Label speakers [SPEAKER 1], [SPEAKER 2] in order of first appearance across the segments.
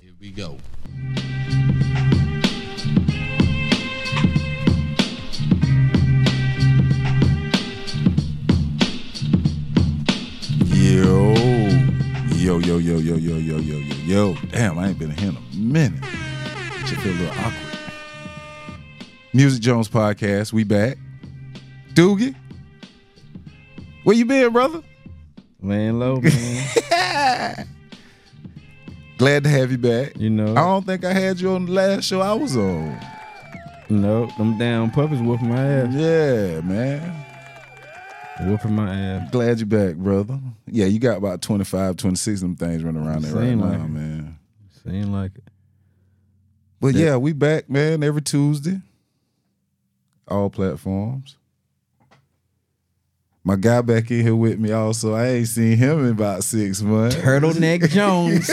[SPEAKER 1] Here we go. Yo, yo, yo, yo, yo, yo, yo, yo, yo, yo. Damn, I ain't been here in a minute. Should feel a little awkward. Music Jones podcast, we back. Doogie, where you been, brother?
[SPEAKER 2] Laying low, man.
[SPEAKER 1] Glad to have you back.
[SPEAKER 2] You know.
[SPEAKER 1] I don't think I had you on the last show I was on.
[SPEAKER 2] no, them damn puppies whooping my ass.
[SPEAKER 1] Yeah, man.
[SPEAKER 2] Whooping my ass.
[SPEAKER 1] Glad you back, brother. Yeah, you got about 25, 26 of them things running around there right
[SPEAKER 2] Seem
[SPEAKER 1] now,
[SPEAKER 2] like it.
[SPEAKER 1] man.
[SPEAKER 2] Seem like it.
[SPEAKER 1] But yeah, we back, man, every Tuesday. All platforms. My guy back in here with me also. I ain't seen him in about six months.
[SPEAKER 2] Turtleneck Jones.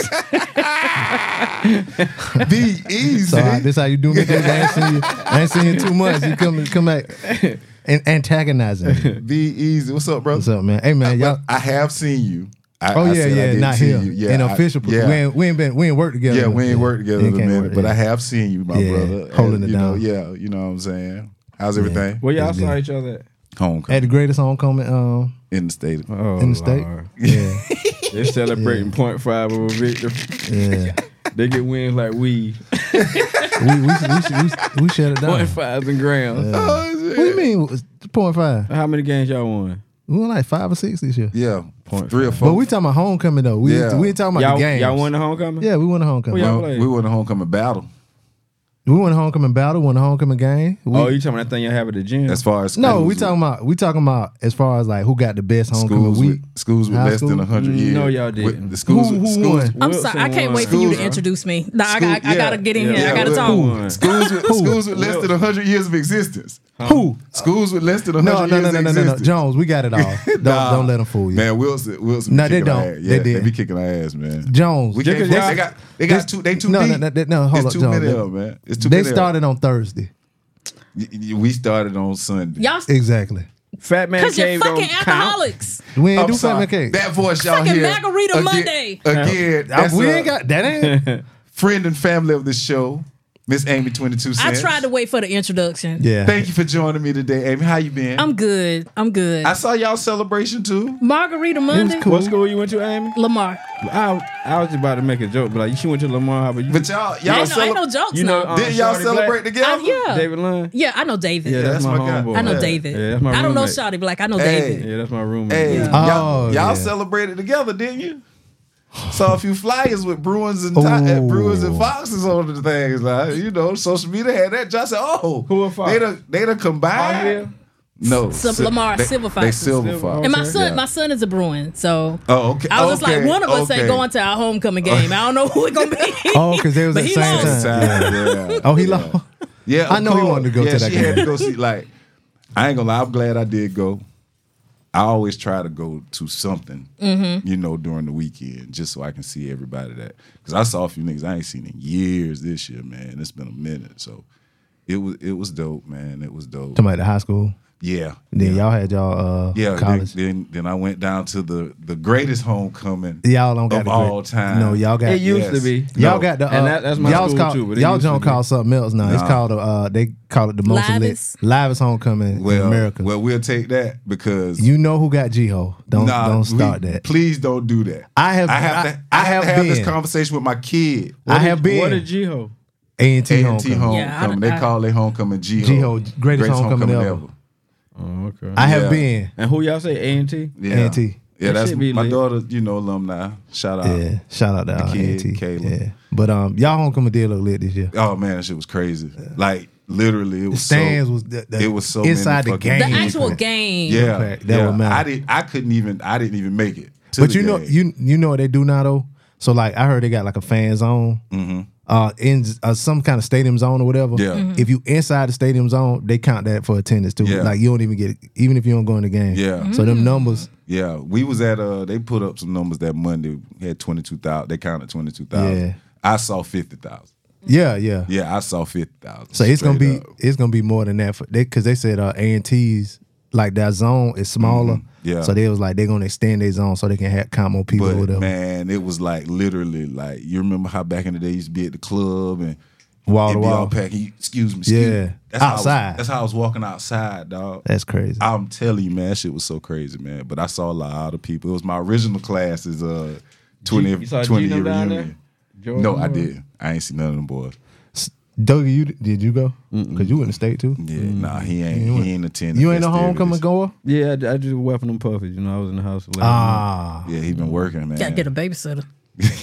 [SPEAKER 1] Be easy.
[SPEAKER 3] So I, this how you do me. This. I ain't seen you. I ain't seen you two months. You come come back and antagonizing. Me.
[SPEAKER 1] Be easy. What's up, brother?
[SPEAKER 3] What's up, man? Hey, man, y'all.
[SPEAKER 1] I have seen you. I,
[SPEAKER 3] Oh
[SPEAKER 1] I
[SPEAKER 3] yeah,
[SPEAKER 1] said I
[SPEAKER 3] yeah,
[SPEAKER 1] did
[SPEAKER 3] not
[SPEAKER 1] see
[SPEAKER 3] here.
[SPEAKER 1] You.
[SPEAKER 3] Yeah, in
[SPEAKER 1] I-
[SPEAKER 3] official. pro-
[SPEAKER 1] yeah.
[SPEAKER 3] we ain't we ain't been we ain't worked together.
[SPEAKER 1] Yeah, we ain't worked together in a
[SPEAKER 3] can't
[SPEAKER 1] minute,
[SPEAKER 3] work
[SPEAKER 1] but I
[SPEAKER 3] together.
[SPEAKER 1] have seen you, my
[SPEAKER 3] Yeah,
[SPEAKER 1] brother.
[SPEAKER 3] holding
[SPEAKER 1] And,
[SPEAKER 3] it
[SPEAKER 1] you know,
[SPEAKER 3] down.
[SPEAKER 1] yeah, you know what I'm saying. How's everything?
[SPEAKER 2] Where y'all
[SPEAKER 3] That's
[SPEAKER 2] saw
[SPEAKER 3] good.
[SPEAKER 2] each other at?
[SPEAKER 1] Homecoming
[SPEAKER 3] At the greatest homecoming, um,
[SPEAKER 1] in the state.
[SPEAKER 2] Oh,
[SPEAKER 3] In the state?
[SPEAKER 2] Lord.
[SPEAKER 3] yeah,
[SPEAKER 2] They're celebrating point five over Victor.
[SPEAKER 3] yeah.
[SPEAKER 2] They get wins like we.
[SPEAKER 3] we, we, should- we, should- we, should- we shut it down.
[SPEAKER 2] Point fives and grams.
[SPEAKER 1] Oh,
[SPEAKER 3] What do you mean? it's Point five?
[SPEAKER 2] How many games y'all won?
[SPEAKER 3] We won like five or six this year.
[SPEAKER 1] Yeah,
[SPEAKER 2] Point
[SPEAKER 1] three or
[SPEAKER 3] But
[SPEAKER 1] four.
[SPEAKER 3] we talking about homecoming though. We
[SPEAKER 1] Yeah.
[SPEAKER 3] we ain't talking about
[SPEAKER 2] y'all,
[SPEAKER 3] the games.
[SPEAKER 2] y'all won the homecoming?
[SPEAKER 3] Yeah, we won a homecoming.
[SPEAKER 2] Well, y'all-
[SPEAKER 1] Well,
[SPEAKER 2] played.
[SPEAKER 1] we won the homecoming battle.
[SPEAKER 3] We won a homecoming battle. Won a homecoming game. We,
[SPEAKER 2] oh, you talking about that thing y'all have at the gym?
[SPEAKER 1] As far as
[SPEAKER 3] No,
[SPEAKER 1] schools
[SPEAKER 3] we talking about we talking about as far as like who got the best homecoming.
[SPEAKER 1] schools
[SPEAKER 3] We
[SPEAKER 1] with schools with
[SPEAKER 3] high
[SPEAKER 1] less than
[SPEAKER 3] school?
[SPEAKER 1] than hundred years.
[SPEAKER 2] No, y'all
[SPEAKER 1] With-
[SPEAKER 2] didn't.
[SPEAKER 1] The schools
[SPEAKER 3] Who-
[SPEAKER 1] with-
[SPEAKER 3] who
[SPEAKER 1] schools,
[SPEAKER 3] won?
[SPEAKER 4] I'm
[SPEAKER 2] Wilson
[SPEAKER 4] sorry. I can't
[SPEAKER 2] won.
[SPEAKER 4] wait for you
[SPEAKER 1] Schools,
[SPEAKER 4] to
[SPEAKER 1] huh?
[SPEAKER 4] introduce me. Nah, I, got, I
[SPEAKER 1] yeah.
[SPEAKER 4] gotta get in here.
[SPEAKER 1] Yeah,
[SPEAKER 4] I gotta
[SPEAKER 1] Wilson
[SPEAKER 4] talk.
[SPEAKER 2] won.
[SPEAKER 1] schools with schools with less than hundred years of existence.
[SPEAKER 3] who?
[SPEAKER 1] Schools with less than hundred
[SPEAKER 3] No, no,
[SPEAKER 1] years
[SPEAKER 3] no, no,
[SPEAKER 1] of
[SPEAKER 3] no, no, no.
[SPEAKER 1] existence.
[SPEAKER 3] Jones, we got it all. Don't don't let them fool you.
[SPEAKER 1] Man, Wilson, Wilson. be
[SPEAKER 3] No, they
[SPEAKER 1] kicking our
[SPEAKER 3] don't.
[SPEAKER 1] ass.
[SPEAKER 3] They
[SPEAKER 1] Yeah, they
[SPEAKER 3] did.
[SPEAKER 1] be kicking our ass, man.
[SPEAKER 3] Jones,
[SPEAKER 1] We can't.
[SPEAKER 2] Just
[SPEAKER 1] They,
[SPEAKER 2] 'cause
[SPEAKER 1] they got. They got two. They too
[SPEAKER 3] No,
[SPEAKER 1] deep.
[SPEAKER 3] no, no, no, no, hold
[SPEAKER 1] it's
[SPEAKER 3] up,
[SPEAKER 1] too
[SPEAKER 3] John.
[SPEAKER 1] many
[SPEAKER 3] They-
[SPEAKER 1] of 'em, man. It's too
[SPEAKER 3] they
[SPEAKER 1] many of 'em.
[SPEAKER 3] started on Thursday.
[SPEAKER 1] Y- y- We started on Sunday.
[SPEAKER 4] Y'all,
[SPEAKER 3] Exactly.
[SPEAKER 2] Fat man
[SPEAKER 4] because you're
[SPEAKER 2] cave
[SPEAKER 4] fucking
[SPEAKER 2] don't count.
[SPEAKER 4] alcoholics.
[SPEAKER 3] We ain't
[SPEAKER 1] I'm
[SPEAKER 3] do
[SPEAKER 1] sorry.
[SPEAKER 3] Fat Cake.
[SPEAKER 1] That voice y'all
[SPEAKER 4] Fucking
[SPEAKER 1] hear
[SPEAKER 4] Margarita
[SPEAKER 1] again,
[SPEAKER 4] Monday.
[SPEAKER 1] again. That's
[SPEAKER 3] Uh, we
[SPEAKER 1] a
[SPEAKER 3] ain't got that ain't
[SPEAKER 1] friend and family of this show, Miss Amy Twenty Two
[SPEAKER 4] I
[SPEAKER 1] Cents.
[SPEAKER 4] tried to wait for the introduction.
[SPEAKER 3] Yeah.
[SPEAKER 1] Thank you for joining me today, Amy. How you been?
[SPEAKER 4] I'm good. I'm good.
[SPEAKER 1] I saw y'all celebration too.
[SPEAKER 4] Margarita Monday.
[SPEAKER 3] cool.
[SPEAKER 2] What school you went to, Amy?
[SPEAKER 4] Lamar.
[SPEAKER 2] I, I was just about to make a joke, but like she went to Lamar. How about you?
[SPEAKER 1] But y'all, y'all,
[SPEAKER 4] ain't, no, ain't no
[SPEAKER 1] cele-
[SPEAKER 4] jokes
[SPEAKER 2] you know,
[SPEAKER 4] now.
[SPEAKER 2] um,
[SPEAKER 1] didn't y'all
[SPEAKER 2] Shorty
[SPEAKER 1] celebrate
[SPEAKER 2] Black?
[SPEAKER 1] together?
[SPEAKER 4] I- yeah.
[SPEAKER 2] David Lund.
[SPEAKER 4] yeah, I know David.
[SPEAKER 2] Yeah, that's,
[SPEAKER 1] that's
[SPEAKER 2] my,
[SPEAKER 1] my guy.
[SPEAKER 2] homeboy.
[SPEAKER 4] I know
[SPEAKER 1] yeah.
[SPEAKER 4] David.
[SPEAKER 2] Yeah, that's my
[SPEAKER 4] I don't know
[SPEAKER 2] roommate.
[SPEAKER 4] Shawty Black. I know
[SPEAKER 1] Hey.
[SPEAKER 4] David.
[SPEAKER 2] Yeah, that's my roommate.
[SPEAKER 1] Hey,
[SPEAKER 2] Yeah.
[SPEAKER 1] y'all,
[SPEAKER 3] Oh,
[SPEAKER 1] y'all
[SPEAKER 3] yeah.
[SPEAKER 1] celebrated together, didn't you? Saw a few flyers with Bruins and ti- uh,
[SPEAKER 3] Ooh.
[SPEAKER 1] Bruins
[SPEAKER 2] Oh.
[SPEAKER 1] and Foxes on the things. Like, you know, social media had that. Y'all said, "Oh,
[SPEAKER 2] Who are Fox?
[SPEAKER 1] They done, they done
[SPEAKER 2] Oh, yeah.
[SPEAKER 1] combined. No,
[SPEAKER 4] Some
[SPEAKER 1] si-
[SPEAKER 4] Lamar
[SPEAKER 1] they,
[SPEAKER 4] Silver
[SPEAKER 1] They
[SPEAKER 4] Foxes.
[SPEAKER 1] silver
[SPEAKER 2] Silver-
[SPEAKER 1] fox.
[SPEAKER 4] And my
[SPEAKER 2] Okay.
[SPEAKER 4] son,
[SPEAKER 1] Yeah.
[SPEAKER 4] my son is a Bruin, so
[SPEAKER 1] Oh, okay.
[SPEAKER 4] I was just like,
[SPEAKER 1] Okay.
[SPEAKER 4] one of us
[SPEAKER 1] Okay.
[SPEAKER 4] ain't going to our homecoming game. I don't know who it gonna be.
[SPEAKER 3] Oh, because they was at
[SPEAKER 4] But
[SPEAKER 3] the
[SPEAKER 4] he
[SPEAKER 3] same
[SPEAKER 4] lost.
[SPEAKER 3] time.
[SPEAKER 1] Yeah.
[SPEAKER 3] Oh, he lost.
[SPEAKER 1] Yeah,
[SPEAKER 3] I
[SPEAKER 1] of
[SPEAKER 3] know he
[SPEAKER 1] course.
[SPEAKER 3] wanted to go
[SPEAKER 1] yeah,
[SPEAKER 3] to that
[SPEAKER 1] she had
[SPEAKER 3] game.
[SPEAKER 1] to go see. Like, I ain't gonna lie. I'm glad I did go. I always try to go to something,
[SPEAKER 2] Mm-hmm.
[SPEAKER 1] you know, during the weekend, just so I can see everybody that. Because I saw a few niggas I ain't seen in years this year, man. It's been a minute, so it was it was dope, man. It was dope.
[SPEAKER 3] Somebody at high school.
[SPEAKER 1] Yeah.
[SPEAKER 3] Then y'all had y'all uh
[SPEAKER 1] Yeah, then,
[SPEAKER 3] college.
[SPEAKER 1] then then I went down to the the greatest homecoming
[SPEAKER 3] y'all don't got
[SPEAKER 1] of
[SPEAKER 3] the great-
[SPEAKER 1] all time.
[SPEAKER 3] No, y'all got
[SPEAKER 2] It used to be.
[SPEAKER 3] Y'all
[SPEAKER 1] No.
[SPEAKER 3] got the uh,
[SPEAKER 2] And that- that's my
[SPEAKER 3] y'all's
[SPEAKER 2] school
[SPEAKER 3] called,
[SPEAKER 2] too, but it
[SPEAKER 3] y'all
[SPEAKER 2] used to
[SPEAKER 3] don't
[SPEAKER 2] be.
[SPEAKER 3] call something else now. It's
[SPEAKER 1] Nah.
[SPEAKER 3] called a, uh they call it the most
[SPEAKER 4] Livest.
[SPEAKER 3] lit livest homecoming
[SPEAKER 1] well,
[SPEAKER 3] in America.
[SPEAKER 1] Well, we'll take that because
[SPEAKER 3] you know who got G-Ho. Don't
[SPEAKER 1] nah,
[SPEAKER 3] don't
[SPEAKER 1] we-
[SPEAKER 3] start that.
[SPEAKER 1] Please don't do that.
[SPEAKER 3] I have-
[SPEAKER 1] I have to
[SPEAKER 3] I-
[SPEAKER 1] I,
[SPEAKER 3] I
[SPEAKER 1] have,
[SPEAKER 3] have
[SPEAKER 1] to have this
[SPEAKER 3] been.
[SPEAKER 1] conversation with my kid.
[SPEAKER 3] I have been
[SPEAKER 2] What a G-Ho.
[SPEAKER 3] A&T
[SPEAKER 1] A&T
[SPEAKER 3] homecoming.
[SPEAKER 1] homecoming.
[SPEAKER 4] Yeah, I-
[SPEAKER 1] they
[SPEAKER 4] I-
[SPEAKER 1] call it homecoming G
[SPEAKER 3] G-Ho, greatest homecoming ever.
[SPEAKER 2] Oh, okay.
[SPEAKER 3] I have
[SPEAKER 1] Yeah.
[SPEAKER 3] been.
[SPEAKER 2] and who y'all say A&T?
[SPEAKER 1] Yeah.
[SPEAKER 3] A&T.
[SPEAKER 1] Yeah,
[SPEAKER 2] That
[SPEAKER 1] that's
[SPEAKER 2] shit be
[SPEAKER 1] my
[SPEAKER 2] lit.
[SPEAKER 1] daughter, you know, alumni. Shout out.
[SPEAKER 3] Yeah, shout out to our
[SPEAKER 1] kid,
[SPEAKER 3] auntie.
[SPEAKER 1] Caleb.
[SPEAKER 3] Yeah, but um, y'all homecoming did look lit this year.
[SPEAKER 1] Oh man, that shit was crazy. Like literally, it was
[SPEAKER 3] Stands
[SPEAKER 1] so,
[SPEAKER 3] was the, the-
[SPEAKER 1] it was so
[SPEAKER 3] inside
[SPEAKER 1] many
[SPEAKER 3] the
[SPEAKER 1] fucking
[SPEAKER 3] game.
[SPEAKER 4] The
[SPEAKER 1] Yeah.
[SPEAKER 4] actual game.
[SPEAKER 1] yeah,
[SPEAKER 3] That
[SPEAKER 1] yeah.
[SPEAKER 3] would matter.
[SPEAKER 1] I did. I couldn't even. I didn't even make it. to
[SPEAKER 3] but
[SPEAKER 1] the
[SPEAKER 3] you know,
[SPEAKER 1] game.
[SPEAKER 3] you you know what they do now though. So like, I heard they got like a fan zone, uh, in uh, some kind of stadium zone or whatever.
[SPEAKER 1] Mm-hmm. Yeah. Mhm.
[SPEAKER 3] If you inside the stadium zone, they count that for attendance too.
[SPEAKER 1] Yeah.
[SPEAKER 3] Like you don't even get, even if you don't go in the game.
[SPEAKER 1] Yeah.
[SPEAKER 3] So them numbers,
[SPEAKER 1] Yeah, we was at uh they put up some numbers that Monday We had twenty two thousand. They counted twenty two thousand.
[SPEAKER 3] Yeah.
[SPEAKER 1] I saw fifty thousand.
[SPEAKER 3] yeah, yeah.
[SPEAKER 1] Yeah, I saw fifty thousand.
[SPEAKER 3] So it's gonna be it's gonna be more than that for they because they said uh A and T's like that zone is smaller.
[SPEAKER 1] Mm-hmm. Yeah.
[SPEAKER 3] So they was like they're gonna extend their zone so they can have count more people or
[SPEAKER 1] But
[SPEAKER 3] whatever.
[SPEAKER 1] man, it was like literally like you remember how back in the day you used to be at the club and
[SPEAKER 3] Wall to
[SPEAKER 1] it'd be
[SPEAKER 3] wall.
[SPEAKER 1] all packed. You- Excuse me, excuse
[SPEAKER 3] Yeah.
[SPEAKER 1] me. That's how I was-
[SPEAKER 3] Outside.
[SPEAKER 1] that's how I was walking outside, dog.
[SPEAKER 3] That's crazy.
[SPEAKER 1] I'm telling you, man, that shit was so crazy, man. But I saw a lot of people. It was my original class is uh 20,
[SPEAKER 2] You saw
[SPEAKER 1] 20 year
[SPEAKER 2] Gino down
[SPEAKER 1] reunion.
[SPEAKER 2] there? Mm-hmm.
[SPEAKER 1] No,
[SPEAKER 2] Jordan
[SPEAKER 1] I
[SPEAKER 2] Moore?
[SPEAKER 1] did. I ain't seen none of them boys.
[SPEAKER 3] Dougie, you did you go? Because you wouldn't stay too.
[SPEAKER 1] Yeah, Mm-hmm. nah, he ain't.
[SPEAKER 3] Mm. You ain't-
[SPEAKER 1] he ain't attending.
[SPEAKER 3] You ain't a
[SPEAKER 1] festivities.
[SPEAKER 3] homecoming goer.
[SPEAKER 2] Yeah, I, I just weapon them puffies. You know, I was in the house. last night.
[SPEAKER 3] Ah,
[SPEAKER 1] Yeah, he been working, man.
[SPEAKER 4] Gotta get a babysitter.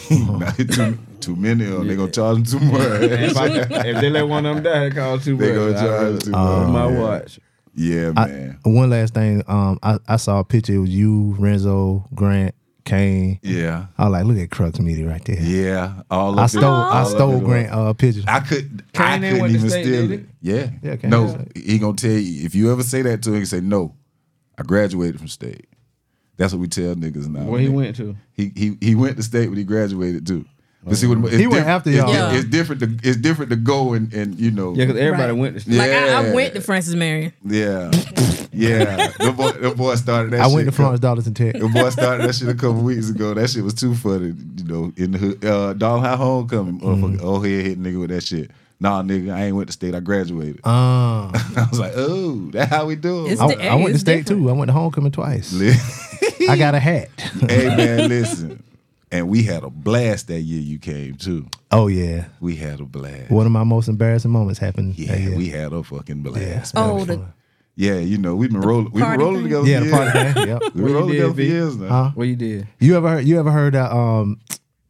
[SPEAKER 1] Nah, too, too many of them. They gonna charge him too much.
[SPEAKER 2] if, I, if they let one of them die, it costs too much.
[SPEAKER 1] they gonna
[SPEAKER 2] I
[SPEAKER 1] charge him
[SPEAKER 2] would-
[SPEAKER 1] too
[SPEAKER 2] with
[SPEAKER 1] much.
[SPEAKER 2] my
[SPEAKER 1] yeah.
[SPEAKER 2] watch.
[SPEAKER 1] Yeah,
[SPEAKER 3] I-
[SPEAKER 1] man.
[SPEAKER 3] one last thing. Um, I, I saw a picture. It was you, Renzo, Grant, Kane.
[SPEAKER 1] Yeah,
[SPEAKER 3] I was like, look at Crux Media right there.
[SPEAKER 1] yeah. All of
[SPEAKER 3] I
[SPEAKER 1] it-
[SPEAKER 3] stole I
[SPEAKER 1] all of
[SPEAKER 3] stole
[SPEAKER 1] it.
[SPEAKER 3] Grant uh picture.
[SPEAKER 1] I could. I
[SPEAKER 2] Kane ain't
[SPEAKER 1] couldn't
[SPEAKER 2] went to
[SPEAKER 1] even
[SPEAKER 2] state,
[SPEAKER 1] steal
[SPEAKER 2] did
[SPEAKER 1] it. Yeah.
[SPEAKER 3] Yeah, Kane
[SPEAKER 1] no,
[SPEAKER 3] went
[SPEAKER 1] he gonna tell you if you ever say that to him, he say no. I graduated from state. That's what we tell niggas now.
[SPEAKER 2] Where he went to?
[SPEAKER 1] He he he went to state, but he graduated too. But see what it's
[SPEAKER 3] He went
[SPEAKER 1] diff-
[SPEAKER 3] after
[SPEAKER 1] it's
[SPEAKER 3] y'all.
[SPEAKER 1] di-
[SPEAKER 4] Yeah.
[SPEAKER 1] It's different. To, it's different to go and and you know.
[SPEAKER 2] Yeah, because everybody
[SPEAKER 4] Right.
[SPEAKER 2] went to.
[SPEAKER 1] Yeah.
[SPEAKER 4] Like I, I went to Francis Marion.
[SPEAKER 1] Yeah, yeah. The boy, the boy started that.
[SPEAKER 3] I
[SPEAKER 1] shit
[SPEAKER 3] went to
[SPEAKER 1] a
[SPEAKER 3] Florence Dollars and Tech.
[SPEAKER 1] couple- The boy started that shit a couple weeks ago. That shit was too funny, you know. In the hood, uh, Doll High Homecoming,
[SPEAKER 3] Mm-hmm.
[SPEAKER 1] motherfucker, old head hit nigga with that shit. Nah, nigga, I ain't went to state. I graduated.
[SPEAKER 3] Um,
[SPEAKER 1] I was like, oh, that how we do. it.
[SPEAKER 4] It's
[SPEAKER 3] I,
[SPEAKER 4] the-
[SPEAKER 3] I went to
[SPEAKER 4] it's
[SPEAKER 3] state
[SPEAKER 4] different.
[SPEAKER 3] too. I went to homecoming twice.
[SPEAKER 1] hey
[SPEAKER 3] I got a hat.
[SPEAKER 1] man, listen. And we had a blast that year. You came too.
[SPEAKER 3] oh yeah,
[SPEAKER 1] We had a blast.
[SPEAKER 3] one of my most embarrassing moments happened.
[SPEAKER 1] Yeah,
[SPEAKER 3] that year.
[SPEAKER 1] we had a fucking blast. Yeah,
[SPEAKER 4] Oh, the,
[SPEAKER 1] you know, we've been rolling. We've been
[SPEAKER 4] party
[SPEAKER 1] rolling
[SPEAKER 4] thing?
[SPEAKER 1] together.
[SPEAKER 3] yeah,
[SPEAKER 1] for
[SPEAKER 3] the
[SPEAKER 1] years.
[SPEAKER 3] party man. Yep.
[SPEAKER 1] We've been
[SPEAKER 2] What you
[SPEAKER 1] rolling
[SPEAKER 2] did,
[SPEAKER 1] together for
[SPEAKER 2] B?
[SPEAKER 1] years now.
[SPEAKER 3] Huh?
[SPEAKER 2] What you did?
[SPEAKER 3] You ever heard? You ever heard that? Um,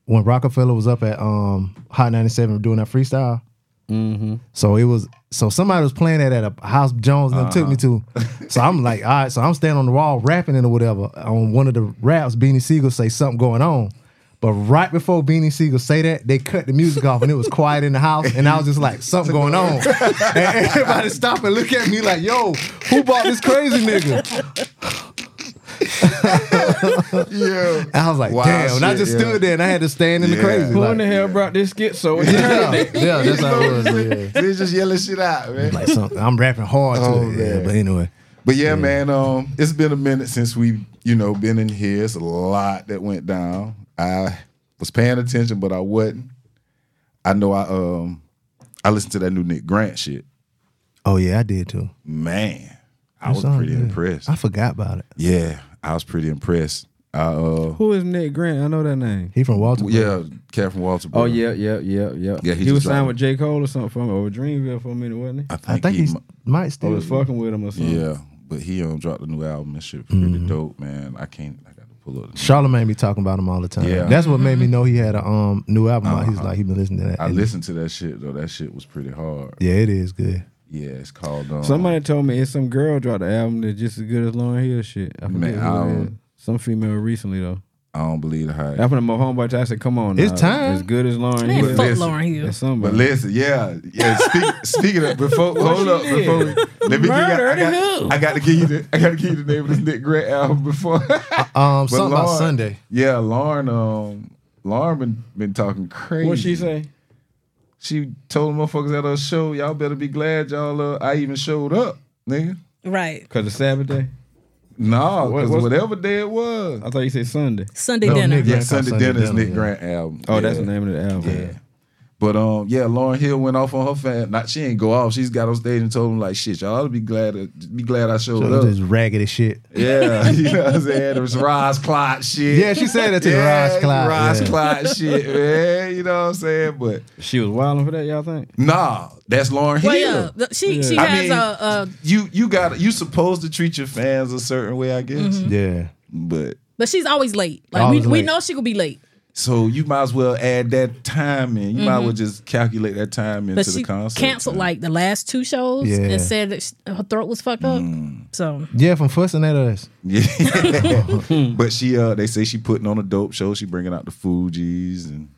[SPEAKER 3] when Rockefeller was up at um Hot 97 doing that freestyle.
[SPEAKER 1] Mm-hmm.
[SPEAKER 3] So it was so somebody was playing that at a house Jones and them took me
[SPEAKER 1] Uh-huh.
[SPEAKER 3] to. So I'm like, all right. So I'm standing on the wall rapping it or whatever. On one of the raps, Beanie Siegel say something going on. But right before Beanie Siegel say that, they cut the music off and it was quiet in the house. And I was just like, something going on. And everybody stop and look at me like, yo, who bought this crazy nigga?
[SPEAKER 1] Yeah.
[SPEAKER 3] And I was like,
[SPEAKER 1] Wild
[SPEAKER 3] damn. And I
[SPEAKER 1] shit,
[SPEAKER 3] just
[SPEAKER 1] yeah.
[SPEAKER 3] stood there and I had to stand in
[SPEAKER 1] Yeah.
[SPEAKER 3] the crazy.
[SPEAKER 2] Who
[SPEAKER 3] like-
[SPEAKER 2] in the hell brought this skit? So it's
[SPEAKER 3] yeah, that's how it was. Yeah.
[SPEAKER 1] They just yelling shit out, man.
[SPEAKER 3] Like something, I'm rapping hard to
[SPEAKER 1] Oh,
[SPEAKER 3] it. Yeah,
[SPEAKER 1] man.
[SPEAKER 3] but anyway,
[SPEAKER 1] But yeah, man, um, it's been a minute since we, you know, been in here. It's a lot that went down. I was paying attention, but I wasn't. I know I um I listened to that new Nick Grant shit.
[SPEAKER 3] oh yeah, I did too.
[SPEAKER 1] Man, I
[SPEAKER 3] That
[SPEAKER 1] was
[SPEAKER 3] song
[SPEAKER 1] pretty
[SPEAKER 3] good.
[SPEAKER 1] impressed.
[SPEAKER 3] I forgot about it.
[SPEAKER 1] Yeah, I was pretty impressed. I uh
[SPEAKER 2] Who is Nick Grant? I know that name.
[SPEAKER 3] He from Walter.
[SPEAKER 1] yeah, Catherine Walter.
[SPEAKER 2] Oh yeah, yeah, yeah, yeah.
[SPEAKER 1] Yeah, he
[SPEAKER 2] he,
[SPEAKER 1] just
[SPEAKER 2] was signed
[SPEAKER 1] dropped-
[SPEAKER 2] with J Cole or something from over Dreamville for a minute, wasn't he?
[SPEAKER 1] I
[SPEAKER 3] I
[SPEAKER 1] think,
[SPEAKER 3] think
[SPEAKER 1] he
[SPEAKER 3] he
[SPEAKER 1] mi-
[SPEAKER 3] might
[SPEAKER 2] I
[SPEAKER 3] still.
[SPEAKER 2] was fucking with him or something.
[SPEAKER 1] Yeah, but he um dropped a new album. That shit pretty dope, man. I can't I gotta pull up the
[SPEAKER 3] Charlamagne be talking about him all the time.
[SPEAKER 1] Yeah.
[SPEAKER 3] That's what made me know he had a um new album out. He was like, he been listening to that.
[SPEAKER 1] I
[SPEAKER 3] And-
[SPEAKER 1] listened to that shit though. That shit was pretty hard.
[SPEAKER 3] Yeah, it is good.
[SPEAKER 1] Yeah, it's called um,
[SPEAKER 2] Somebody told me it's some girl dropped an album that's just as good as Lauren Hill shit. I forget
[SPEAKER 1] Man, um,
[SPEAKER 2] who
[SPEAKER 1] I
[SPEAKER 2] it
[SPEAKER 1] don't-
[SPEAKER 2] is. Some female recently though.
[SPEAKER 1] I don't believe the hype.
[SPEAKER 2] After my homeboy, I said, "Come on,
[SPEAKER 3] It's
[SPEAKER 2] now.
[SPEAKER 3] time.
[SPEAKER 2] As good as Lauren
[SPEAKER 4] man,
[SPEAKER 2] Hill,
[SPEAKER 4] fuck
[SPEAKER 1] listen,
[SPEAKER 4] Lauren Hill.
[SPEAKER 2] that's somebody."
[SPEAKER 1] But listen, yeah, yeah. Speak, speaking of before, hold
[SPEAKER 2] she
[SPEAKER 1] up,
[SPEAKER 2] did?
[SPEAKER 1] before we, let me give you,
[SPEAKER 2] Murder
[SPEAKER 1] I,
[SPEAKER 2] the
[SPEAKER 1] got, I got to give you the, I got to give you the name of this Nick Grant album before. but
[SPEAKER 3] Um, something about
[SPEAKER 1] Lauren-
[SPEAKER 3] Sunday.
[SPEAKER 1] Yeah, Lauren, um, Lauren been, been talking crazy.
[SPEAKER 2] what she say?
[SPEAKER 1] She told motherfuckers at her show, y'all better be glad y'all. Uh, I even showed up, nigga.
[SPEAKER 4] Right.
[SPEAKER 2] Cause it's Saturday.
[SPEAKER 1] No,
[SPEAKER 2] What-
[SPEAKER 1] because
[SPEAKER 2] what's-
[SPEAKER 1] whatever day it was.
[SPEAKER 2] I thought you said Sunday.
[SPEAKER 4] Sunday
[SPEAKER 3] No,
[SPEAKER 4] dinner.
[SPEAKER 3] nigga.
[SPEAKER 1] Yeah,
[SPEAKER 3] Grant
[SPEAKER 1] Sunday,
[SPEAKER 3] Sunday
[SPEAKER 1] Dinner is
[SPEAKER 3] Dinner,
[SPEAKER 1] Nick
[SPEAKER 3] yeah.
[SPEAKER 1] Grant album.
[SPEAKER 2] Oh, that's
[SPEAKER 1] Yeah.
[SPEAKER 2] the name of the album.
[SPEAKER 1] Yeah. But um, yeah, Lauren Hill went off on her fan. Not she ain't go off. She's got on stage and told him like, "Shit, y'all ought to be glad to, be glad I showed
[SPEAKER 3] So
[SPEAKER 1] up."
[SPEAKER 3] just raggedy shit.
[SPEAKER 1] Yeah, you know what I'm saying? It was Roz Clot shit.
[SPEAKER 3] Yeah, she said that to Roz Clot,
[SPEAKER 1] Roz
[SPEAKER 3] yeah.
[SPEAKER 1] Clot shit, man. You know what I'm saying? But
[SPEAKER 2] She was wilding for that, y'all think?
[SPEAKER 1] nah, that's Lauren
[SPEAKER 4] Well,
[SPEAKER 1] Hill.
[SPEAKER 4] yeah. th- She she
[SPEAKER 1] I
[SPEAKER 4] has uh,
[SPEAKER 1] mean-
[SPEAKER 4] a, a
[SPEAKER 1] You you got you supposed to treat your fans a certain way, I guess.
[SPEAKER 3] Yeah.
[SPEAKER 4] Mm-hmm.
[SPEAKER 1] But
[SPEAKER 4] but she's always late. Like
[SPEAKER 3] Always
[SPEAKER 4] we, we
[SPEAKER 3] late.
[SPEAKER 4] know she could be late.
[SPEAKER 1] so you might as well add that time in. You might as well just calculate that time into
[SPEAKER 4] Mm-hmm. But
[SPEAKER 1] the
[SPEAKER 4] she
[SPEAKER 1] concert.
[SPEAKER 4] canceled like the last two shows
[SPEAKER 3] Yeah.
[SPEAKER 4] and said that sh her throat was fucked up.
[SPEAKER 2] Mm.
[SPEAKER 4] So
[SPEAKER 3] Yeah, from fussing at us.
[SPEAKER 1] Yeah. but she uh they say she putting on a dope show. She bringing out the Fugees and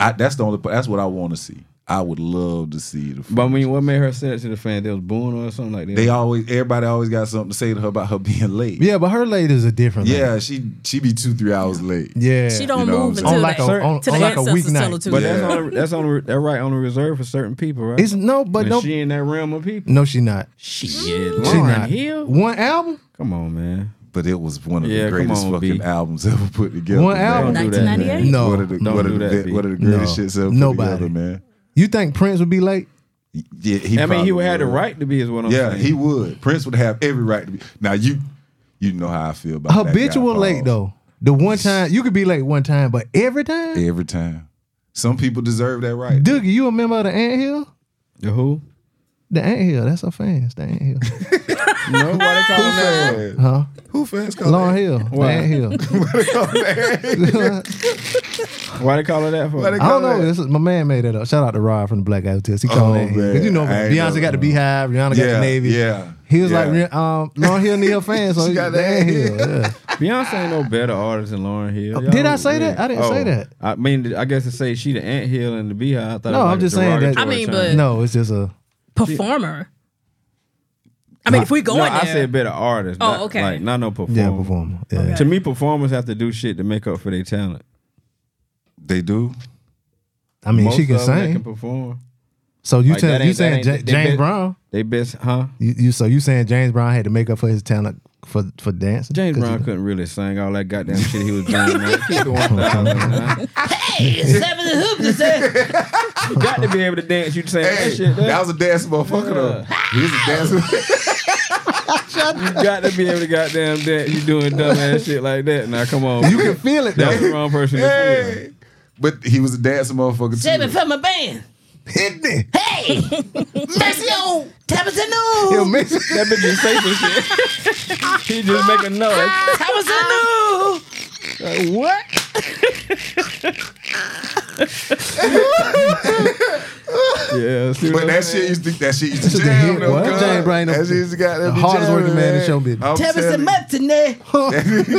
[SPEAKER 1] I that's the only part- that's what I want to see. I would love to see the
[SPEAKER 2] But I mean, what made her say that to the fans? They was booing her or something like that.
[SPEAKER 1] They always everybody always got something to say to her about her being late.
[SPEAKER 3] Yeah, but her ladies are different. lady.
[SPEAKER 1] Yeah, she she be 2 3 hours late.
[SPEAKER 3] Yeah.
[SPEAKER 4] she
[SPEAKER 1] You
[SPEAKER 4] don't
[SPEAKER 1] know
[SPEAKER 4] move
[SPEAKER 1] what I'm
[SPEAKER 4] until
[SPEAKER 1] saying?
[SPEAKER 3] On like
[SPEAKER 4] they-
[SPEAKER 3] a- on-
[SPEAKER 4] to the
[SPEAKER 3] on like a
[SPEAKER 4] ancestors
[SPEAKER 3] weeknight.
[SPEAKER 4] till the two-
[SPEAKER 2] but
[SPEAKER 1] Yeah.
[SPEAKER 2] that's on that's on the- that right on the reserve for certain people, right?
[SPEAKER 3] It's no, but
[SPEAKER 2] And
[SPEAKER 3] no,
[SPEAKER 2] she in that realm of people.
[SPEAKER 3] no, she not.
[SPEAKER 2] Shit,
[SPEAKER 3] She
[SPEAKER 2] Lauren
[SPEAKER 3] not.
[SPEAKER 2] Hill.
[SPEAKER 3] One album.
[SPEAKER 2] Come on, man.
[SPEAKER 1] But it was one of
[SPEAKER 2] Yeah,
[SPEAKER 1] the
[SPEAKER 2] come
[SPEAKER 1] greatest
[SPEAKER 2] on,
[SPEAKER 1] fucking
[SPEAKER 2] B.
[SPEAKER 1] albums ever put together.
[SPEAKER 3] One
[SPEAKER 1] man.
[SPEAKER 3] album?
[SPEAKER 2] Don't do that,
[SPEAKER 4] 1998?
[SPEAKER 2] man.
[SPEAKER 3] No.
[SPEAKER 1] One of the,
[SPEAKER 2] Don't
[SPEAKER 1] one, of
[SPEAKER 2] do
[SPEAKER 1] the
[SPEAKER 2] that,
[SPEAKER 1] be-
[SPEAKER 2] B.
[SPEAKER 1] one of the greatest
[SPEAKER 3] No.
[SPEAKER 1] shits ever put
[SPEAKER 3] Nobody.
[SPEAKER 1] together, man.
[SPEAKER 3] You think Prince would be late?
[SPEAKER 1] Yeah, he
[SPEAKER 2] I mean,
[SPEAKER 1] probably
[SPEAKER 2] he would have the
[SPEAKER 1] would.
[SPEAKER 2] right to be, is what I'm
[SPEAKER 1] Yeah,
[SPEAKER 2] saying.
[SPEAKER 1] he would. Prince would have every right to be. Now you, you know how I feel about that guy,
[SPEAKER 3] Habitual
[SPEAKER 1] Paul.
[SPEAKER 3] late though. The one time you could be late one time, but every time.
[SPEAKER 1] Every time, some people deserve that right.
[SPEAKER 3] Doogie, you a member of the Ant Hill?
[SPEAKER 2] The who?
[SPEAKER 3] The Ant Hill. That's her fans. The Ant Hill.
[SPEAKER 2] No, why they call
[SPEAKER 1] Who
[SPEAKER 2] him that?
[SPEAKER 1] fans?
[SPEAKER 3] Huh?
[SPEAKER 1] Who fans call
[SPEAKER 3] Lauren
[SPEAKER 1] that?
[SPEAKER 3] Hill. The
[SPEAKER 2] Why?
[SPEAKER 3] Ant Hill.
[SPEAKER 2] Why they call her that for?
[SPEAKER 1] Why they
[SPEAKER 3] I
[SPEAKER 1] call
[SPEAKER 3] don't
[SPEAKER 1] her
[SPEAKER 3] know.
[SPEAKER 1] that?
[SPEAKER 3] This is, my man made that up. Shout out to Rod from the Black Guys Test. He
[SPEAKER 1] Oh,
[SPEAKER 3] called it.
[SPEAKER 1] man.
[SPEAKER 3] Because you know,
[SPEAKER 1] I ain't
[SPEAKER 3] Beyonce
[SPEAKER 1] know.
[SPEAKER 3] got the Beehive, Rihanna got
[SPEAKER 1] Yeah,
[SPEAKER 3] the Navy.
[SPEAKER 1] yeah,
[SPEAKER 3] He was
[SPEAKER 1] yeah.
[SPEAKER 3] like, um, Lauren Hill need her fans, so
[SPEAKER 1] She
[SPEAKER 3] he
[SPEAKER 1] got the
[SPEAKER 3] got the
[SPEAKER 1] Ant
[SPEAKER 3] Ant Hill. Yeah.
[SPEAKER 2] Beyonce ain't no better artist than Lauren Hill. Y'all
[SPEAKER 3] Oh, Did I say
[SPEAKER 2] weird.
[SPEAKER 3] that? I didn't say that.
[SPEAKER 2] I mean, I guess to say she the ant hill and the beehive. I thought
[SPEAKER 3] No,
[SPEAKER 2] it was
[SPEAKER 3] I'm
[SPEAKER 2] like
[SPEAKER 3] just
[SPEAKER 2] a
[SPEAKER 3] saying that-
[SPEAKER 2] derogatory
[SPEAKER 4] I mean,
[SPEAKER 2] term.
[SPEAKER 4] but-
[SPEAKER 3] No, it's just a.
[SPEAKER 4] performer. I mean, if we going
[SPEAKER 2] no,
[SPEAKER 4] there,
[SPEAKER 2] I said better artist.
[SPEAKER 4] Oh,
[SPEAKER 2] not-
[SPEAKER 4] okay.
[SPEAKER 2] Like not no performer.
[SPEAKER 3] Yeah, performer. Yeah.
[SPEAKER 4] Okay.
[SPEAKER 2] To me, performers have to do shit to make up for their talent.
[SPEAKER 1] They do.
[SPEAKER 3] I mean,
[SPEAKER 2] Most
[SPEAKER 3] she can
[SPEAKER 2] of 'em that
[SPEAKER 3] sing.
[SPEAKER 2] can perform.
[SPEAKER 3] so you
[SPEAKER 2] Like, that
[SPEAKER 3] saying you
[SPEAKER 2] ain't-
[SPEAKER 3] saying
[SPEAKER 2] that
[SPEAKER 3] Ja-
[SPEAKER 2] ain't- they
[SPEAKER 3] James
[SPEAKER 2] bet-
[SPEAKER 3] Brown?
[SPEAKER 2] They best, huh?
[SPEAKER 3] You, you so you saying James Brown had to make up for his talent for for dancing?
[SPEAKER 2] James
[SPEAKER 3] 'Cause
[SPEAKER 2] Brown
[SPEAKER 3] he-
[SPEAKER 2] couldn't really sing all that goddamn shit he was doing. Man. Keep it 1000, man. You got to be able to dance. You saying
[SPEAKER 1] Hey,
[SPEAKER 2] that shit?
[SPEAKER 1] that
[SPEAKER 2] That
[SPEAKER 1] was a dancing motherfucker though. He was a dancing.
[SPEAKER 2] you got to be able to goddamn dance. You doing dumb ass shit like that? Now come on,
[SPEAKER 3] You can feel it
[SPEAKER 2] That's
[SPEAKER 3] though.
[SPEAKER 2] the wrong person. to feel.
[SPEAKER 1] hey. But he was a dancing motherfucker too.
[SPEAKER 4] for my band.
[SPEAKER 3] Hit me.
[SPEAKER 4] Messio,
[SPEAKER 3] Yo,
[SPEAKER 4] Tabazanu,
[SPEAKER 3] man.
[SPEAKER 2] That bitch just say some shit. he just make a noise.
[SPEAKER 4] Tabazanu.
[SPEAKER 2] Like, what? yeah, see what
[SPEAKER 1] But
[SPEAKER 2] I'm
[SPEAKER 1] that
[SPEAKER 2] saying?
[SPEAKER 1] shit used to that shit used to
[SPEAKER 3] Just a
[SPEAKER 1] jam
[SPEAKER 3] hit,
[SPEAKER 1] though.
[SPEAKER 3] boy.
[SPEAKER 1] cuz.
[SPEAKER 3] James Brown
[SPEAKER 1] That
[SPEAKER 3] the-
[SPEAKER 1] shit used to got
[SPEAKER 3] the hardest working man in show business.
[SPEAKER 1] That
[SPEAKER 4] Meptane.
[SPEAKER 1] shit used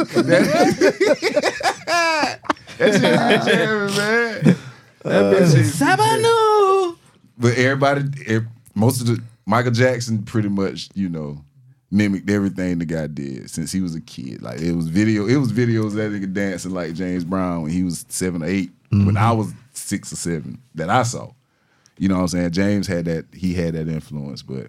[SPEAKER 1] to be jamming, man. That
[SPEAKER 3] Uh,
[SPEAKER 1] bitch used to be jamming.
[SPEAKER 4] Sabanu.
[SPEAKER 1] But everybody, ev- most of the Michael Jackson pretty much, you know, mimicked everything the guy did since he was a kid. Like it was video, it was videos that nigga dancing like James Brown when he was seven or 8
[SPEAKER 3] Mm-hmm.
[SPEAKER 1] when I was six or seven that I saw. You know what I'm saying? James had that, he had that influence, but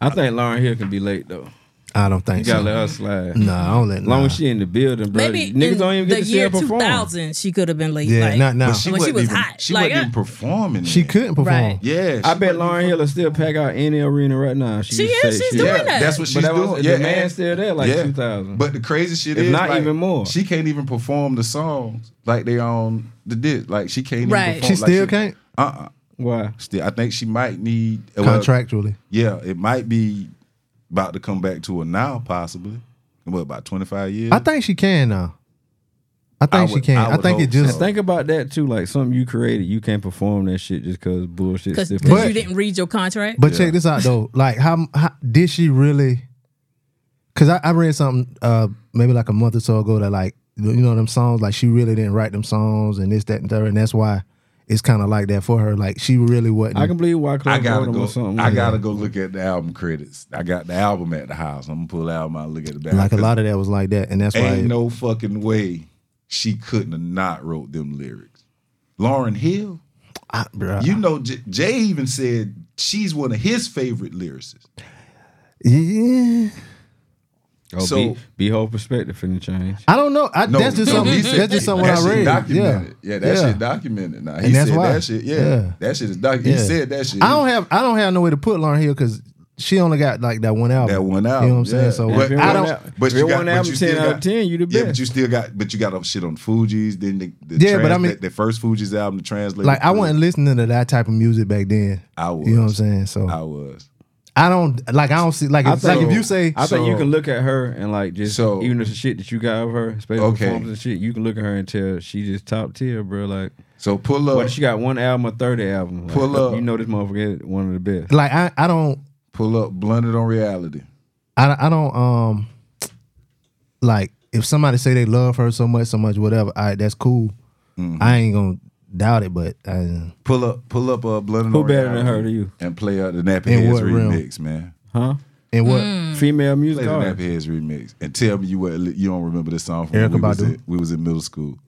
[SPEAKER 2] I think Lauren Hill can be late though.
[SPEAKER 3] I don't think
[SPEAKER 2] You gotta
[SPEAKER 3] so.
[SPEAKER 2] let her slide.
[SPEAKER 3] Nah, I don't let.
[SPEAKER 2] Long
[SPEAKER 3] nah.
[SPEAKER 2] as she in the building, bro.
[SPEAKER 4] Maybe
[SPEAKER 2] niggas
[SPEAKER 4] in
[SPEAKER 2] don't even
[SPEAKER 4] the
[SPEAKER 2] get to see
[SPEAKER 4] year
[SPEAKER 2] her perform.
[SPEAKER 4] 2000, she could have been late.
[SPEAKER 3] Yeah,
[SPEAKER 4] like,
[SPEAKER 3] not now.
[SPEAKER 1] but she,
[SPEAKER 4] When she
[SPEAKER 1] wasn't
[SPEAKER 4] was
[SPEAKER 1] even,
[SPEAKER 4] hot,
[SPEAKER 1] She
[SPEAKER 4] like,
[SPEAKER 1] wasn't even
[SPEAKER 4] uh,
[SPEAKER 1] performing.
[SPEAKER 3] She
[SPEAKER 1] then.
[SPEAKER 3] couldn't perform.
[SPEAKER 4] Right.
[SPEAKER 1] Yeah,
[SPEAKER 2] I
[SPEAKER 1] she
[SPEAKER 2] bet
[SPEAKER 1] wasn't-
[SPEAKER 2] Lauren Hill will still pack out any arena right now. She,
[SPEAKER 4] She
[SPEAKER 2] just say
[SPEAKER 4] is, she's
[SPEAKER 2] shit.
[SPEAKER 4] doing
[SPEAKER 1] Yeah,
[SPEAKER 4] that.
[SPEAKER 1] that's what she's
[SPEAKER 2] But that was-
[SPEAKER 1] doing.
[SPEAKER 2] the
[SPEAKER 1] yeah,
[SPEAKER 2] man
[SPEAKER 1] and-
[SPEAKER 2] still there, like 2000.
[SPEAKER 1] But the crazy shit
[SPEAKER 2] If
[SPEAKER 1] is,
[SPEAKER 2] not
[SPEAKER 1] like,
[SPEAKER 2] even more.
[SPEAKER 1] She can't even perform the songs like they on the disc. Like she can't
[SPEAKER 4] Right.
[SPEAKER 1] even.
[SPEAKER 3] She
[SPEAKER 1] Perform, like,
[SPEAKER 3] still can't
[SPEAKER 1] Uh uh
[SPEAKER 2] Why?
[SPEAKER 1] Still, I think she might need well,
[SPEAKER 3] contractually.
[SPEAKER 1] yeah, it might be about to come back to her now, possibly. What about twenty five years?
[SPEAKER 3] I think she can now. I think she
[SPEAKER 1] would-
[SPEAKER 3] can.
[SPEAKER 1] I
[SPEAKER 3] I,
[SPEAKER 1] would
[SPEAKER 3] think
[SPEAKER 1] hope
[SPEAKER 3] it just.
[SPEAKER 1] so.
[SPEAKER 2] Think about that too. Like something you created, you can't perform that shit just because bullshit.
[SPEAKER 4] because
[SPEAKER 2] stiff-
[SPEAKER 3] But-
[SPEAKER 4] you didn't read your contract.
[SPEAKER 3] But
[SPEAKER 1] Yeah.
[SPEAKER 3] check this out though. Like how, how did she really? Because I, I read something uh maybe like a month or so ago that like you know them songs like she really didn't write them songs and this that and third and that's why it's kind of like that for her. Like she really wasn't.
[SPEAKER 2] I can believe why Club
[SPEAKER 1] I gotta
[SPEAKER 2] Bottom
[SPEAKER 1] go.
[SPEAKER 2] or something.
[SPEAKER 1] I
[SPEAKER 2] like
[SPEAKER 1] gotta
[SPEAKER 2] that.
[SPEAKER 1] go look at the album credits. I got the album at the house. I'm gonna pull the album out, and look at the back.
[SPEAKER 3] like a lot of that was like that, and that's why.
[SPEAKER 1] Ain't no fucking way she couldn't have not wrote them lyrics. Lauren Hill,
[SPEAKER 3] I, bruh.
[SPEAKER 1] you know, J- Jay even said she's one of his favorite lyricists.
[SPEAKER 3] Yeah.
[SPEAKER 2] Oh,
[SPEAKER 1] So-
[SPEAKER 2] be, be whole perspective finna change.
[SPEAKER 3] I don't know. I, that's just something.
[SPEAKER 1] he said
[SPEAKER 3] That's just something
[SPEAKER 1] that
[SPEAKER 3] I
[SPEAKER 1] shit
[SPEAKER 3] read.
[SPEAKER 1] Documented. Yeah, that
[SPEAKER 3] Yeah.
[SPEAKER 1] shit documented. Now he
[SPEAKER 3] And that's
[SPEAKER 1] said
[SPEAKER 3] why.
[SPEAKER 1] that shit. Yeah,
[SPEAKER 3] Yeah.
[SPEAKER 1] that shit is documented.
[SPEAKER 3] Yeah.
[SPEAKER 1] He said that shit.
[SPEAKER 3] I don't have I don't have no way to put Lauren Hill because she only got like that one album.
[SPEAKER 1] that one out.
[SPEAKER 3] You know what I'm saying? So
[SPEAKER 2] If it
[SPEAKER 3] I
[SPEAKER 2] one
[SPEAKER 3] don't.
[SPEAKER 2] out-
[SPEAKER 1] But
[SPEAKER 2] if
[SPEAKER 1] you
[SPEAKER 2] it
[SPEAKER 1] got,
[SPEAKER 2] one
[SPEAKER 1] but
[SPEAKER 2] album,
[SPEAKER 1] you still
[SPEAKER 2] 10 out
[SPEAKER 1] got,
[SPEAKER 2] of 10, you the
[SPEAKER 1] Yeah, but
[SPEAKER 2] best.
[SPEAKER 1] you still got, but you got up shit on Fuji's. Then the, the
[SPEAKER 3] Yeah, but I
[SPEAKER 1] transla-
[SPEAKER 3] mean-
[SPEAKER 1] the first Fuji's album, the translator.
[SPEAKER 3] Like I wasn't listening to that type of music back then.
[SPEAKER 1] I was.
[SPEAKER 3] You know what I'm saying? So
[SPEAKER 1] I was.
[SPEAKER 3] I don't like. I don't see like. If, like
[SPEAKER 2] think-
[SPEAKER 3] if you say
[SPEAKER 2] I think you
[SPEAKER 1] so-
[SPEAKER 2] can look at her and like just
[SPEAKER 1] So-
[SPEAKER 2] even the shit that you got of her, especially
[SPEAKER 1] Okay.
[SPEAKER 2] performance and shit, you can look at her and tell she just top tier, bro. Like,
[SPEAKER 1] So pull up,
[SPEAKER 2] what if she got one album, a thirty album? Like,
[SPEAKER 1] Pull up.
[SPEAKER 2] you know this motherfucker is one of the best.
[SPEAKER 3] like I I don't
[SPEAKER 1] pull up, blunted on reality.
[SPEAKER 3] I I don't um like if somebody say they love her so much so much whatever. I that's cool.
[SPEAKER 1] Mm-hmm.
[SPEAKER 3] I ain't gonna doubt it, but uh, I,
[SPEAKER 1] Pull up, pull up, uh, blunted
[SPEAKER 2] Who
[SPEAKER 1] on
[SPEAKER 2] better
[SPEAKER 1] reality
[SPEAKER 2] than her to you?
[SPEAKER 1] and play out the Nappy
[SPEAKER 3] In
[SPEAKER 1] Heads
[SPEAKER 3] what realm?
[SPEAKER 1] remix, man.
[SPEAKER 2] Huh?
[SPEAKER 3] and what
[SPEAKER 2] Mm. Female music.
[SPEAKER 1] Play the
[SPEAKER 2] artist.
[SPEAKER 1] Nappy Heads remix and tell me you what you don't remember this song from
[SPEAKER 3] Erykah
[SPEAKER 1] when we was,
[SPEAKER 3] Badu.
[SPEAKER 1] in, we was in middle school.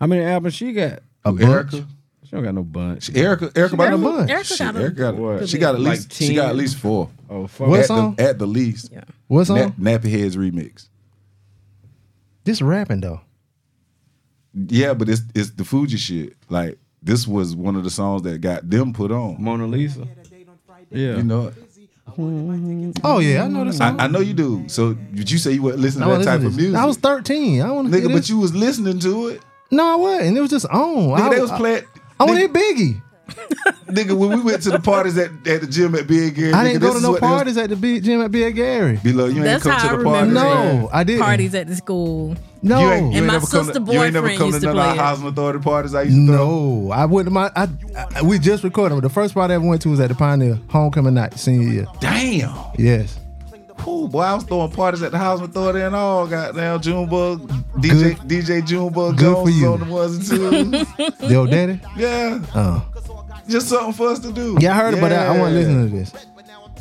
[SPEAKER 2] How many albums she got?
[SPEAKER 3] a
[SPEAKER 1] Who,
[SPEAKER 3] bunch.
[SPEAKER 1] Erica?
[SPEAKER 2] She don't got no bunch.
[SPEAKER 1] She, Erica, Erica, about a
[SPEAKER 3] Erica-
[SPEAKER 1] bunch.
[SPEAKER 4] Erica
[SPEAKER 1] Shit,
[SPEAKER 4] got a-
[SPEAKER 1] Erica got
[SPEAKER 2] What?
[SPEAKER 1] She got at
[SPEAKER 2] Like
[SPEAKER 1] least. she got at
[SPEAKER 2] 10?
[SPEAKER 1] least four.
[SPEAKER 2] Oh fuck.
[SPEAKER 3] What
[SPEAKER 1] at
[SPEAKER 3] song?
[SPEAKER 1] The, at the least.
[SPEAKER 4] Yeah.
[SPEAKER 3] What song?
[SPEAKER 1] Na- Nappy Heads remix.
[SPEAKER 3] Just rapping though.
[SPEAKER 1] Yeah, but it's it's the Fuji shit. Like this was one of the songs that got them put on.
[SPEAKER 2] Mona Lisa. Yeah.
[SPEAKER 3] Mm.
[SPEAKER 1] You know,
[SPEAKER 3] Oh yeah, I know this song.
[SPEAKER 1] I, I know you do. So did you say you wasn't listening
[SPEAKER 3] I
[SPEAKER 1] to
[SPEAKER 3] was
[SPEAKER 1] that type of
[SPEAKER 3] listening to this.
[SPEAKER 1] music?
[SPEAKER 3] I was 13. I want to
[SPEAKER 1] nigga, but you was listening to it.
[SPEAKER 3] No, I wasn't. It was just on.
[SPEAKER 1] Nigga,
[SPEAKER 3] I,
[SPEAKER 1] they was playing.
[SPEAKER 3] I, I want to
[SPEAKER 1] nigga,
[SPEAKER 3] hear Biggie.
[SPEAKER 1] nigga, when we went to the parties at, at the gym at Big Gary,
[SPEAKER 3] I
[SPEAKER 1] nigga, this
[SPEAKER 3] didn't go to
[SPEAKER 1] is
[SPEAKER 3] no
[SPEAKER 1] what they was-
[SPEAKER 3] parties at the big gym at Big Gary.
[SPEAKER 1] Below, you ain't
[SPEAKER 4] That's
[SPEAKER 1] come
[SPEAKER 4] how
[SPEAKER 1] to
[SPEAKER 4] I
[SPEAKER 1] the parties.
[SPEAKER 4] remember
[SPEAKER 1] man.
[SPEAKER 3] No, I didn't.
[SPEAKER 4] Parties at the school.
[SPEAKER 3] No,
[SPEAKER 1] You ain't, you
[SPEAKER 4] And
[SPEAKER 1] ain't
[SPEAKER 4] my
[SPEAKER 1] never come
[SPEAKER 4] sister
[SPEAKER 1] to, you ain't never
[SPEAKER 4] boyfriend
[SPEAKER 1] come to
[SPEAKER 4] used to
[SPEAKER 1] none of our
[SPEAKER 4] play it.
[SPEAKER 1] Housing Authority parties I used to throw.
[SPEAKER 3] no, I wouldn't. My, I, I we just recorded. The first party I ever went to was at the Pioneer homecoming night senior year.
[SPEAKER 1] Damn.
[SPEAKER 3] Yes,
[SPEAKER 1] Cool, boy. I was throwing parties at the Housing Authority and all. Goddamn, Junebug, DJ, DJ Junebug
[SPEAKER 3] Good for
[SPEAKER 1] Jones was
[SPEAKER 3] you.
[SPEAKER 1] on the ones and twos.
[SPEAKER 3] yo, daddy.
[SPEAKER 1] Yeah.
[SPEAKER 3] Oh,
[SPEAKER 1] Just something for us to do.
[SPEAKER 3] yeah, I heard it, but I, I wasn't listening to this.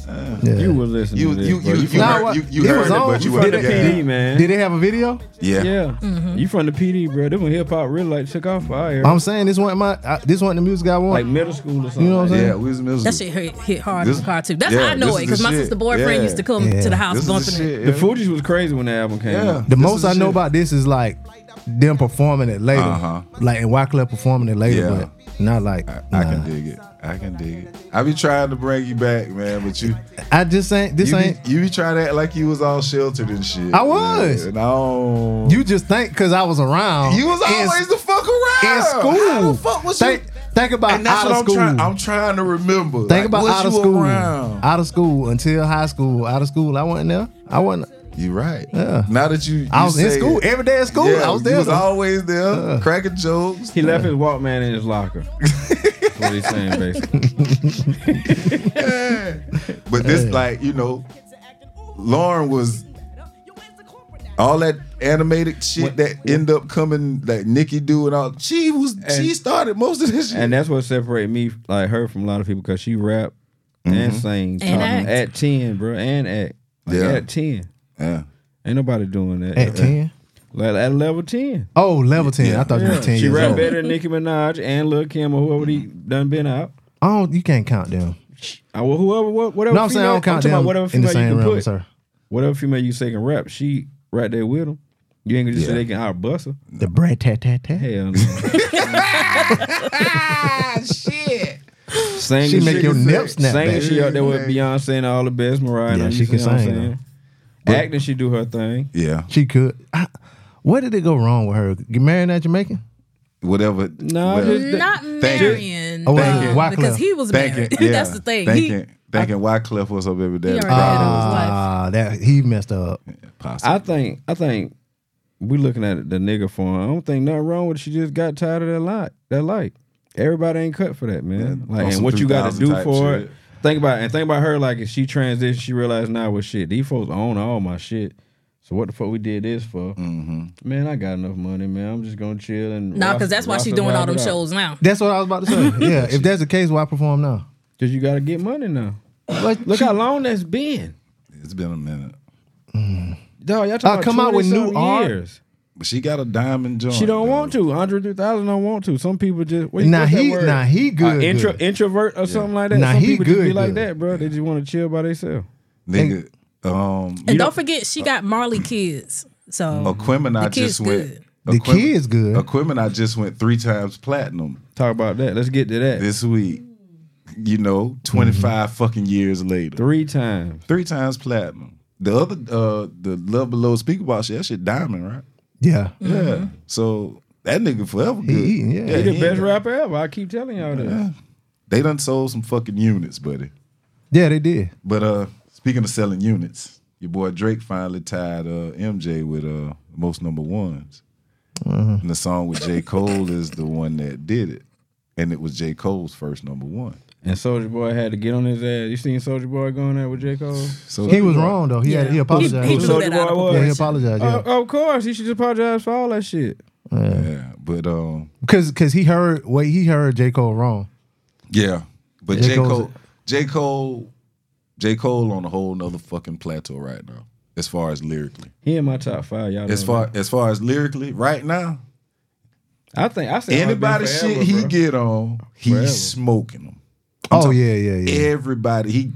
[SPEAKER 3] Yeah.
[SPEAKER 2] You were listening
[SPEAKER 1] You
[SPEAKER 2] to this.
[SPEAKER 1] you
[SPEAKER 2] bro.
[SPEAKER 1] you you
[SPEAKER 3] Nah,
[SPEAKER 1] heard,
[SPEAKER 3] what-
[SPEAKER 1] you, you
[SPEAKER 3] it
[SPEAKER 1] heard
[SPEAKER 3] was
[SPEAKER 1] it,
[SPEAKER 3] on.
[SPEAKER 1] but you
[SPEAKER 3] You
[SPEAKER 1] wasn't
[SPEAKER 2] from the
[SPEAKER 1] there.
[SPEAKER 2] PD, man.
[SPEAKER 3] Did they have a video?
[SPEAKER 1] Yeah.
[SPEAKER 2] Yeah. You from the PD, bro. This when hip hop really like took off for our era.
[SPEAKER 3] I'm saying this wasn't my. I, this wasn't the music I
[SPEAKER 2] like
[SPEAKER 3] wanted.
[SPEAKER 2] middle school or something.
[SPEAKER 3] You know what I'm
[SPEAKER 2] like
[SPEAKER 3] saying?
[SPEAKER 1] Yeah, we was miserable.
[SPEAKER 4] That shit hit, hit hard
[SPEAKER 1] This-
[SPEAKER 4] in the car too. That's
[SPEAKER 1] yeah,
[SPEAKER 4] how I
[SPEAKER 1] this
[SPEAKER 4] know
[SPEAKER 1] is
[SPEAKER 4] it
[SPEAKER 1] the
[SPEAKER 4] because my
[SPEAKER 1] shit.
[SPEAKER 4] sister boyfriend
[SPEAKER 1] Yeah.
[SPEAKER 4] used to come
[SPEAKER 3] Yeah.
[SPEAKER 4] to the house
[SPEAKER 1] This is the
[SPEAKER 4] bumping it.
[SPEAKER 1] shit.
[SPEAKER 2] that. The
[SPEAKER 1] yeah.
[SPEAKER 2] Fugees was crazy when the album came
[SPEAKER 1] Yeah.
[SPEAKER 2] out.
[SPEAKER 3] the
[SPEAKER 1] this is
[SPEAKER 3] most I know
[SPEAKER 1] shit.
[SPEAKER 3] about this is like them performing it later,
[SPEAKER 1] Uh-huh.
[SPEAKER 3] like in Wyclef performing it later,
[SPEAKER 1] Yeah.
[SPEAKER 3] but not like
[SPEAKER 1] I
[SPEAKER 3] nah.
[SPEAKER 1] can dig it. I can dig it. I be trying to bring you back, man, but you
[SPEAKER 3] I just ain't. This
[SPEAKER 1] you be,
[SPEAKER 3] ain't.
[SPEAKER 1] you be trying to act like you was all sheltered and shit.
[SPEAKER 3] I was.
[SPEAKER 1] Man. No.
[SPEAKER 3] You just think because I was around.
[SPEAKER 1] You was
[SPEAKER 3] in-
[SPEAKER 1] always the fuck around.
[SPEAKER 3] in school.
[SPEAKER 1] How the fuck was
[SPEAKER 3] think,
[SPEAKER 1] you?
[SPEAKER 3] think about
[SPEAKER 1] And that's
[SPEAKER 3] out
[SPEAKER 1] what
[SPEAKER 3] of
[SPEAKER 1] I'm
[SPEAKER 3] school.
[SPEAKER 1] trying. I'm trying to remember.
[SPEAKER 3] think about out of school.
[SPEAKER 1] Around?
[SPEAKER 3] Out of school until high school. Out of school, I wasn't there. I wasn't.
[SPEAKER 1] You right.
[SPEAKER 3] Yeah.
[SPEAKER 1] Now that you, you
[SPEAKER 3] I was in
[SPEAKER 1] say
[SPEAKER 3] school
[SPEAKER 1] it.
[SPEAKER 3] every day at school.
[SPEAKER 1] Yeah,
[SPEAKER 3] I was
[SPEAKER 1] you
[SPEAKER 3] there. Uh.
[SPEAKER 1] was always there, cracking jokes.
[SPEAKER 2] He left his Walkman in his locker. That's what he's saying, basically.
[SPEAKER 1] But this, like, you know, Lauren was all that animated shit
[SPEAKER 2] What-
[SPEAKER 1] that end up coming, like Nikki do and all. She was, she started most of this shit.
[SPEAKER 2] And that's what separated me, like her, from a lot of people because she rap
[SPEAKER 3] Mm-hmm.
[SPEAKER 2] and sang
[SPEAKER 4] And
[SPEAKER 2] talking
[SPEAKER 4] act.
[SPEAKER 2] at ten, bro, and act like
[SPEAKER 1] Yeah.
[SPEAKER 2] at ten.
[SPEAKER 1] yeah.
[SPEAKER 2] Ain't nobody doing that
[SPEAKER 3] at ten.
[SPEAKER 2] Like at level ten.
[SPEAKER 3] Oh, level ten. I thought you
[SPEAKER 2] Yeah.
[SPEAKER 3] were ten
[SPEAKER 2] She
[SPEAKER 3] years
[SPEAKER 2] rap
[SPEAKER 3] old.
[SPEAKER 2] better than Nicki Minaj and Lil Kim or whoever he done been out.
[SPEAKER 3] Oh, you can't count them.
[SPEAKER 2] Uh, well, whoever, what- whatever.
[SPEAKER 3] No, I'm saying I
[SPEAKER 2] female-
[SPEAKER 3] don't count
[SPEAKER 2] talking about
[SPEAKER 3] them
[SPEAKER 2] Whatever
[SPEAKER 3] in
[SPEAKER 2] female
[SPEAKER 3] the same
[SPEAKER 2] you can
[SPEAKER 3] realm,
[SPEAKER 2] put,
[SPEAKER 3] sir.
[SPEAKER 2] whatever female you say can rap, she right there with them. You ain't gonna just
[SPEAKER 1] Yeah.
[SPEAKER 2] say they can out bust her.
[SPEAKER 3] The bread tat tat tat.
[SPEAKER 2] Hell, no.
[SPEAKER 1] shit.
[SPEAKER 2] singing
[SPEAKER 3] She make your
[SPEAKER 1] can
[SPEAKER 3] nip
[SPEAKER 1] sing.
[SPEAKER 3] snap.
[SPEAKER 2] singing
[SPEAKER 3] baby.
[SPEAKER 2] she out there with Beyonce and all the best Mariah.
[SPEAKER 3] Yeah,
[SPEAKER 2] and all
[SPEAKER 3] she
[SPEAKER 2] you
[SPEAKER 3] can
[SPEAKER 2] see what I'm
[SPEAKER 3] sing,
[SPEAKER 2] saying? Acting, she do her thing.
[SPEAKER 1] Yeah.
[SPEAKER 3] She could. I, where did it go wrong with her? Get married at Jamaican?
[SPEAKER 1] Whatever.
[SPEAKER 2] No,
[SPEAKER 1] well,
[SPEAKER 2] just-
[SPEAKER 4] Not
[SPEAKER 1] Thank you.
[SPEAKER 4] marrying
[SPEAKER 3] Oh,
[SPEAKER 1] thank you.
[SPEAKER 4] uh, because
[SPEAKER 3] Wyclef.
[SPEAKER 4] he was
[SPEAKER 1] thanking.
[SPEAKER 4] married.
[SPEAKER 1] Yeah.
[SPEAKER 4] That's the thing. He-
[SPEAKER 1] Thanking, thanking Wyclef was her baby daddy.
[SPEAKER 4] already had
[SPEAKER 1] probably
[SPEAKER 4] a- was life.
[SPEAKER 3] Ah, that he messed up.
[SPEAKER 1] was possible.
[SPEAKER 2] I think I think we looking at the nigga form. I don't think nothing wrong with it. She just got tired of that light. That light. Everybody ain't cut for that, man.
[SPEAKER 1] Yeah, on
[SPEAKER 2] like,
[SPEAKER 1] some
[SPEAKER 2] and what you got to
[SPEAKER 1] 3000
[SPEAKER 2] do
[SPEAKER 1] type
[SPEAKER 2] for
[SPEAKER 1] shit.
[SPEAKER 2] it. Think about and think about her. Like, if she transitioned, she realized now nah, what shit. These folks own all my shit. So what the fuck we did this for?
[SPEAKER 1] Mm-hmm.
[SPEAKER 2] Man, I got enough money, man. I'm just gonna chill and
[SPEAKER 4] Nah, because that's why she doing all them shows now.
[SPEAKER 3] That's what I was about to say. yeah, if that's the case, why perform now?
[SPEAKER 2] Because you gotta get money now.
[SPEAKER 3] Like,
[SPEAKER 2] Look how long that's been.
[SPEAKER 1] it's been a minute.
[SPEAKER 2] Dog, y'all talking
[SPEAKER 3] Uh,
[SPEAKER 2] about
[SPEAKER 3] come out with
[SPEAKER 2] 20
[SPEAKER 3] new
[SPEAKER 2] some
[SPEAKER 3] art.
[SPEAKER 2] years.
[SPEAKER 1] But she got a diamond joint.
[SPEAKER 2] She don't
[SPEAKER 1] though.
[SPEAKER 2] want to. Andre 3000 don't want to. Some people just what,
[SPEAKER 3] Nah,
[SPEAKER 2] what's that
[SPEAKER 3] he-
[SPEAKER 2] word? Uh,
[SPEAKER 3] nah, he good,
[SPEAKER 2] intro,
[SPEAKER 3] good.
[SPEAKER 2] introvert or something like that.
[SPEAKER 3] Nah,
[SPEAKER 2] Some
[SPEAKER 3] he
[SPEAKER 2] people just
[SPEAKER 3] good,
[SPEAKER 2] be like
[SPEAKER 3] good.
[SPEAKER 2] that, bro. They just want to chill by themselves.
[SPEAKER 1] Nigga, Um,
[SPEAKER 4] And don't forget, she got Marley kids. So
[SPEAKER 1] Aquemini
[SPEAKER 4] The kid's
[SPEAKER 1] just went.
[SPEAKER 4] good.
[SPEAKER 3] The
[SPEAKER 1] Aquem-
[SPEAKER 3] kid's good.
[SPEAKER 1] Aquemini just went three times platinum
[SPEAKER 2] Talk about that. Let's get to that.
[SPEAKER 1] this week. You know, twenty fucking years later.
[SPEAKER 2] Three times.
[SPEAKER 1] Three times platinum. The other, uh, the Love Below Speaker Box, that shit diamond, right?
[SPEAKER 3] Yeah.
[SPEAKER 2] Mm-hmm.
[SPEAKER 1] Yeah. So that nigga forever good.
[SPEAKER 3] Mm-hmm. He eating, yeah.
[SPEAKER 2] He the
[SPEAKER 1] he
[SPEAKER 2] best
[SPEAKER 1] ain't-
[SPEAKER 2] rapper ever. I keep telling y'all this.
[SPEAKER 1] They done sold some fucking units, buddy.
[SPEAKER 3] Yeah, they did.
[SPEAKER 1] But uh, speaking of selling units, your boy Drake finally tied uh MJ with uh most number ones.
[SPEAKER 3] Mm-hmm.
[SPEAKER 1] And the song with J Cole is the one that did it, and it was J Cole's first number one.
[SPEAKER 2] And Soldier Boy had to get on his ass. You seen Soldier Boy going there with J. Cole?
[SPEAKER 1] So
[SPEAKER 3] He was wrong though. He had he
[SPEAKER 4] Yeah.
[SPEAKER 3] apologized.
[SPEAKER 4] He- he
[SPEAKER 3] too.
[SPEAKER 4] blew that out of
[SPEAKER 3] yeah, he
[SPEAKER 2] was.
[SPEAKER 3] apologized. Yeah,
[SPEAKER 2] Oh, of course, he should just apologize for all that shit.
[SPEAKER 1] Yeah, but um,
[SPEAKER 3] because he heard wait he heard J Cole wrong.
[SPEAKER 1] yeah, but
[SPEAKER 3] J.
[SPEAKER 1] J
[SPEAKER 3] Cole's-
[SPEAKER 1] Cole, J Cole, J Cole on a whole nother fucking plateau right now, as far as lyrically.
[SPEAKER 2] He in my top five, y'all.
[SPEAKER 1] As
[SPEAKER 2] know
[SPEAKER 1] far
[SPEAKER 2] that.
[SPEAKER 1] as far as lyrically, right now,
[SPEAKER 2] I think I said
[SPEAKER 1] anybody shit he
[SPEAKER 2] bro.
[SPEAKER 1] get on, he's
[SPEAKER 2] Forever.
[SPEAKER 1] smoking them.
[SPEAKER 3] Oh yeah, yeah, yeah.
[SPEAKER 1] Everybody he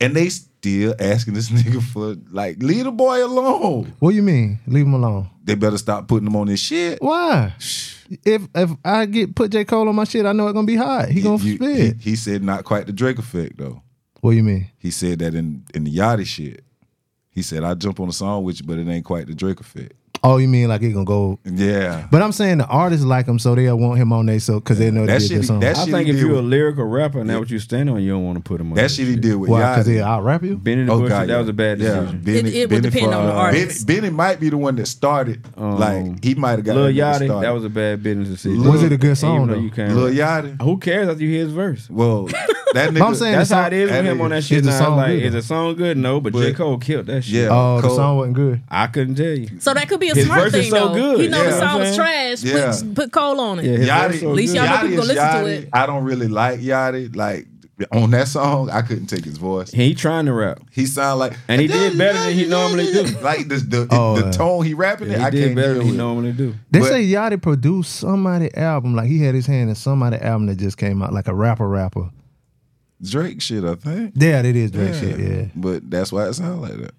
[SPEAKER 1] and they still asking this nigga for like leave the boy alone.
[SPEAKER 3] What you mean? Leave him alone.
[SPEAKER 1] They better stop putting him on this shit.
[SPEAKER 3] Why? If if I get put J Cole on my shit, I know it's gonna be hot. He gonna
[SPEAKER 1] You-
[SPEAKER 3] spit.
[SPEAKER 1] he, he said not quite the Drake effect though.
[SPEAKER 3] what you mean?
[SPEAKER 1] He said that in in the Yachty shit. He said I jump on a song with you, but it ain't quite the Drake effect.
[SPEAKER 3] Oh, you mean like it gonna go?
[SPEAKER 1] Yeah,
[SPEAKER 3] But I'm saying the artists like him, so they'll want him on they so because they know they
[SPEAKER 1] That
[SPEAKER 3] did
[SPEAKER 1] shit-
[SPEAKER 3] this song.
[SPEAKER 1] that
[SPEAKER 3] That's,
[SPEAKER 2] I
[SPEAKER 1] shit
[SPEAKER 2] think
[SPEAKER 1] he
[SPEAKER 2] if
[SPEAKER 1] did
[SPEAKER 2] you're a
[SPEAKER 1] with-
[SPEAKER 2] lyrical rapper and that what you stand on, you don't want to put him on.
[SPEAKER 1] that shit he did with
[SPEAKER 3] Why? Because
[SPEAKER 1] Yachty.
[SPEAKER 3] they I rap you.
[SPEAKER 2] Benny the
[SPEAKER 1] Oh,
[SPEAKER 2] Butcher,
[SPEAKER 1] God,
[SPEAKER 2] that
[SPEAKER 1] yeah.
[SPEAKER 2] was a bad
[SPEAKER 1] Yeah,
[SPEAKER 2] decision.
[SPEAKER 1] Benny,
[SPEAKER 4] It- it would
[SPEAKER 1] Benny
[SPEAKER 4] depend on the
[SPEAKER 1] Fly-
[SPEAKER 4] artist.
[SPEAKER 1] Benny, Benny might be the one that started.
[SPEAKER 2] Um,
[SPEAKER 1] like he might have got
[SPEAKER 2] Lil
[SPEAKER 1] that nigga
[SPEAKER 2] Yachty,
[SPEAKER 1] started.
[SPEAKER 2] that was a bad business decision.
[SPEAKER 3] Was it a good song,
[SPEAKER 2] Even though
[SPEAKER 3] though?
[SPEAKER 2] You can't
[SPEAKER 1] Lil
[SPEAKER 2] rap.
[SPEAKER 1] Yachty.
[SPEAKER 2] Who cares after you hear his verse?
[SPEAKER 1] Well, that nigga.
[SPEAKER 3] I'm saying
[SPEAKER 2] That's
[SPEAKER 3] the
[SPEAKER 2] how
[SPEAKER 3] song-
[SPEAKER 2] it is with
[SPEAKER 1] that
[SPEAKER 2] him on
[SPEAKER 1] nigga-
[SPEAKER 2] that shit.
[SPEAKER 3] is the
[SPEAKER 2] Now, it's
[SPEAKER 3] song
[SPEAKER 2] like,
[SPEAKER 3] good?
[SPEAKER 2] is the song good? No, but, J.
[SPEAKER 1] But-
[SPEAKER 2] Cole killed that shit.
[SPEAKER 1] Yeah.
[SPEAKER 3] Oh, the
[SPEAKER 1] Cole-
[SPEAKER 3] song wasn't good.
[SPEAKER 2] I couldn't tell you.
[SPEAKER 4] so that could be a
[SPEAKER 2] His
[SPEAKER 4] smart
[SPEAKER 2] verse is
[SPEAKER 4] thing
[SPEAKER 2] so
[SPEAKER 4] though.
[SPEAKER 2] good.
[SPEAKER 4] You know
[SPEAKER 1] Yeah.
[SPEAKER 4] the song was
[SPEAKER 2] You know what
[SPEAKER 4] trash.
[SPEAKER 1] Yeah.
[SPEAKER 4] Put, put coal on it.
[SPEAKER 2] Yeah, his
[SPEAKER 1] Yachty,
[SPEAKER 2] verse so
[SPEAKER 1] at
[SPEAKER 4] least
[SPEAKER 2] good.
[SPEAKER 4] y'all know people
[SPEAKER 1] is
[SPEAKER 4] gonna listen to
[SPEAKER 1] Yachty.
[SPEAKER 4] it.
[SPEAKER 1] I don't really like Yachty. Like on that song, I couldn't take his voice.
[SPEAKER 2] He trying to rap.
[SPEAKER 1] He sound like
[SPEAKER 2] And he did better than he normally do.
[SPEAKER 1] Like the the,
[SPEAKER 3] Oh,
[SPEAKER 1] the
[SPEAKER 3] yeah.
[SPEAKER 1] tone he rapping,
[SPEAKER 2] He
[SPEAKER 1] it, I
[SPEAKER 2] did
[SPEAKER 1] can't
[SPEAKER 2] better
[SPEAKER 1] better
[SPEAKER 2] than he normally do.
[SPEAKER 3] They
[SPEAKER 1] But-
[SPEAKER 3] say Yachty produced somebody album, like he had his hand in somebody album that just came out, like a rapper rapper.
[SPEAKER 1] Drake shit. I think.
[SPEAKER 3] Yeah, that is Drake shit. Yeah,
[SPEAKER 1] but that's why it sound like that.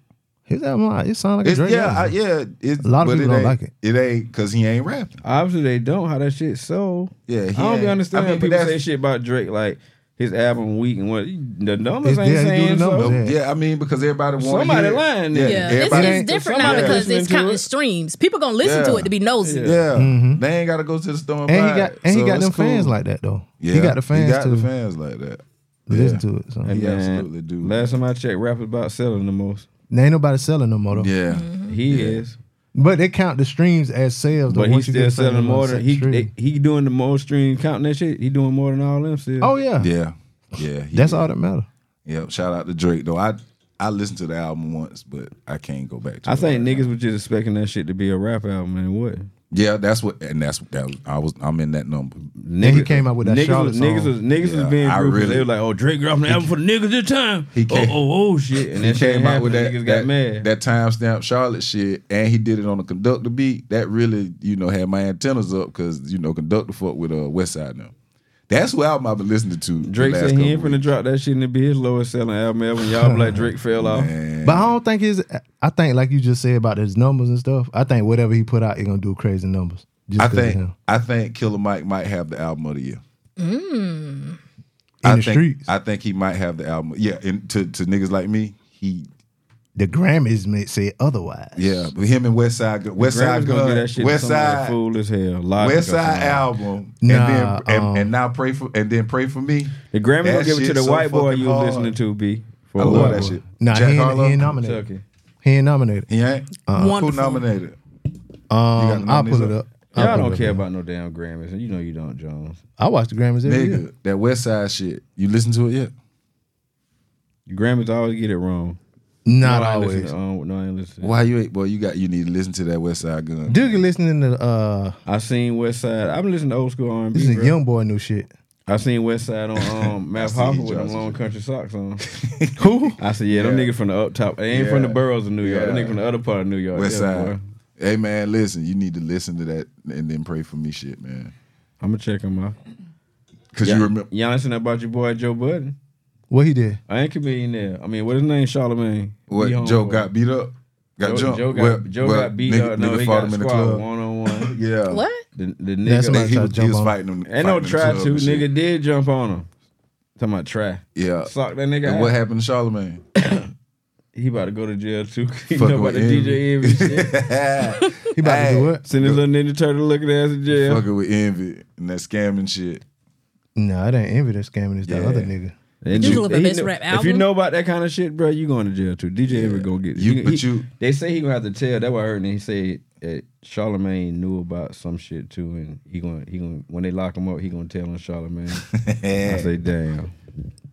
[SPEAKER 3] his album, like, it sound like a
[SPEAKER 1] It's,
[SPEAKER 3] Drake.
[SPEAKER 1] yeah, I,
[SPEAKER 3] album.
[SPEAKER 1] yeah. It's,
[SPEAKER 3] A lot of
[SPEAKER 1] but
[SPEAKER 3] people don't
[SPEAKER 1] ain't-
[SPEAKER 3] like it.
[SPEAKER 1] It ain't because he ain't rapping.
[SPEAKER 2] Obviously, they don't how that shit sold.
[SPEAKER 1] Yeah, he
[SPEAKER 2] I don't
[SPEAKER 1] ain't-
[SPEAKER 2] be understanding
[SPEAKER 1] I mean,
[SPEAKER 2] when
[SPEAKER 1] but
[SPEAKER 2] people say
[SPEAKER 1] that's-
[SPEAKER 2] shit about Drake like his album weak and what the numbers
[SPEAKER 3] It's-
[SPEAKER 2] ain't
[SPEAKER 3] yeah, he do
[SPEAKER 2] saying
[SPEAKER 3] the
[SPEAKER 2] so.
[SPEAKER 3] numbers,
[SPEAKER 1] But,
[SPEAKER 3] Yeah.
[SPEAKER 1] yeah, I mean because everybody wants
[SPEAKER 2] Somebody lying,
[SPEAKER 1] Yeah,
[SPEAKER 2] nigga.
[SPEAKER 4] Yeah, it's,
[SPEAKER 1] everybody.
[SPEAKER 3] It ain't-
[SPEAKER 4] it's different now
[SPEAKER 2] somebody
[SPEAKER 4] because it's
[SPEAKER 2] listening to
[SPEAKER 4] counting
[SPEAKER 2] it.
[SPEAKER 4] streams. People gonna listen to
[SPEAKER 1] Yeah.
[SPEAKER 4] it to be nosy.
[SPEAKER 1] yeah, they ain't got to go to the store. And,
[SPEAKER 3] Mm-hmm. and
[SPEAKER 1] buy
[SPEAKER 3] he got
[SPEAKER 1] it.
[SPEAKER 3] and
[SPEAKER 1] So
[SPEAKER 3] he got
[SPEAKER 1] it's
[SPEAKER 3] them fans
[SPEAKER 1] cool.
[SPEAKER 3] like that though.
[SPEAKER 1] yeah,
[SPEAKER 3] he got the fans
[SPEAKER 1] He got
[SPEAKER 3] to
[SPEAKER 1] the fans like that.
[SPEAKER 3] listen to it. So.
[SPEAKER 2] Hey,
[SPEAKER 1] He
[SPEAKER 2] man,
[SPEAKER 1] absolutely do.
[SPEAKER 2] Last time I checked, rappers about selling the most.
[SPEAKER 3] Now, ain't nobody selling no more though.
[SPEAKER 1] Yeah.
[SPEAKER 4] Mm-hmm.
[SPEAKER 2] He is,
[SPEAKER 3] But they count the streams as sales. Though,
[SPEAKER 2] but he's
[SPEAKER 3] once you
[SPEAKER 2] still
[SPEAKER 3] get something
[SPEAKER 2] selling
[SPEAKER 3] on
[SPEAKER 2] more
[SPEAKER 3] the
[SPEAKER 2] than he
[SPEAKER 3] stream.
[SPEAKER 2] they- he doing the most stream counting that shit. He doing more than all them still.
[SPEAKER 3] oh yeah,
[SPEAKER 1] Yeah. Yeah. he
[SPEAKER 3] that's
[SPEAKER 1] did.
[SPEAKER 3] all that matter.
[SPEAKER 1] Yep. Shout out to Drake though. I I listened to the album once, but I can't go back to
[SPEAKER 2] I
[SPEAKER 1] it
[SPEAKER 2] think
[SPEAKER 1] right
[SPEAKER 2] niggas was just expecting that shit to be a rap album and what
[SPEAKER 1] now. Yeah, that's what and that's that was, I was I'm in that number.
[SPEAKER 2] niggas
[SPEAKER 3] he came out with that
[SPEAKER 2] niggas
[SPEAKER 3] Charlotte
[SPEAKER 2] was, niggas
[SPEAKER 3] song.
[SPEAKER 2] was niggas was
[SPEAKER 1] Yeah,
[SPEAKER 2] being
[SPEAKER 1] I
[SPEAKER 2] groupies.
[SPEAKER 1] really-
[SPEAKER 2] they was like oh Drake dropping the album for the niggas this time
[SPEAKER 1] He came-
[SPEAKER 2] oh oh oh shit and
[SPEAKER 1] He
[SPEAKER 2] that shit
[SPEAKER 1] came out with that
[SPEAKER 2] niggas
[SPEAKER 1] that,
[SPEAKER 2] got mad
[SPEAKER 1] that timestamp Charlotte shit and he did it on a conductor beat. That really, you know, had my antennas up because, you know, conductor fuck with uh West Side now. That's what album I've been listening to.
[SPEAKER 2] Drake
[SPEAKER 1] the last
[SPEAKER 2] said he ain't
[SPEAKER 1] couple
[SPEAKER 2] finna
[SPEAKER 1] weeks.
[SPEAKER 2] drop that shit and it be his lowest selling album ever. And y'all be like Drake fell off.
[SPEAKER 1] Man.
[SPEAKER 3] But I don't think his. I think like you just said about his numbers and stuff. I think whatever he put out, it gonna do crazy numbers. Just
[SPEAKER 1] I
[SPEAKER 3] 'cause of
[SPEAKER 1] think
[SPEAKER 3] him.
[SPEAKER 1] I think Killer Mike might have the album of the year.
[SPEAKER 3] in
[SPEAKER 1] I
[SPEAKER 3] the
[SPEAKER 1] think,
[SPEAKER 3] streets,
[SPEAKER 1] I think he might have the album. Yeah, and to, to niggas like me, he
[SPEAKER 3] the Grammys may say otherwise.
[SPEAKER 1] yeah, but him and West Side Gun- West
[SPEAKER 2] Grammy's
[SPEAKER 1] Side
[SPEAKER 2] gonna
[SPEAKER 1] Gun,
[SPEAKER 2] get that shit
[SPEAKER 1] West
[SPEAKER 2] to somebody
[SPEAKER 1] Side
[SPEAKER 2] fool as hell. Logic
[SPEAKER 1] West
[SPEAKER 2] or somebody.
[SPEAKER 1] Side album,
[SPEAKER 3] Nah,
[SPEAKER 1] and then and,
[SPEAKER 3] um,
[SPEAKER 1] and now pray for and then pray for me.
[SPEAKER 2] The Grammys
[SPEAKER 1] That
[SPEAKER 2] gonna give it to
[SPEAKER 1] shit
[SPEAKER 2] the
[SPEAKER 1] so
[SPEAKER 2] white boy
[SPEAKER 1] fucking
[SPEAKER 2] you was
[SPEAKER 1] hard.
[SPEAKER 2] listening to. B. For
[SPEAKER 1] I
[SPEAKER 2] a
[SPEAKER 1] love
[SPEAKER 2] white
[SPEAKER 1] that
[SPEAKER 2] boy.
[SPEAKER 1] shit.
[SPEAKER 3] Nah,
[SPEAKER 1] Jack
[SPEAKER 3] he ain't,
[SPEAKER 1] Harlow,
[SPEAKER 3] he ain't nominated.
[SPEAKER 2] Kentucky.
[SPEAKER 3] He ain't nominated.
[SPEAKER 1] He ain't.
[SPEAKER 3] Uh,
[SPEAKER 1] Who
[SPEAKER 4] Wonderful.
[SPEAKER 1] nominated?
[SPEAKER 3] Um, I'll pull it up. I'll
[SPEAKER 2] Y'all
[SPEAKER 3] pull
[SPEAKER 2] don't
[SPEAKER 3] it
[SPEAKER 2] care
[SPEAKER 3] up.
[SPEAKER 2] about no damn Grammys, and you know you don't, Jones.
[SPEAKER 3] I watch the Grammys every year.
[SPEAKER 1] Nigga, that West Side shit. You listen to it yet?
[SPEAKER 2] The Grammys always get it wrong.
[SPEAKER 3] Not
[SPEAKER 2] no, I ain't listen
[SPEAKER 3] always.
[SPEAKER 2] To, um, no, I ain't listen. to-
[SPEAKER 1] Why you ain't boy? You got you need to listen to that West Side Gun.
[SPEAKER 3] Dude, you listening to uh,
[SPEAKER 2] I seen West Side. I've been listening to old school R and
[SPEAKER 3] this is
[SPEAKER 2] B.
[SPEAKER 3] a young boy new shit.
[SPEAKER 2] I seen West Side on um, Matt
[SPEAKER 1] see he
[SPEAKER 2] Hopper with them
[SPEAKER 1] drops
[SPEAKER 2] long country socks on.
[SPEAKER 3] Who?
[SPEAKER 2] I said, yeah, them
[SPEAKER 1] Yeah.
[SPEAKER 2] nigga from the up top. They ain't from the
[SPEAKER 1] Yeah.
[SPEAKER 2] boroughs of New York. That
[SPEAKER 1] Yeah.
[SPEAKER 2] nigga from the other part of New York.
[SPEAKER 1] West
[SPEAKER 2] yeah,
[SPEAKER 1] Side. Hey man, listen, you need to listen to that and then pray for me shit, man.
[SPEAKER 2] I'm gonna check him out.
[SPEAKER 1] Cause
[SPEAKER 2] Yeah.
[SPEAKER 1] you remember
[SPEAKER 2] Giannis and about your boy Joe Budden.
[SPEAKER 3] What he did?
[SPEAKER 2] I ain't comedian there. I mean, what his name? Charlemagne.
[SPEAKER 1] What
[SPEAKER 2] He home-
[SPEAKER 1] Joe got beat up? Got
[SPEAKER 2] Joe,
[SPEAKER 1] jumped.
[SPEAKER 2] Joe got,
[SPEAKER 1] Well-
[SPEAKER 2] Joe
[SPEAKER 1] well,
[SPEAKER 2] got beat
[SPEAKER 1] nigga-
[SPEAKER 2] up. No,
[SPEAKER 1] nigga
[SPEAKER 2] he
[SPEAKER 1] fought
[SPEAKER 2] got
[SPEAKER 1] him in the
[SPEAKER 2] squad
[SPEAKER 1] club.
[SPEAKER 2] one on one.
[SPEAKER 1] Yeah,
[SPEAKER 4] What?
[SPEAKER 2] The, the
[SPEAKER 3] That's
[SPEAKER 2] nigga
[SPEAKER 3] not
[SPEAKER 1] Like he
[SPEAKER 3] Tried to
[SPEAKER 1] was, he
[SPEAKER 3] jump
[SPEAKER 1] was
[SPEAKER 3] on him.
[SPEAKER 1] fighting him.
[SPEAKER 2] ain't no
[SPEAKER 1] fighting in the
[SPEAKER 2] try
[SPEAKER 1] club
[SPEAKER 2] to.
[SPEAKER 1] and shit.
[SPEAKER 2] Nigga did jump on him. Talking about try.
[SPEAKER 1] Yeah.
[SPEAKER 2] Sock that nigga.
[SPEAKER 1] And
[SPEAKER 2] out.
[SPEAKER 1] what happened to Charlemagne?
[SPEAKER 2] He about to go to jail too. he
[SPEAKER 1] Fucking
[SPEAKER 2] know
[SPEAKER 1] with
[SPEAKER 2] about the DJ
[SPEAKER 1] envy.
[SPEAKER 2] Envy shit.
[SPEAKER 3] He about to do what?
[SPEAKER 2] Send his little Ninja Turtle looking ass to jail.
[SPEAKER 1] Fucking with envy and that scamming shit.
[SPEAKER 3] No, it ain't envy that's scamming. It's that
[SPEAKER 1] Yeah.
[SPEAKER 3] other nigga.
[SPEAKER 2] And
[SPEAKER 4] This
[SPEAKER 2] you-
[SPEAKER 4] is the
[SPEAKER 2] he
[SPEAKER 4] best
[SPEAKER 2] kn-
[SPEAKER 4] rap
[SPEAKER 2] If you
[SPEAKER 4] album.
[SPEAKER 2] know about that kind of shit, bro, you going to jail too. DJ Envy gonna get
[SPEAKER 1] You-
[SPEAKER 2] he-
[SPEAKER 1] but
[SPEAKER 2] he-
[SPEAKER 1] you-
[SPEAKER 2] They say he gonna have to tell. That's what I heard. And he said that Charlemagne knew about some shit too, and he gonna he gonna when they lock him up, he gonna tell on Charlemagne. I say, damn.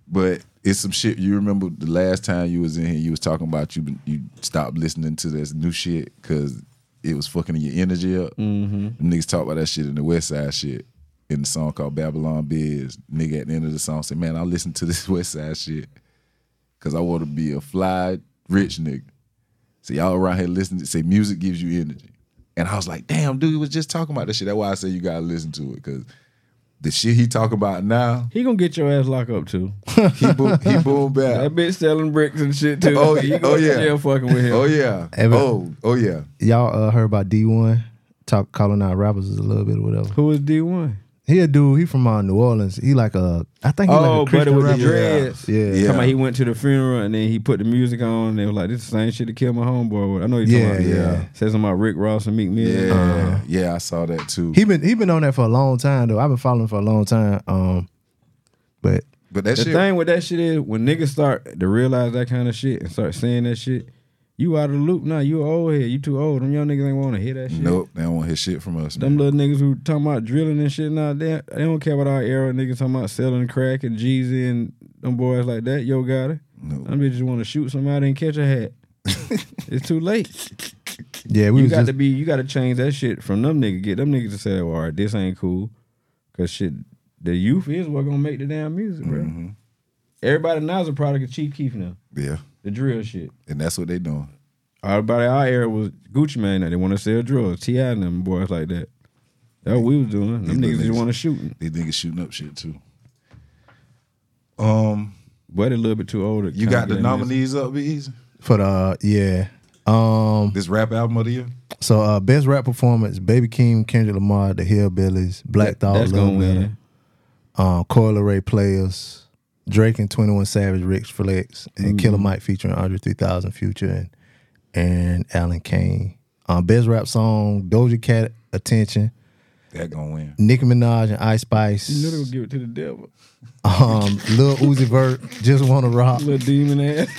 [SPEAKER 1] but it's some shit. You remember the last time you was in here, you was talking about you you stopped listening to this new shit because it was fucking your energy up. Mm-hmm. Niggas talk about that shit in the West Side shit in the song called Babylon Biz. Nigga at the end of the song said, "Man, I listen to this West Side shit because I want to be a fly rich nigga." So y'all around here listening to say music gives you energy, and I was like, "Damn, dude, he was just talking about this shit." That's why I say you gotta listen to it because the shit he talk about now
[SPEAKER 2] He gonna get your ass locked up too.
[SPEAKER 1] he boom, he boom back.
[SPEAKER 2] That bitch selling bricks and shit too.
[SPEAKER 1] Oh,
[SPEAKER 2] you
[SPEAKER 1] oh,
[SPEAKER 2] going
[SPEAKER 1] yeah.
[SPEAKER 2] to jail fucking with him.
[SPEAKER 1] Oh yeah.
[SPEAKER 3] Ever-
[SPEAKER 1] Oh, oh yeah.
[SPEAKER 3] Y'all uh, heard about D one talk calling out rappers is a little bit or whatever.
[SPEAKER 2] Who is D one?
[SPEAKER 3] He a dude. He from uh, New Orleans. He like a I think he
[SPEAKER 2] Oh,
[SPEAKER 3] like a Christian
[SPEAKER 2] but it was the
[SPEAKER 3] rapper.
[SPEAKER 2] dreads.
[SPEAKER 3] Yeah.
[SPEAKER 1] Yeah.
[SPEAKER 2] Talking about he went to the funeral and then he put the music on and they was like, this is the same shit to kill my homeboy. with." I know you talking
[SPEAKER 3] Yeah,
[SPEAKER 2] about.
[SPEAKER 3] yeah.
[SPEAKER 2] Says something about Rick Ross and Meek Mill. Uh,
[SPEAKER 1] Yeah. yeah, I saw that too.
[SPEAKER 3] He been he been on that for a long time though. I've been following for a long time. Um, but
[SPEAKER 1] but that
[SPEAKER 2] The
[SPEAKER 1] shit
[SPEAKER 2] thing with that shit is when niggas start to realize that kind of shit and start saying that shit, you out of the loop now. You old here. You too old. Them young niggas ain't want to hear that shit.
[SPEAKER 1] Nope, they don't want his shit from us.
[SPEAKER 2] Them
[SPEAKER 1] man.
[SPEAKER 2] little niggas who talking about drilling and shit now, they, they don't care about our era. Niggas talking about selling crack and Jeezy and them boys like that. Yo, got it.
[SPEAKER 1] No.
[SPEAKER 2] Them bitches want to shoot somebody and catch a hat. it's too late.
[SPEAKER 3] yeah, we
[SPEAKER 2] you
[SPEAKER 3] was
[SPEAKER 2] got
[SPEAKER 3] just,
[SPEAKER 2] to be. You got to change that shit from them niggas. Get them niggas to say, "All right, this ain't cool," because shit, the youth is what gonna make the damn music, bro.
[SPEAKER 1] Mm-hmm.
[SPEAKER 2] Everybody now is a product of Chief Keef now.
[SPEAKER 1] Yeah.
[SPEAKER 2] The drill shit.
[SPEAKER 1] And that's what they doing.
[SPEAKER 2] Everybody our era was Gucci Mane. Now they want to sell drugs. Ti and them boys like that. That's what we was doing. Them
[SPEAKER 1] These little
[SPEAKER 2] niggas just
[SPEAKER 1] niggas.
[SPEAKER 2] want to shooting.
[SPEAKER 1] These niggas shooting up shit too. Um,
[SPEAKER 2] But a little bit too old. to
[SPEAKER 1] you
[SPEAKER 2] kinda
[SPEAKER 1] got
[SPEAKER 2] get
[SPEAKER 1] the
[SPEAKER 2] in this.
[SPEAKER 1] nominees up, Be Easy?
[SPEAKER 3] for the uh, yeah. Um,
[SPEAKER 1] This rap album of the year?
[SPEAKER 3] so uh, best rap performance: Baby Keem, Kendrick Lamar, The Hillbillies, Black Thought,
[SPEAKER 2] That's
[SPEAKER 3] Lil
[SPEAKER 2] gonna win.
[SPEAKER 3] Miller, um, Coil Ray Players, Drake and Twenty One Savage, Rick Flex, and Killer Mike featuring Andre Three Thousand, Future, and and Alan Kane. Um, best rap song: Doja Cat, Attention,
[SPEAKER 1] That gonna win.
[SPEAKER 3] Nicki Minaj and Ice Spice.
[SPEAKER 2] You know they gonna give it to the devil.
[SPEAKER 3] Um, Lil Uzi Vert just want to rock.
[SPEAKER 2] Little demon ass.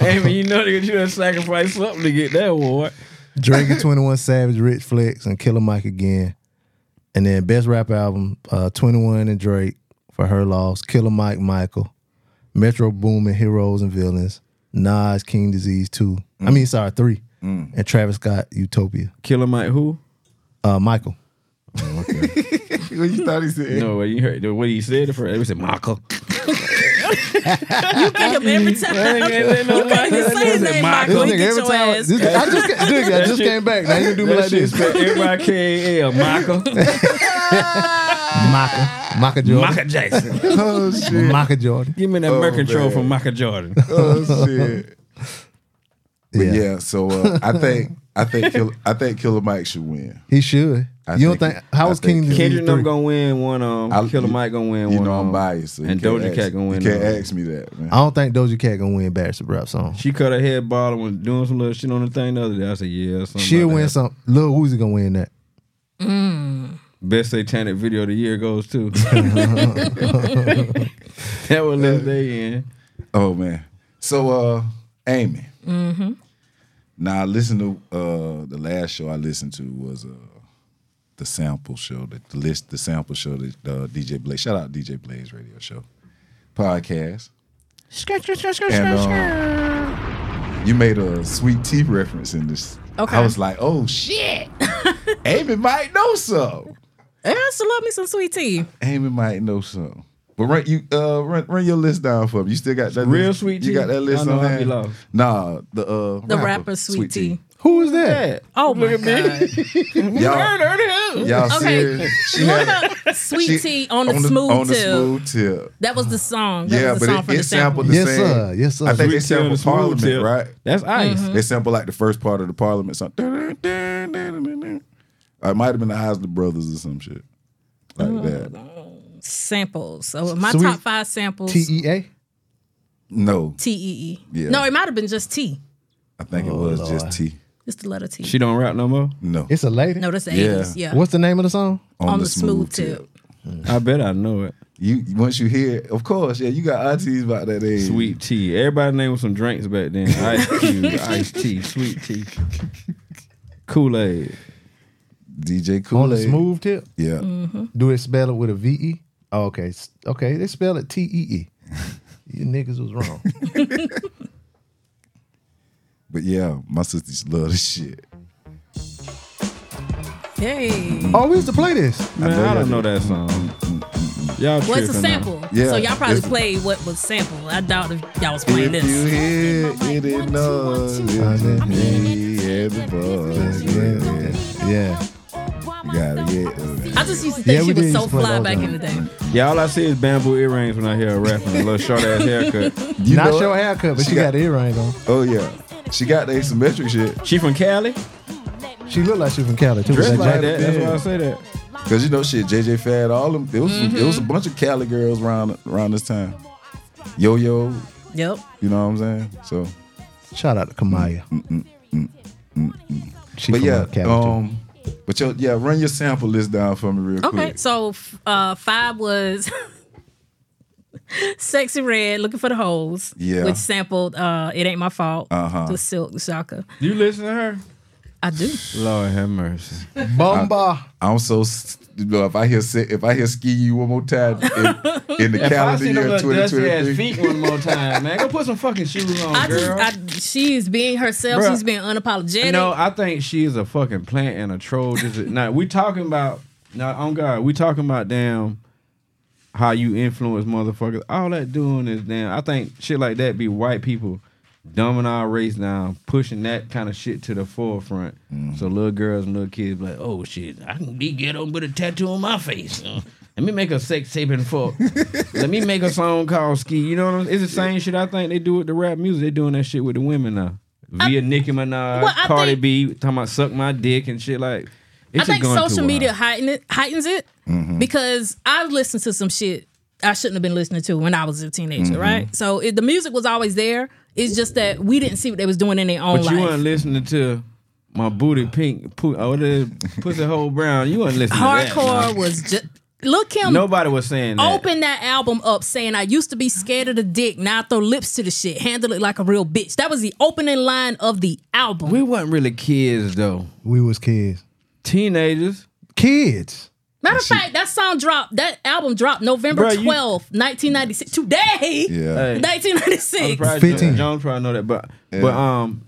[SPEAKER 2] hey man, you know that you done sacrifice something to get that award.
[SPEAKER 3] Drake and Twenty One Savage, Rich Flex, and Killer Mike again. And then best rap album, uh, Twenty One and Drake for her loss. Killer Mike, Michael, Metro Boomin, Heroes and Villains, Nas, King Disease two. I
[SPEAKER 1] Mm.
[SPEAKER 3] mean, sorry, three, and Travis Scott, Utopia.
[SPEAKER 2] Killer Mike who?
[SPEAKER 3] Uh, Michael.
[SPEAKER 1] Oh, you thought he said
[SPEAKER 2] No, well, you heard the way he said it first. They said Michael.
[SPEAKER 4] Pick him every time. You can't even say his name, Michael. He get your ass.
[SPEAKER 3] this, I just, ca- dude, I
[SPEAKER 2] That
[SPEAKER 3] just
[SPEAKER 2] shit-
[SPEAKER 3] came back. Now you do me like this,
[SPEAKER 2] Everybody K-A-L, Michael.
[SPEAKER 3] Maka, Maka Jordan,
[SPEAKER 2] Michael Jackson.
[SPEAKER 1] Oh shit.
[SPEAKER 3] Maka Jordan.
[SPEAKER 2] Give me that
[SPEAKER 1] Oh,
[SPEAKER 2] oh, control
[SPEAKER 1] man.
[SPEAKER 2] from Michael Jordan.
[SPEAKER 1] Oh shit. But yeah,
[SPEAKER 3] Yeah.
[SPEAKER 1] so uh, I think I think Kill, I think Killer Mike should win.
[SPEAKER 3] He should.
[SPEAKER 1] I
[SPEAKER 3] you don't
[SPEAKER 1] think-
[SPEAKER 3] think? how
[SPEAKER 1] I
[SPEAKER 3] was
[SPEAKER 1] think
[SPEAKER 3] King Disease
[SPEAKER 2] Kendrick
[SPEAKER 3] three?
[SPEAKER 2] I'm gonna win one um
[SPEAKER 1] I-
[SPEAKER 2] Killer
[SPEAKER 1] you-
[SPEAKER 2] Mike gonna win
[SPEAKER 1] You
[SPEAKER 2] one.
[SPEAKER 1] know I'm
[SPEAKER 2] um,
[SPEAKER 1] biased, so you
[SPEAKER 2] and
[SPEAKER 1] can't
[SPEAKER 2] Doja
[SPEAKER 1] ask-
[SPEAKER 2] Cat gonna win.
[SPEAKER 1] You can't
[SPEAKER 2] um,
[SPEAKER 1] ask me that, man.
[SPEAKER 3] I don't think Doja Cat gonna win Barrett's rap song.
[SPEAKER 2] She cut her head bald and was doing some little shit on the thing the other day. I said, yeah, something
[SPEAKER 3] She'll
[SPEAKER 2] about
[SPEAKER 3] win
[SPEAKER 2] that.
[SPEAKER 3] some. Lil Uzi gonna win that.
[SPEAKER 2] Best satanic video of the year goes to. that was last day in.
[SPEAKER 1] Oh man. So uh Amy. Mm-hmm. Now I listened to uh the last show I listened to was uh the sample show that the list the sample show that uh, DJ Blaze shout out DJ Blaze radio show podcast. And, um, you made a sweet tea reference in this.
[SPEAKER 4] Okay.
[SPEAKER 1] I was like, oh shit. Amy might know some.
[SPEAKER 4] And I still love me some sweet tea.
[SPEAKER 1] Amy might know some. But run you uh run, run your list down for me. You still got that
[SPEAKER 2] Real
[SPEAKER 1] list?
[SPEAKER 2] Sweet
[SPEAKER 1] You
[SPEAKER 2] Tea?
[SPEAKER 1] got that list
[SPEAKER 2] Y'all know
[SPEAKER 1] on
[SPEAKER 2] I be
[SPEAKER 1] hand?
[SPEAKER 2] lost.
[SPEAKER 1] Nah, the uh
[SPEAKER 4] The rapper, Sweet, tea.
[SPEAKER 3] Who is that?
[SPEAKER 4] Oh my god.
[SPEAKER 1] Y'all, y'all
[SPEAKER 4] Okay.
[SPEAKER 1] serious? She
[SPEAKER 4] What
[SPEAKER 1] had-
[SPEAKER 4] about
[SPEAKER 1] she-
[SPEAKER 4] Sweet Tea on the Smooth
[SPEAKER 1] on the
[SPEAKER 4] Tip?
[SPEAKER 1] smooth tip.
[SPEAKER 4] That was the song. That
[SPEAKER 1] Yeah,
[SPEAKER 4] was the
[SPEAKER 1] but
[SPEAKER 4] song
[SPEAKER 1] it,
[SPEAKER 4] from
[SPEAKER 1] it
[SPEAKER 4] the sample.
[SPEAKER 1] sampled the
[SPEAKER 3] Yes,
[SPEAKER 1] same.
[SPEAKER 3] sir. Yes, sir.
[SPEAKER 1] I think
[SPEAKER 2] Sweet
[SPEAKER 1] they
[SPEAKER 2] Tea on the
[SPEAKER 1] sampled
[SPEAKER 2] Smooth
[SPEAKER 1] Parliament,
[SPEAKER 2] Tip.
[SPEAKER 1] right?
[SPEAKER 2] That's ice.
[SPEAKER 4] Mm-hmm.
[SPEAKER 1] They sampled like the first part of the Parliament song. It might have been the Isley Brothers or some shit like
[SPEAKER 4] Oh,
[SPEAKER 1] that.
[SPEAKER 4] Samples. So my
[SPEAKER 3] Sweet
[SPEAKER 4] top five samples.
[SPEAKER 3] T
[SPEAKER 4] T
[SPEAKER 3] E A.
[SPEAKER 1] No,
[SPEAKER 4] E E.
[SPEAKER 1] Yeah.
[SPEAKER 4] No, it might have been just T.
[SPEAKER 1] I think
[SPEAKER 3] Oh,
[SPEAKER 1] it was just T.
[SPEAKER 4] Just the letter T.
[SPEAKER 2] She don't rap no more.
[SPEAKER 1] No,
[SPEAKER 3] It's a lady.
[SPEAKER 4] no, that's the
[SPEAKER 1] Yeah.
[SPEAKER 4] 80s. Yeah.
[SPEAKER 3] What's the name of the song?
[SPEAKER 4] on, the, smooth, tip.
[SPEAKER 2] I bet I know it.
[SPEAKER 1] You once you hear, it, of course, yeah, you got aunties about that age.
[SPEAKER 2] Sweet tea. Everybody named some drinks back then. Ice cube, ice tea, sweet tea, Kool Aid.
[SPEAKER 1] DJ Kool
[SPEAKER 3] On the smooth tip.
[SPEAKER 1] Yeah,
[SPEAKER 4] Mm-hmm.
[SPEAKER 3] Do it spell it with a V E? Oh, okay. S- Okay. They spell it T E E. You niggas was wrong.
[SPEAKER 1] but yeah, my sisters love this shit.
[SPEAKER 4] Hey.
[SPEAKER 3] oh, we used to play this.
[SPEAKER 2] Man,
[SPEAKER 1] know
[SPEAKER 2] I,
[SPEAKER 1] y'all
[SPEAKER 2] don't know
[SPEAKER 1] do.
[SPEAKER 2] that song. Y'all
[SPEAKER 4] Well, it's a
[SPEAKER 2] tripping now.
[SPEAKER 4] sample.
[SPEAKER 1] Yeah,
[SPEAKER 4] So y'all probably
[SPEAKER 1] it's-
[SPEAKER 4] played what was sample. I doubt if y'all was playing
[SPEAKER 1] if you
[SPEAKER 4] this.
[SPEAKER 1] hear it enough, it's me and the boys. Yeah,
[SPEAKER 3] Yeah.
[SPEAKER 1] yeah. gotta get it.
[SPEAKER 4] I just used to think
[SPEAKER 3] Yeah, we
[SPEAKER 4] she was
[SPEAKER 3] did
[SPEAKER 4] so
[SPEAKER 3] split
[SPEAKER 4] fly
[SPEAKER 3] those
[SPEAKER 4] back
[SPEAKER 3] out.
[SPEAKER 4] in the day.
[SPEAKER 2] Yeah, all I see is bamboo earrings when I hear her rapping. A little short ass haircut.
[SPEAKER 1] You
[SPEAKER 3] Not
[SPEAKER 1] know
[SPEAKER 3] your
[SPEAKER 1] it?
[SPEAKER 3] haircut, but
[SPEAKER 1] She
[SPEAKER 3] she
[SPEAKER 1] got-
[SPEAKER 3] got, the earrings on.
[SPEAKER 1] Oh yeah, she got the asymmetric shit.
[SPEAKER 2] She from Cali?
[SPEAKER 3] She looked like she from Cali too.
[SPEAKER 2] Dressed
[SPEAKER 3] Like
[SPEAKER 2] like
[SPEAKER 3] Jada
[SPEAKER 2] that. That's
[SPEAKER 3] Pinkett.
[SPEAKER 2] why I say that.
[SPEAKER 1] Cause you know shit, JJ Fad, all them. It was it
[SPEAKER 4] Mm-hmm.
[SPEAKER 1] was a bunch of Cali girls around around this time. Yo yo,
[SPEAKER 4] Yep.
[SPEAKER 1] you know what I'm saying? So,
[SPEAKER 3] Shout out to Kamaya.
[SPEAKER 1] Mm,
[SPEAKER 3] She
[SPEAKER 1] but
[SPEAKER 3] from
[SPEAKER 1] yeah,
[SPEAKER 3] uh, Cali too.
[SPEAKER 1] um, but yo, yeah, run your sample list down for me real
[SPEAKER 4] Okay.
[SPEAKER 1] quick.
[SPEAKER 4] So f- uh, five was Sexy Red, Looking for the Holes.
[SPEAKER 1] Yeah.
[SPEAKER 4] Which sampled uh, It Ain't My Fault.
[SPEAKER 1] Uh-huh.
[SPEAKER 4] With Silk Shaka.
[SPEAKER 2] You listen to her?
[SPEAKER 4] I do.
[SPEAKER 2] Lord have mercy.
[SPEAKER 3] Bomba.
[SPEAKER 1] I'm so s- you know if I hear si- if I hear ski you one more time in, in the calendar year 2023.
[SPEAKER 2] one more time, man, go put some fucking shoes on,
[SPEAKER 4] I just, I, she's being herself.
[SPEAKER 2] Bruh.
[SPEAKER 4] She's being unapologetic.
[SPEAKER 2] No, I think she is a fucking plant and a troll. Just now, we talking about now on God. We talking about damn how you influence motherfuckers. All that doing is damn. I think shit like that be white people dumbing our race down, pushing that kind of shit to the forefront.
[SPEAKER 4] Mm-hmm.
[SPEAKER 2] So little girls and little kids be like, oh shit, I can be ghetto with a tattoo on my face. Uh, Let me make a sex tape and fuck. Let me make a song called Ski. You know what I'm It's the same shit I think they do with the rap music. They doing that shit with the women now. Via Nicki Minaj,
[SPEAKER 4] Well, I
[SPEAKER 2] Cardi
[SPEAKER 4] think-
[SPEAKER 2] B, talking about suck my dick and shit like. It's
[SPEAKER 4] I
[SPEAKER 2] just
[SPEAKER 4] think
[SPEAKER 2] going
[SPEAKER 4] social
[SPEAKER 2] too
[SPEAKER 4] media
[SPEAKER 2] wild.
[SPEAKER 4] heighten it, heightens it
[SPEAKER 1] Mm-hmm.
[SPEAKER 4] because I've listened to some shit I shouldn't have been listening to when I was a teenager,
[SPEAKER 1] Mm-hmm.
[SPEAKER 4] right? So it, the music was always there. It's just that we didn't see what they was doing in their own
[SPEAKER 2] But you
[SPEAKER 4] life.
[SPEAKER 2] weren't listening to my booty pink, po- oh, the pussy hole brown. You weren't listening to
[SPEAKER 4] Hardcore
[SPEAKER 2] that. man.
[SPEAKER 4] was just look him
[SPEAKER 2] Nobody was saying that.
[SPEAKER 4] open that album up saying I used to be scared of the dick. Now I throw lips to the shit. Handle it like a real bitch. That was the opening line of the album.
[SPEAKER 2] We weren't really kids though.
[SPEAKER 3] We was kids.
[SPEAKER 2] Teenagers.
[SPEAKER 3] Kids.
[SPEAKER 4] Matter of fact, that song dropped. That album dropped November
[SPEAKER 2] Bruh, you-
[SPEAKER 4] twelfth, nineteen ninety six. Today,
[SPEAKER 1] Yeah.
[SPEAKER 2] Hey,
[SPEAKER 4] nineteen ninety six.
[SPEAKER 2] probably
[SPEAKER 3] 15.
[SPEAKER 2] Jones, Jones probably know that, but but um,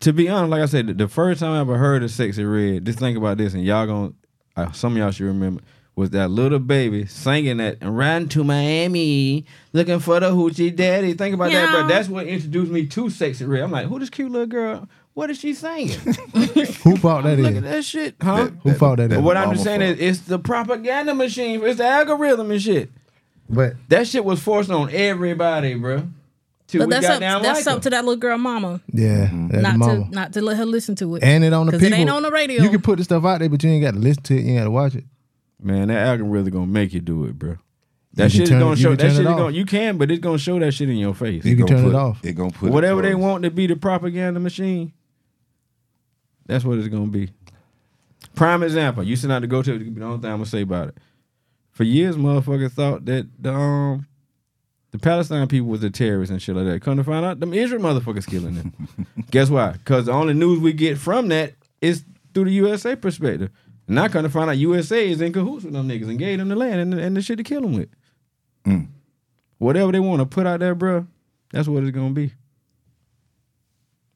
[SPEAKER 2] to be honest, like I said, the, the first time I ever heard of "Sexy Red," just think about this, and y'all gonna uh, some of y'all should remember was that little baby singing that and riding to Miami looking for the hoochie daddy. Think about that, bro.
[SPEAKER 4] Yeah.
[SPEAKER 2] That's what introduced me to "Sexy Red." I'm like, who this cute little girl? What is she singing?
[SPEAKER 3] Who bought that
[SPEAKER 2] Look at
[SPEAKER 3] in?
[SPEAKER 2] that shit, huh?
[SPEAKER 3] Who fought that
[SPEAKER 1] that-
[SPEAKER 3] in?
[SPEAKER 2] what I'm
[SPEAKER 1] Mama
[SPEAKER 2] just saying
[SPEAKER 1] fuck.
[SPEAKER 2] is, it's the propaganda machine. It's the algorithm and shit.
[SPEAKER 3] But
[SPEAKER 2] That shit was forced on everybody, bro. Till
[SPEAKER 4] But
[SPEAKER 2] we
[SPEAKER 4] that's
[SPEAKER 2] got
[SPEAKER 4] up.
[SPEAKER 2] down
[SPEAKER 4] That's
[SPEAKER 2] like
[SPEAKER 4] up to that little girl, mama.
[SPEAKER 3] yeah,
[SPEAKER 1] Mm-hmm.
[SPEAKER 3] that
[SPEAKER 4] Not
[SPEAKER 3] mama.
[SPEAKER 4] to not to let her listen to it.
[SPEAKER 3] and it on the
[SPEAKER 4] 'Cause it
[SPEAKER 3] people.
[SPEAKER 4] ain't on the radio.
[SPEAKER 3] You can put the stuff out there, but you ain't got to listen to it. You ain't got to watch it.
[SPEAKER 2] Man, that algorithm gonna make you do it, bro. That
[SPEAKER 3] can
[SPEAKER 2] shit is
[SPEAKER 3] turn-
[SPEAKER 2] gonna
[SPEAKER 3] you
[SPEAKER 2] show.
[SPEAKER 3] can
[SPEAKER 2] That
[SPEAKER 3] turn
[SPEAKER 2] shit
[SPEAKER 3] it
[SPEAKER 2] is
[SPEAKER 3] off.
[SPEAKER 2] gonna. You can, but it's gonna show that shit in your face.
[SPEAKER 3] You can
[SPEAKER 1] Gonna
[SPEAKER 3] turn
[SPEAKER 1] put-
[SPEAKER 3] it off.
[SPEAKER 1] They gonna put it
[SPEAKER 2] Whatever they
[SPEAKER 1] close.
[SPEAKER 2] want to be the propaganda machine, that's what it's gonna be. Prime example. You sent out to go to. The only thing I'm gonna say about it. For years, motherfuckers thought that the um, the Palestine people was the terrorists and shit like that. Come to find out, them Israel motherfuckers killing them. Guess why? Because the only news we get from that is through the USA perspective. And I come to find out USA is in cahoots with them niggas and gave them the land and, and the shit to kill them with. Whatever they want to put out there, bruh, that's what it's gonna be.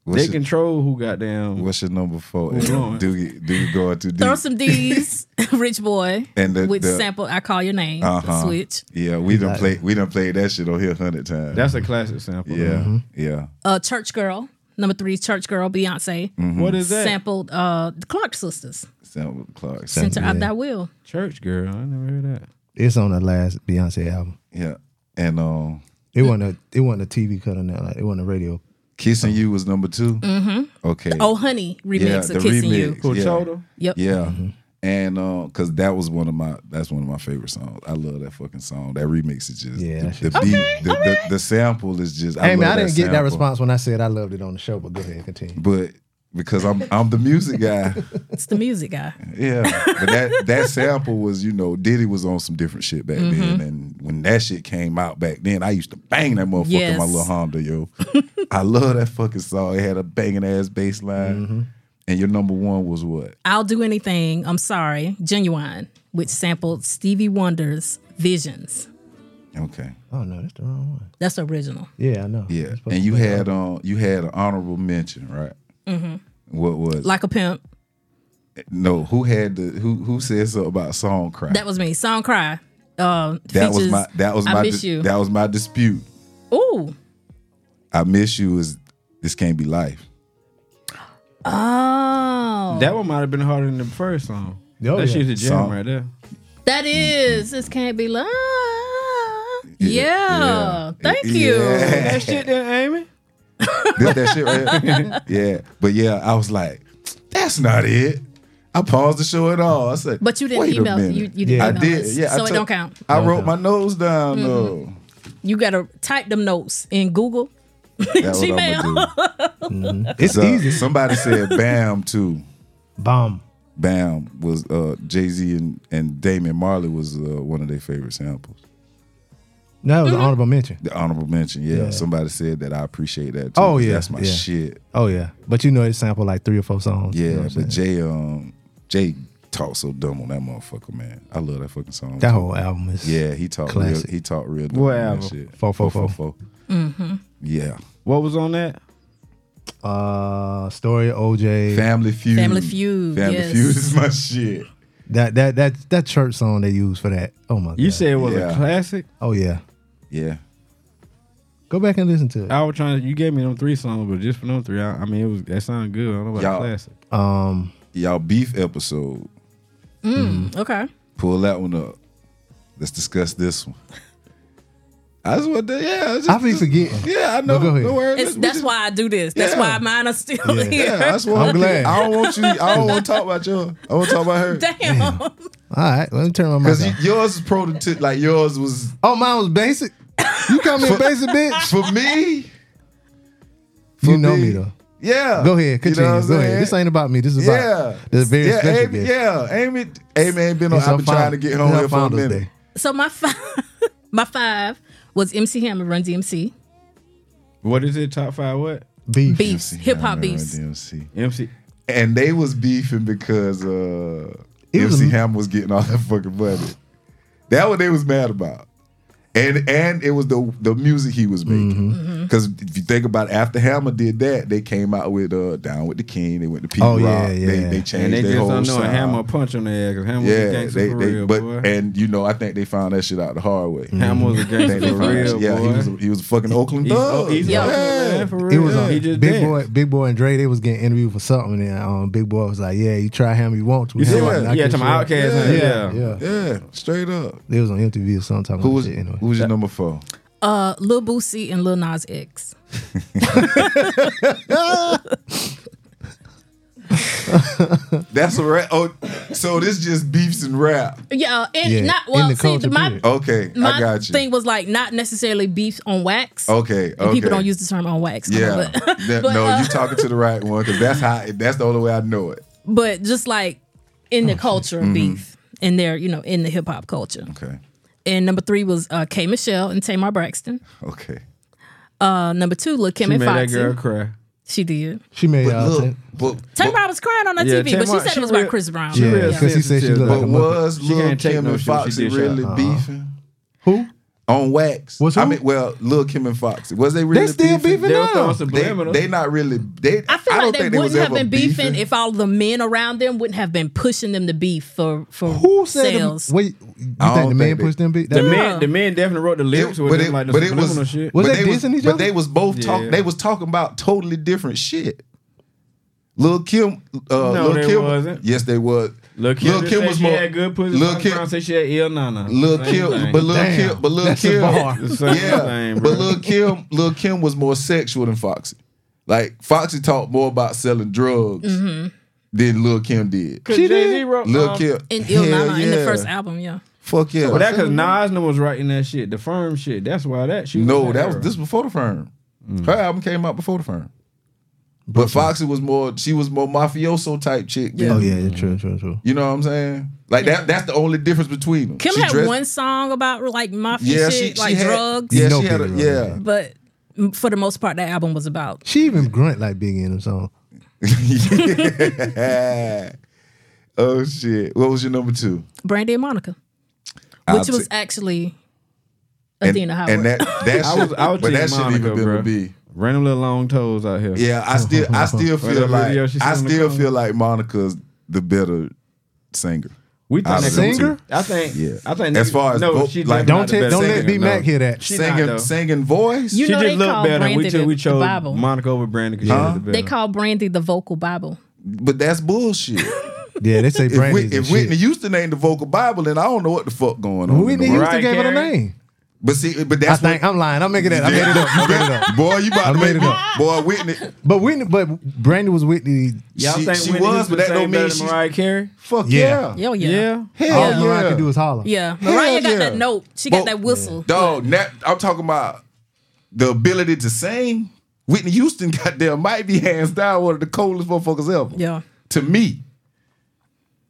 [SPEAKER 1] What's
[SPEAKER 2] they
[SPEAKER 1] your-
[SPEAKER 2] control who goddamn.
[SPEAKER 1] What's your number four?
[SPEAKER 2] Hold on.
[SPEAKER 1] Doogie, Doogie going to
[SPEAKER 4] Throw
[SPEAKER 1] Doogie.
[SPEAKER 4] some D's, Rich Boy,
[SPEAKER 1] And the-
[SPEAKER 4] which
[SPEAKER 1] the-
[SPEAKER 4] sample I call your name,
[SPEAKER 1] Uh-huh.
[SPEAKER 4] the switch.
[SPEAKER 1] Yeah, we done
[SPEAKER 3] Exactly.
[SPEAKER 1] play. We done played that shit on here a hundred times.
[SPEAKER 2] That's a classic sample.
[SPEAKER 3] Mm-hmm.
[SPEAKER 1] yeah, yeah.
[SPEAKER 4] Uh, Church Girl, Number three is Church Girl, Beyonce.
[SPEAKER 2] Mm-hmm.
[SPEAKER 3] Mm.
[SPEAKER 1] mm-hmm.
[SPEAKER 2] What is that?
[SPEAKER 4] Sampled uh, the Clark Sisters,
[SPEAKER 1] Sam Clark.
[SPEAKER 4] Center
[SPEAKER 3] yeah.
[SPEAKER 4] of Thy Will.
[SPEAKER 2] Church girl. I never heard that.
[SPEAKER 3] It's on the last Beyonce album.
[SPEAKER 1] Yeah. And um,
[SPEAKER 3] It wasn't a it wasn't a TV cut on that. Like, it wasn't a radio. Oh.
[SPEAKER 1] Kissing You was number 2 Mm-hmm. Okay.
[SPEAKER 4] Oh, Honey
[SPEAKER 1] yeah,
[SPEAKER 4] remix
[SPEAKER 1] the
[SPEAKER 4] of Kissing You.
[SPEAKER 1] remix. yeah.
[SPEAKER 2] Coachella.
[SPEAKER 4] Yep.
[SPEAKER 1] Yeah.
[SPEAKER 3] Mm-hmm.
[SPEAKER 1] And um, cause that was one of my that's one of my favorite songs. I love that fucking song. That remix is just
[SPEAKER 3] Yeah, that
[SPEAKER 1] The, the beat, the, the, the sample is just. I
[SPEAKER 3] hey man,
[SPEAKER 1] love
[SPEAKER 3] I didn't get that
[SPEAKER 1] sample.
[SPEAKER 3] response when I said I loved it on the show, but go ahead, continue.
[SPEAKER 1] but because I'm I'm the music guy.
[SPEAKER 4] It's the music guy.
[SPEAKER 1] Yeah, but that that sample was you know Diddy was on some different shit back
[SPEAKER 4] Mm-hmm.
[SPEAKER 1] then, and when that shit came out back then, I used to bang that motherfucker in my
[SPEAKER 4] Yes.
[SPEAKER 1] little Honda, yo. I love that fucking song. It had a banging ass bass line,
[SPEAKER 3] Mm-hmm.
[SPEAKER 1] and your number one was what?
[SPEAKER 4] I'll do anything. I'm sorry. Genuine, which sampled Stevie Wonder's Visions.
[SPEAKER 1] Okay,
[SPEAKER 3] Oh no, that's the wrong one.
[SPEAKER 4] That's original.
[SPEAKER 3] Yeah, I know.
[SPEAKER 1] yeah,
[SPEAKER 3] It's supposed
[SPEAKER 1] and
[SPEAKER 3] to
[SPEAKER 1] you
[SPEAKER 3] be-
[SPEAKER 1] had um you had an honorable mention, right? Mm-hmm. What was
[SPEAKER 4] Like a pimp.
[SPEAKER 1] no? Who had the who who said something about song cry?
[SPEAKER 4] That was me. Song Cry. Uh,
[SPEAKER 1] That was
[SPEAKER 4] features
[SPEAKER 1] my that was
[SPEAKER 4] I
[SPEAKER 1] my
[SPEAKER 4] miss
[SPEAKER 1] dis-
[SPEAKER 4] you.
[SPEAKER 1] that was my dispute.
[SPEAKER 4] Ooh.
[SPEAKER 1] I miss you is this can't be life.
[SPEAKER 4] Oh.
[SPEAKER 2] That one might have been harder than the first song.
[SPEAKER 3] Oh,
[SPEAKER 2] that
[SPEAKER 3] yeah.
[SPEAKER 2] shit's a jam
[SPEAKER 1] Song.
[SPEAKER 2] right there.
[SPEAKER 4] that is. This can't be love. Yeah.
[SPEAKER 1] yeah.
[SPEAKER 4] Thank
[SPEAKER 1] Yeah.
[SPEAKER 4] you.
[SPEAKER 2] that shit there, Amy.
[SPEAKER 1] This that shit right here? Yeah. But yeah, I was like, that's not it. I paused the show at all. I said,
[SPEAKER 4] But you didn't
[SPEAKER 1] wait a
[SPEAKER 4] email.
[SPEAKER 1] minute.
[SPEAKER 4] You, you didn't
[SPEAKER 3] Yeah.
[SPEAKER 1] I
[SPEAKER 4] email
[SPEAKER 1] did.
[SPEAKER 4] us,
[SPEAKER 1] Yeah. I
[SPEAKER 4] so it
[SPEAKER 1] took-
[SPEAKER 4] don't count. Mm-hmm.
[SPEAKER 1] I wrote my nose down though.
[SPEAKER 4] You got to type them notes in Google.
[SPEAKER 1] That's what I'm gonna do.
[SPEAKER 3] It's
[SPEAKER 1] So,
[SPEAKER 3] easy.
[SPEAKER 1] Somebody said Bam too.
[SPEAKER 3] Bomb.
[SPEAKER 1] Bam was uh, Jay Z and, and Damian Marley was uh, one of their favorite samples.
[SPEAKER 3] No, it
[SPEAKER 4] Mm-hmm.
[SPEAKER 3] was an honorable mention.
[SPEAKER 1] The honorable mention, yeah.
[SPEAKER 3] Yeah.
[SPEAKER 1] Somebody said that I appreciate that too.
[SPEAKER 3] Oh,
[SPEAKER 1] 'cause
[SPEAKER 3] yeah,
[SPEAKER 1] That's my
[SPEAKER 3] yeah.
[SPEAKER 1] shit.
[SPEAKER 3] Oh yeah, but you know it sampled like three or four songs.
[SPEAKER 1] Yeah,
[SPEAKER 3] you know what I'm
[SPEAKER 1] but
[SPEAKER 3] saying?
[SPEAKER 1] Jay um Jay talked so dumb on that motherfucker, man. I love that fucking song.
[SPEAKER 3] that whole album is
[SPEAKER 1] Yeah, he talked real.
[SPEAKER 3] Classic.
[SPEAKER 1] He talked real. dumb
[SPEAKER 2] What
[SPEAKER 1] on that
[SPEAKER 2] album?
[SPEAKER 1] shit.
[SPEAKER 3] Four, four,
[SPEAKER 4] Mm-hmm.
[SPEAKER 1] Yeah,
[SPEAKER 2] What was on that?
[SPEAKER 3] Uh, story of OJ.
[SPEAKER 1] Family Feud.
[SPEAKER 4] Family Feud,
[SPEAKER 1] Family
[SPEAKER 4] yes.
[SPEAKER 1] Feud is my shit.
[SPEAKER 3] that that that that church song they used for that. Oh my.
[SPEAKER 2] You
[SPEAKER 3] God.
[SPEAKER 2] said it was
[SPEAKER 1] Yeah.
[SPEAKER 2] a classic.
[SPEAKER 3] Oh yeah.
[SPEAKER 1] Yeah,
[SPEAKER 3] Go back and listen to it.
[SPEAKER 2] I was trying. to You gave me them three songs, but just for them three, I, I mean, it was that sounded good. I don't know about
[SPEAKER 1] Y'all-
[SPEAKER 2] classic.
[SPEAKER 3] Um,
[SPEAKER 1] y'all beef episode.
[SPEAKER 4] Hmm, Okay.
[SPEAKER 1] Pull that one up. Let's discuss this one. I just want to. Yeah, just,
[SPEAKER 3] I be
[SPEAKER 1] just-
[SPEAKER 3] forgetting.
[SPEAKER 1] Yeah, I know.
[SPEAKER 3] But go ahead.
[SPEAKER 1] Don't worry.
[SPEAKER 4] It's,
[SPEAKER 1] Let's- we
[SPEAKER 4] that's
[SPEAKER 1] just-
[SPEAKER 4] why I do this. That's
[SPEAKER 1] Yeah.
[SPEAKER 4] why mine are still here.
[SPEAKER 1] Yeah, that's why
[SPEAKER 3] I'm glad.
[SPEAKER 1] I don't want you. I don't want to talk about your. I want to talk about her.
[SPEAKER 4] Damn.
[SPEAKER 3] All right, let me turn my mic.
[SPEAKER 1] Because
[SPEAKER 3] off.
[SPEAKER 1] yours is prototype. Like yours was
[SPEAKER 3] oh, mine was basic. You call me a basic bitch.
[SPEAKER 1] for me.
[SPEAKER 3] You know
[SPEAKER 1] me.
[SPEAKER 3] me though.
[SPEAKER 1] Yeah.
[SPEAKER 3] Go ahead,
[SPEAKER 1] You know
[SPEAKER 3] continue.
[SPEAKER 1] what I'm
[SPEAKER 3] Go
[SPEAKER 1] saying?
[SPEAKER 3] ahead. This ain't about me. This is
[SPEAKER 1] Yeah.
[SPEAKER 3] about this very
[SPEAKER 1] yeah,
[SPEAKER 3] special
[SPEAKER 1] Amy,
[SPEAKER 3] bitch.
[SPEAKER 1] yeah, Amy, Amy ain't been on.
[SPEAKER 3] It's our
[SPEAKER 1] I've been trying to
[SPEAKER 3] found-
[SPEAKER 1] get home
[SPEAKER 3] it's our
[SPEAKER 1] here for a
[SPEAKER 3] Founders
[SPEAKER 1] minute.
[SPEAKER 3] Day.
[SPEAKER 4] So my five, my five was MC Hammer, Run DMC,
[SPEAKER 2] What is it? Top five? What?
[SPEAKER 3] Beef.
[SPEAKER 4] beefs, hip hop beefs.
[SPEAKER 2] MC.
[SPEAKER 1] And they was beefing because uh,
[SPEAKER 3] It was
[SPEAKER 1] MC
[SPEAKER 3] a-
[SPEAKER 1] Hammer was getting all that fucking money. That what they was mad about. And and it was the the music he was
[SPEAKER 3] Mm-hmm.
[SPEAKER 2] Mm-hmm.
[SPEAKER 1] making. Because if you think about it, after Hammer did that, they came out with uh, Down with the King. They went to Pete
[SPEAKER 3] Oh, yeah,
[SPEAKER 1] Rock. They,
[SPEAKER 3] yeah.
[SPEAKER 1] they
[SPEAKER 3] And
[SPEAKER 1] changed
[SPEAKER 2] And they
[SPEAKER 1] their
[SPEAKER 2] just
[SPEAKER 1] whole
[SPEAKER 2] don't know a
[SPEAKER 1] sound.
[SPEAKER 2] hammer a punch on their ass because hammer was a
[SPEAKER 1] Yeah,
[SPEAKER 2] gangster
[SPEAKER 1] they,
[SPEAKER 2] for
[SPEAKER 1] they
[SPEAKER 2] real,
[SPEAKER 1] but
[SPEAKER 2] boy.
[SPEAKER 1] and you know I think they found that shit out the hard way.
[SPEAKER 2] hammer was a
[SPEAKER 1] Think
[SPEAKER 2] gangster
[SPEAKER 1] they
[SPEAKER 2] for
[SPEAKER 1] found that
[SPEAKER 2] real,
[SPEAKER 1] shit- yeah,
[SPEAKER 2] boy.
[SPEAKER 1] he was a, he was a fucking Oakland
[SPEAKER 2] He's-
[SPEAKER 1] thug.
[SPEAKER 2] oh, he's
[SPEAKER 4] Yeah.
[SPEAKER 2] out there, man, for real.
[SPEAKER 3] It was on
[SPEAKER 2] He just
[SPEAKER 3] Big
[SPEAKER 2] danced.
[SPEAKER 3] Boy. Big Boy and Dre. They was getting interviewed for something, and um, Big Boy was like, "Yeah, you try him, you want to."
[SPEAKER 2] You see
[SPEAKER 3] Hammer,
[SPEAKER 2] what?
[SPEAKER 3] knock
[SPEAKER 2] Yeah,
[SPEAKER 3] your
[SPEAKER 2] to my
[SPEAKER 3] shit out."
[SPEAKER 2] outcast.
[SPEAKER 1] Yeah.
[SPEAKER 2] huh? Yeah.
[SPEAKER 3] Yeah.
[SPEAKER 1] Yeah, straight up.
[SPEAKER 3] They was on MTV or something. Talking
[SPEAKER 1] Who
[SPEAKER 3] about
[SPEAKER 1] was
[SPEAKER 3] Oh, shit anyway.
[SPEAKER 1] who was your number four?
[SPEAKER 4] Uh, Lil Boosie and Lil Nas X.
[SPEAKER 1] That's a rap. Oh, so this just beefs and rap.
[SPEAKER 4] Yeah, and
[SPEAKER 3] Yeah,
[SPEAKER 4] not
[SPEAKER 3] in
[SPEAKER 4] well.
[SPEAKER 3] the
[SPEAKER 4] see,
[SPEAKER 3] culture,
[SPEAKER 4] my
[SPEAKER 3] period.
[SPEAKER 1] Okay, Oh, I
[SPEAKER 4] my
[SPEAKER 1] got you.
[SPEAKER 4] thing was like not necessarily beefs on wax.
[SPEAKER 1] okay,
[SPEAKER 4] And
[SPEAKER 1] okay.
[SPEAKER 4] People don't use the term on wax. no,
[SPEAKER 1] Yeah,
[SPEAKER 4] but,
[SPEAKER 1] That-
[SPEAKER 4] but,
[SPEAKER 1] no,
[SPEAKER 4] uh,
[SPEAKER 1] you talking to the right one because that's how. That's the only way I know it.
[SPEAKER 4] but just like in the culture of beef, and they're you know in the hip hop culture.
[SPEAKER 1] Mm-hmm. Okay,
[SPEAKER 4] And number three was uh, K Michelle and Tamar Braxton.
[SPEAKER 1] okay.
[SPEAKER 4] Uh, number two, Lil Kim
[SPEAKER 2] She
[SPEAKER 4] and
[SPEAKER 2] made that girl
[SPEAKER 4] Foxy.
[SPEAKER 2] cry.
[SPEAKER 4] She did.
[SPEAKER 3] She made
[SPEAKER 1] But
[SPEAKER 3] y'all
[SPEAKER 1] look,
[SPEAKER 3] think-
[SPEAKER 1] but,
[SPEAKER 4] Tamar
[SPEAKER 1] but,
[SPEAKER 4] was crying on her
[SPEAKER 2] Yeah,
[SPEAKER 4] TV, but she
[SPEAKER 2] Tamar-
[SPEAKER 4] said
[SPEAKER 2] she
[SPEAKER 4] it was about
[SPEAKER 2] real-
[SPEAKER 4] Chris Brown.
[SPEAKER 3] she real
[SPEAKER 4] yeah.
[SPEAKER 3] sensitive. She said she
[SPEAKER 2] though.
[SPEAKER 3] looked
[SPEAKER 1] but
[SPEAKER 3] like a
[SPEAKER 1] was
[SPEAKER 2] She
[SPEAKER 1] Lil
[SPEAKER 2] can't take
[SPEAKER 1] Kim
[SPEAKER 2] no
[SPEAKER 1] and
[SPEAKER 2] shit when she
[SPEAKER 1] Foxy
[SPEAKER 2] did
[SPEAKER 1] really
[SPEAKER 2] shot.
[SPEAKER 1] beefing?
[SPEAKER 3] Who?
[SPEAKER 1] on wax.
[SPEAKER 3] What's
[SPEAKER 1] I
[SPEAKER 3] who?
[SPEAKER 1] mean, well, Lil Kim and Foxy was they really
[SPEAKER 3] They still beefing?
[SPEAKER 2] They were throwing
[SPEAKER 3] They-
[SPEAKER 1] They,
[SPEAKER 2] subliminal.
[SPEAKER 1] they not really. They
[SPEAKER 4] I feel
[SPEAKER 1] don't
[SPEAKER 4] like
[SPEAKER 1] think
[SPEAKER 4] they
[SPEAKER 1] was
[SPEAKER 4] wouldn't have
[SPEAKER 1] ever
[SPEAKER 4] been beefing, if all the men around them wouldn't have been pushing them to beef for for
[SPEAKER 3] Who said?
[SPEAKER 4] sales.
[SPEAKER 3] The, wait, you
[SPEAKER 1] I
[SPEAKER 3] think the
[SPEAKER 1] don't
[SPEAKER 3] man
[SPEAKER 1] think they-
[SPEAKER 3] pushed them? Beat?
[SPEAKER 2] the man, the man definitely wrote the lyrics
[SPEAKER 1] It-
[SPEAKER 2] with
[SPEAKER 1] but
[SPEAKER 2] them,
[SPEAKER 1] it-
[SPEAKER 2] like the
[SPEAKER 1] but it was-
[SPEAKER 2] subliminal shit.
[SPEAKER 3] Was
[SPEAKER 1] but
[SPEAKER 3] they
[SPEAKER 1] was,
[SPEAKER 3] dissing each
[SPEAKER 1] but
[SPEAKER 3] other?
[SPEAKER 1] they was both talking.
[SPEAKER 2] Yeah.
[SPEAKER 1] They was talking about totally different shit. Lil Kim, uh, Lil
[SPEAKER 2] they
[SPEAKER 1] Kim,
[SPEAKER 2] wasn't.
[SPEAKER 1] yes, they was.
[SPEAKER 2] Lil Kim, just said she had good pussy.
[SPEAKER 1] Lil
[SPEAKER 2] Chris
[SPEAKER 1] Kim-
[SPEAKER 2] Brown said she had ill nana.
[SPEAKER 1] Lil
[SPEAKER 2] Same
[SPEAKER 1] Kim,
[SPEAKER 2] thing.
[SPEAKER 1] but Lil
[SPEAKER 3] Damn,
[SPEAKER 1] Kim, but Lil
[SPEAKER 3] that's a
[SPEAKER 1] Kim,
[SPEAKER 3] bar.
[SPEAKER 2] It's the same
[SPEAKER 1] yeah,
[SPEAKER 2] thing, bro.
[SPEAKER 1] but Lil Kim, Lil Kim was more sexual than Foxy. Like Foxy talked more about selling drugs than Lil Kim did.
[SPEAKER 2] Cause
[SPEAKER 3] Mm-hmm. She
[SPEAKER 2] Jay-Z
[SPEAKER 3] did?
[SPEAKER 2] wrote,
[SPEAKER 1] Lil
[SPEAKER 2] um,
[SPEAKER 1] Kim,
[SPEAKER 4] in Ill
[SPEAKER 1] hell
[SPEAKER 4] Nana in the
[SPEAKER 1] yeah.
[SPEAKER 4] first album, yeah.
[SPEAKER 1] Fuck yeah.
[SPEAKER 2] But that because Nas was writing that shit, the firm shit. That's why that. She
[SPEAKER 1] no,
[SPEAKER 2] in
[SPEAKER 1] that was
[SPEAKER 2] era.
[SPEAKER 1] this was before the firm.
[SPEAKER 2] Mm.
[SPEAKER 1] Her album came out before the firm. But Foxy was more, she was more mafioso type chick. than-
[SPEAKER 3] Oh yeah, true, true, true.
[SPEAKER 1] You know what I'm saying? Like that. That's the only difference between them.
[SPEAKER 4] Kim
[SPEAKER 1] She
[SPEAKER 4] had
[SPEAKER 1] dressed-
[SPEAKER 4] one song about like mafia
[SPEAKER 1] Yeah, she,
[SPEAKER 4] shit,
[SPEAKER 1] she
[SPEAKER 4] like
[SPEAKER 1] had,
[SPEAKER 4] drugs.
[SPEAKER 1] Yeah,
[SPEAKER 3] You know
[SPEAKER 1] she had. A,
[SPEAKER 3] people like
[SPEAKER 1] yeah,
[SPEAKER 4] But m- for the most part, that album was about
[SPEAKER 3] She even grunt like Biggie in the song.
[SPEAKER 1] oh shit. What was your number two?
[SPEAKER 4] Brandy and Monica, which was actually
[SPEAKER 1] and,
[SPEAKER 4] Athena Howard.
[SPEAKER 1] and that that
[SPEAKER 2] I was
[SPEAKER 1] should,
[SPEAKER 2] out
[SPEAKER 1] but
[SPEAKER 2] to
[SPEAKER 1] that should
[SPEAKER 2] Monica,
[SPEAKER 1] even been
[SPEAKER 2] bro.
[SPEAKER 1] to be.
[SPEAKER 2] Random little long toes out here.
[SPEAKER 1] Yeah, I still I still feel
[SPEAKER 2] that
[SPEAKER 1] like
[SPEAKER 2] video she
[SPEAKER 1] I
[SPEAKER 2] sent in the
[SPEAKER 1] still
[SPEAKER 2] car.
[SPEAKER 1] feel like Monica's the better singer.
[SPEAKER 2] we think
[SPEAKER 1] I
[SPEAKER 2] that-
[SPEAKER 1] listen
[SPEAKER 3] Singer?
[SPEAKER 2] I think.
[SPEAKER 1] Yeah.
[SPEAKER 2] I think.
[SPEAKER 1] As far as
[SPEAKER 2] no,
[SPEAKER 1] vote-
[SPEAKER 2] she
[SPEAKER 1] like,
[SPEAKER 2] definitely
[SPEAKER 3] Don't
[SPEAKER 2] not the
[SPEAKER 3] t-
[SPEAKER 2] best
[SPEAKER 3] don't let
[SPEAKER 2] singer,
[SPEAKER 3] B
[SPEAKER 2] no.
[SPEAKER 3] Mac hear that.
[SPEAKER 2] She not,
[SPEAKER 1] singing
[SPEAKER 2] though.
[SPEAKER 1] singing voice.
[SPEAKER 4] You
[SPEAKER 2] She
[SPEAKER 4] know
[SPEAKER 2] just
[SPEAKER 4] they
[SPEAKER 2] looked
[SPEAKER 4] call
[SPEAKER 2] better. and We,
[SPEAKER 4] Brandy
[SPEAKER 2] cho-
[SPEAKER 4] the,
[SPEAKER 2] we chose
[SPEAKER 4] the Bible.
[SPEAKER 2] Monica over Brandy because
[SPEAKER 1] Huh?
[SPEAKER 2] she was the
[SPEAKER 4] they
[SPEAKER 2] better.
[SPEAKER 4] call Brandy the vocal Bible.
[SPEAKER 1] but that's bullshit.
[SPEAKER 3] Yeah, they say
[SPEAKER 1] if Whit-
[SPEAKER 3] Brandy's.
[SPEAKER 1] if
[SPEAKER 3] and
[SPEAKER 1] Whitney
[SPEAKER 3] shit.
[SPEAKER 1] Houston ain't the vocal Bible, then I don't know what the fuck going on. in
[SPEAKER 3] Whitney
[SPEAKER 1] the world.
[SPEAKER 3] Houston
[SPEAKER 2] Right,
[SPEAKER 3] gave it a
[SPEAKER 2] Karen?
[SPEAKER 3] name.
[SPEAKER 1] But see, but
[SPEAKER 3] I
[SPEAKER 1] that's what
[SPEAKER 3] think I'm lying. I'm making that. I made it up. I made it up.
[SPEAKER 1] Boy, you about to
[SPEAKER 3] I
[SPEAKER 1] make
[SPEAKER 3] made
[SPEAKER 1] it
[SPEAKER 3] it
[SPEAKER 1] up. Boy, Whitney.
[SPEAKER 3] But Whitney, but Brandy was Whitney.
[SPEAKER 2] Y'all
[SPEAKER 1] she-
[SPEAKER 2] think
[SPEAKER 1] she
[SPEAKER 2] Whitney
[SPEAKER 1] was,
[SPEAKER 2] Houston
[SPEAKER 1] but that don't
[SPEAKER 2] sang
[SPEAKER 1] mean
[SPEAKER 2] better than
[SPEAKER 1] she's-
[SPEAKER 2] Mariah Carey.
[SPEAKER 1] Fuck
[SPEAKER 3] Yeah.
[SPEAKER 1] yeah.
[SPEAKER 4] Oh yeah, yeah.
[SPEAKER 3] All
[SPEAKER 1] Hell yeah.
[SPEAKER 3] Mariah could do is holler.
[SPEAKER 4] Mariah got
[SPEAKER 1] yeah.
[SPEAKER 4] that note. She
[SPEAKER 1] Well,
[SPEAKER 4] got that whistle.
[SPEAKER 1] Dog, that, I'm talking about the ability to sing. Whitney Houston, goddamn, might be hands down one of the coldest motherfuckers ever.
[SPEAKER 4] Yeah.
[SPEAKER 1] To me.